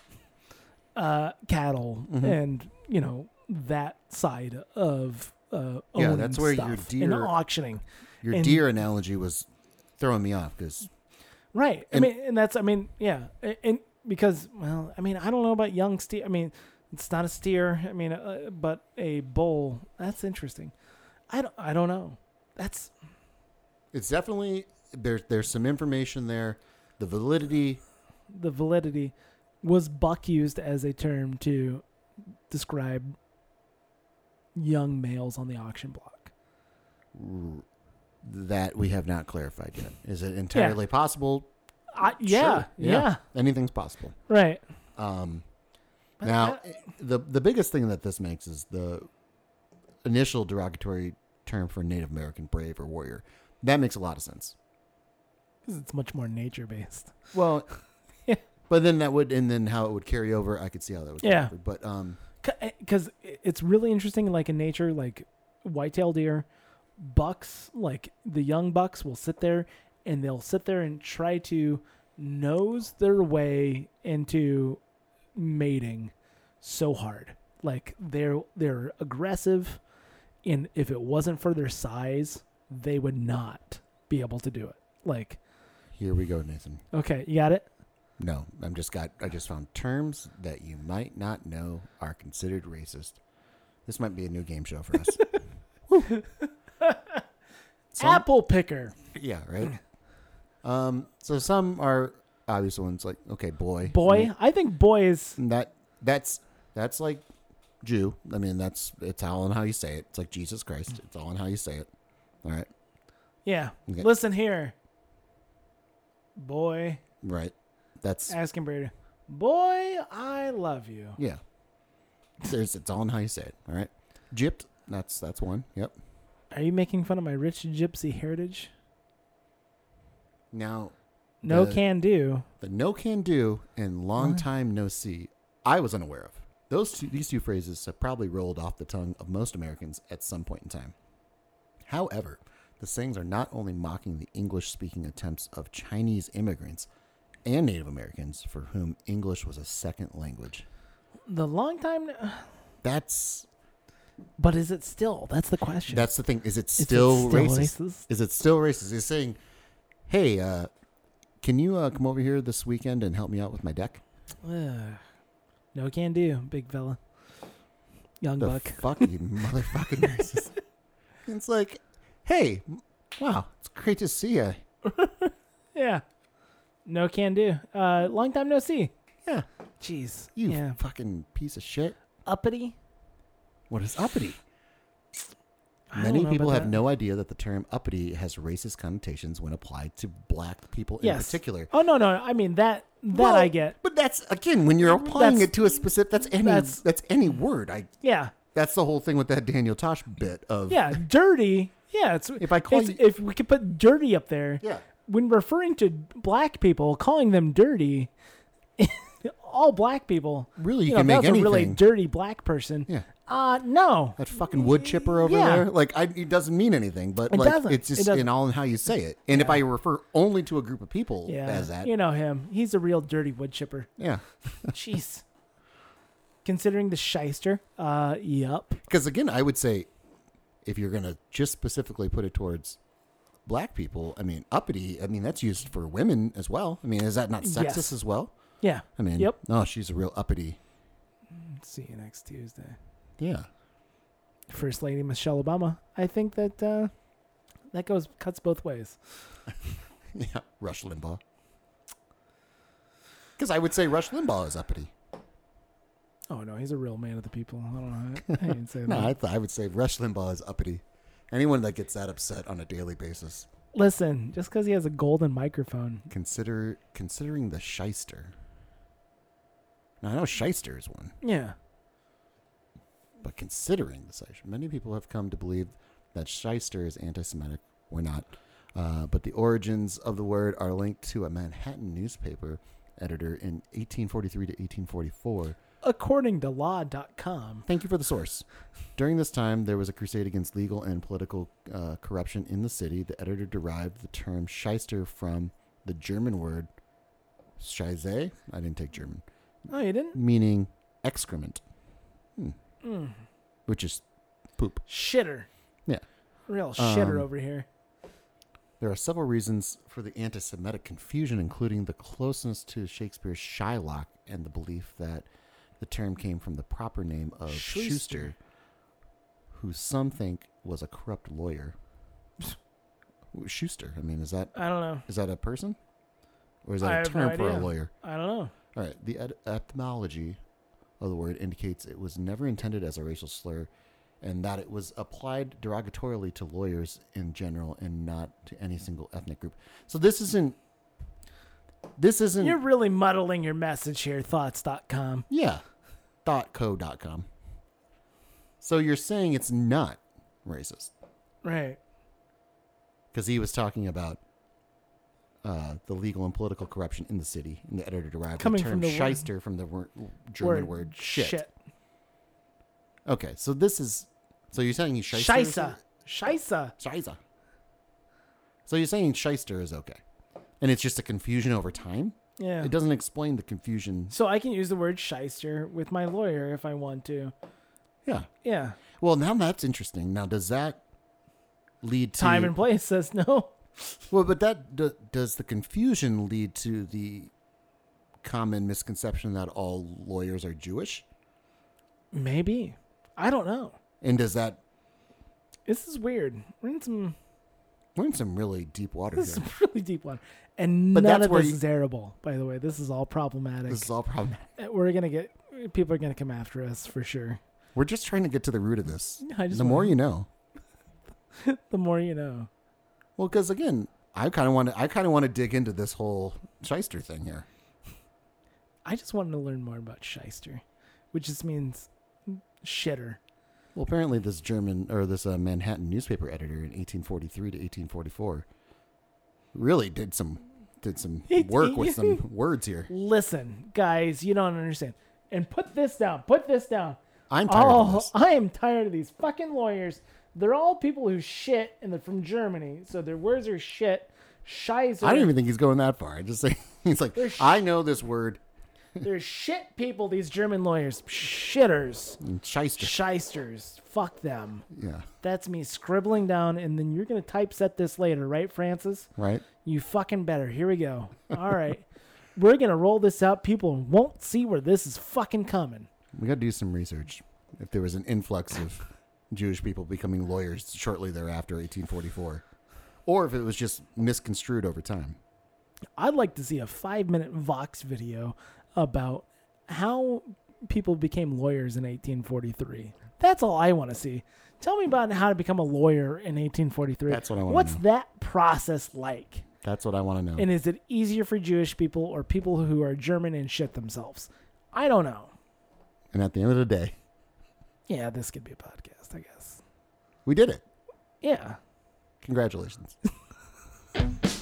Speaker 2: uh, cattle,
Speaker 1: Mm-hmm.
Speaker 2: and you know that side of uh,
Speaker 1: Yeah,
Speaker 2: owning
Speaker 1: that's where your
Speaker 2: stuff and
Speaker 1: deer-
Speaker 2: auctioning,
Speaker 1: Your
Speaker 2: and-
Speaker 1: deer analogy was throwing me off because
Speaker 2: right?
Speaker 1: And-
Speaker 2: I mean, and that's I mean, yeah, and, and because well, I mean, I don't know about young steer. I mean, it's not a steer. I mean, uh, but a bull. That's interesting. I don't. I don't know. That's
Speaker 1: it's definitely there's there's some information there. The validity,
Speaker 2: the validity was buck used as a term to describe young males on the auction block
Speaker 1: that we have not clarified yet. Is it entirely possible?
Speaker 2: I, yeah,
Speaker 1: Sure.
Speaker 2: yeah
Speaker 1: Anything's possible.
Speaker 2: right
Speaker 1: Um,
Speaker 2: But
Speaker 1: now,
Speaker 2: I-
Speaker 1: the the biggest thing that this makes is the initial derogatory term for Native American brave or warrior. That makes a lot of sense.
Speaker 2: 'cause it's much more nature based
Speaker 1: Well, but then that would and then how it would carry over. I could see how that would. carry
Speaker 2: Yeah.
Speaker 1: over. but um,
Speaker 2: because eh, it's really interesting like in nature like white-tailed deer bucks like the young bucks will sit there and they'll sit there and try to nose their way into mating so hard like they're they're aggressive and if it wasn't for their size they would not be able to do it like
Speaker 1: here we go, Nathan.
Speaker 2: okay you got it
Speaker 1: No, I'm just got. I just found terms that you might not know are considered racist. This might be a new game show for us. Woo. Some-
Speaker 2: apple picker
Speaker 1: Yeah, right. Um, so some are obvious ones like okay, boy,
Speaker 2: boy i think boy is
Speaker 1: And that that's that's like Jew. I mean, that's it's all in how you say it. It's like Jesus Christ. It's all in how you say it. All right,
Speaker 2: yeah
Speaker 1: Okay.
Speaker 2: listen here boy
Speaker 1: right. That's
Speaker 2: asking Brady, boy, I love you.
Speaker 1: yeah. There's it's all in how you say it. All right, gypped. That's that's one. Yep.
Speaker 2: Are you making fun of my rich gypsy heritage?
Speaker 1: Now
Speaker 2: No
Speaker 1: The-
Speaker 2: can do.
Speaker 1: the no can do and long time no see. I was unaware of those two. These two phrases have probably rolled off the tongue of most Americans at some point in time. However, the sayings are not only mocking the English speaking attempts of Chinese immigrants and Native Americans for whom English was a second language.
Speaker 2: The long time,
Speaker 1: That's
Speaker 2: but is it still? That's the question.
Speaker 1: that's the thing. Is it
Speaker 2: it
Speaker 1: still,
Speaker 2: still
Speaker 1: racist?
Speaker 2: racist?
Speaker 1: Is it still racist? Is saying, "Hey, uh, can you uh, come over here this weekend and help me out with my deck?"
Speaker 2: Ugh. no can do, big fella. Young
Speaker 1: the
Speaker 2: buck.
Speaker 1: fuck you motherfucking racist. It's like, hey, m- wow, it's great to see you.
Speaker 2: yeah. No can do. Uh, long time no see.
Speaker 1: Yeah,
Speaker 2: Jeez.
Speaker 1: you
Speaker 2: Yeah.
Speaker 1: fucking piece of shit.
Speaker 2: Uppity.
Speaker 1: What is uppity?
Speaker 2: I don't
Speaker 1: Many
Speaker 2: know
Speaker 1: people
Speaker 2: about
Speaker 1: have
Speaker 2: that.
Speaker 1: no idea that the term uppity has racist connotations when applied to black people in
Speaker 2: Yes.
Speaker 1: particular.
Speaker 2: Oh no no. I mean that that
Speaker 1: Well,
Speaker 2: I get.
Speaker 1: But that's again when you're applying
Speaker 2: That's-
Speaker 1: it to a specific. That's any. That's,
Speaker 2: that's-
Speaker 1: any word. I.
Speaker 2: Yeah.
Speaker 1: That's the whole thing with that Daniel Tosh bit of.
Speaker 2: Yeah. dirty. Yeah. It's
Speaker 1: If I call
Speaker 2: it's-
Speaker 1: you-
Speaker 2: if we could put dirty up there.
Speaker 1: Yeah.
Speaker 2: when referring to black people, calling them dirty, all black people.
Speaker 1: Really, you
Speaker 2: know,
Speaker 1: can
Speaker 2: if
Speaker 1: make
Speaker 2: that was a really
Speaker 1: anything.
Speaker 2: dirty black person.
Speaker 1: Yeah.
Speaker 2: Uh, no.
Speaker 1: That fucking wood chipper over
Speaker 2: Yeah.
Speaker 1: there. Like, I, it doesn't mean anything, but
Speaker 2: It
Speaker 1: like,
Speaker 2: doesn't.
Speaker 1: it's
Speaker 2: It
Speaker 1: just
Speaker 2: doesn't.
Speaker 1: in all in how you say it. And if I refer only to a group of people
Speaker 2: Yeah.
Speaker 1: as that,
Speaker 2: You know him. He's a real dirty wood chipper.
Speaker 1: yeah.
Speaker 2: Jeez. Considering the shyster, uh, yup.
Speaker 1: Because again, I would say if you're gonna just specifically put it towards black people, I mean, uppity. I mean, that's used for women as well. I mean, is that not sexist
Speaker 2: Yes.
Speaker 1: as well?
Speaker 2: Yeah.
Speaker 1: I mean,
Speaker 2: Yep.
Speaker 1: No, she's a real uppity.
Speaker 2: See you next Tuesday.
Speaker 1: Yeah.
Speaker 2: First Lady Michelle Obama. I think that uh, that goes cuts both ways.
Speaker 1: Yeah, Rush Limbaugh. Because I would say Rush Limbaugh is uppity.
Speaker 2: Oh no, he's a real man of the people. I don't know. I, I didn't say that.
Speaker 1: No, I, th- I would say Rush Limbaugh is uppity. Anyone that gets that upset on a daily basis,
Speaker 2: Listen, just because he has a golden microphone,
Speaker 1: consider considering the shyster. Now I know shyster is one,
Speaker 2: yeah,
Speaker 1: but considering the shyster, many people have come to believe that shyster is anti-Semitic. We're not, uh, but the origins of the word are linked to a Manhattan newspaper editor in 1843 to 1844
Speaker 2: according to law.com.
Speaker 1: Thank you for the source. During this time, there was a crusade against legal and political uh, corruption in the city. The editor derived the term shyster from the German word scheise. I didn't take German,
Speaker 2: Oh, you didn't?
Speaker 1: meaning excrement,
Speaker 2: Mm.
Speaker 1: which is poop.
Speaker 2: Shitter.
Speaker 1: Yeah.
Speaker 2: Real shitter
Speaker 1: Um,
Speaker 2: over here.
Speaker 1: There are several reasons for the anti Semitic confusion, including the closeness to Shakespeare's Shylock and the belief that the term came from the proper name of
Speaker 2: Schuster.
Speaker 1: Schuster, who some think was a corrupt lawyer. Schuster, I mean, is that
Speaker 2: I don't know.
Speaker 1: is that a person? Or is
Speaker 2: I
Speaker 1: that a
Speaker 2: have no
Speaker 1: term for a
Speaker 2: idea.
Speaker 1: lawyer?
Speaker 2: I don't know.
Speaker 1: All right. The et- etymology of the word indicates it was never intended as a racial slur and that it was applied derogatorily to lawyers in general and not to any single ethnic group. So this isn't. This isn't.
Speaker 2: You're really muddling your message here, thoughts.com.
Speaker 1: yeah. .co.com. So you're saying it's not racist
Speaker 2: Right.
Speaker 1: because he was talking about uh, the legal and political corruption in the city, and the editor derived
Speaker 2: Coming
Speaker 1: the term
Speaker 2: from the word-
Speaker 1: shyster from the wor- German word, shit. Okay, so this is so you're saying he's shyster. is-
Speaker 2: Shisa. Shisa.
Speaker 1: Shiza. So you're saying shyster is okay, and it's just a confusion over time.
Speaker 2: Yeah.
Speaker 1: It doesn't explain the confusion.
Speaker 2: So I can use the word shyster with my lawyer if I want to.
Speaker 1: Yeah.
Speaker 2: Yeah.
Speaker 1: Well, now that's interesting. Now, does that lead to
Speaker 2: Time and place says no.
Speaker 1: Well, but that do, does the confusion lead to the common misconception that all lawyers are Jewish,
Speaker 2: Maybe. I don't know.
Speaker 1: and does that
Speaker 2: This is weird. We're in some
Speaker 1: we're in some really deep water
Speaker 2: this is
Speaker 1: here?
Speaker 2: really deep one. And
Speaker 1: But
Speaker 2: none
Speaker 1: that's
Speaker 2: of
Speaker 1: where
Speaker 2: this
Speaker 1: you-
Speaker 2: is arable, by the way. This is all problematic. Uh,
Speaker 1: This is all problematic.
Speaker 2: We're gonna get people are gonna come after us for sure.
Speaker 1: We're just trying to get to the root of this.
Speaker 2: Yeah, I just
Speaker 1: the more
Speaker 2: wanna-
Speaker 1: you know.
Speaker 2: The more you know.
Speaker 1: Well, because again, I kind of want to. I kind of want to dig into this whole shyster thing here.
Speaker 2: I just wanted to learn more about shyster, which just means shitter.
Speaker 1: Well, apparently, this German or this uh, Manhattan newspaper editor in 1843 to 1844 really did some did some
Speaker 2: He-
Speaker 1: work
Speaker 2: he-
Speaker 1: with some words here.
Speaker 2: Listen, guys, you don't understand. And put this down. Put this down.
Speaker 1: I'm tired of
Speaker 2: Oh,
Speaker 1: this.
Speaker 2: I am tired of these fucking lawyers. They're all people who shit, and they're from Germany, so their words are shit. Scheiser.
Speaker 1: I don't even think he's going that far. I just think he's like,
Speaker 2: There's-
Speaker 1: I know this word,
Speaker 2: They're shit people. These German lawyers, shitters,
Speaker 1: and shyster.
Speaker 2: shysters. Fuck them.
Speaker 1: Yeah,
Speaker 2: That's me scribbling down, and then you're gonna typeset this later, right, Francis?
Speaker 1: right.
Speaker 2: You fucking better. Here we go. All right. We're going to roll this out. People won't see where this is fucking coming.
Speaker 1: We got to do some research. If there was an influx of Jewish people becoming lawyers shortly thereafter, 1844, or if it was just misconstrued over time.
Speaker 2: I'd like to see a five minute Vox video about how people became lawyers in 1843. That's all I want to see. Tell me about how to become a lawyer in 1843.
Speaker 1: That's what I wanna
Speaker 2: What's
Speaker 1: know.
Speaker 2: that process like?
Speaker 1: That's what I want to know.
Speaker 2: And is it easier for Jewish people or people who are German and shit themselves? I don't know.
Speaker 1: and at the end of the day,
Speaker 2: Yeah, this could be a podcast, I guess.
Speaker 1: we did it.
Speaker 2: Yeah.
Speaker 1: Congratulations.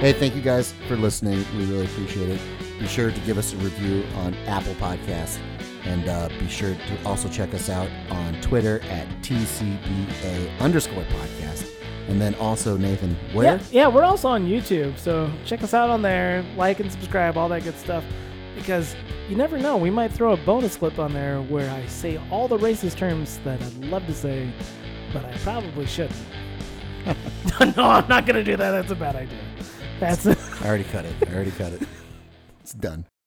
Speaker 1: hey, thank you guys for listening. We really appreciate it. Be sure to give us a review on Apple Podcasts. And uh, be sure to also check us out on Twitter at TCBA underscore podcast. And then also, Nathan, where?
Speaker 2: Yeah, yeah, we're also on YouTube, so check us out on there. Like and subscribe, all that good stuff. Because you never know, we might throw a bonus clip on there where I say all the racist terms that I'd love to say, but I probably shouldn't. no, I'm not gonna do that. That's a bad idea. That's.
Speaker 1: I already cut it. I already cut it. It's done.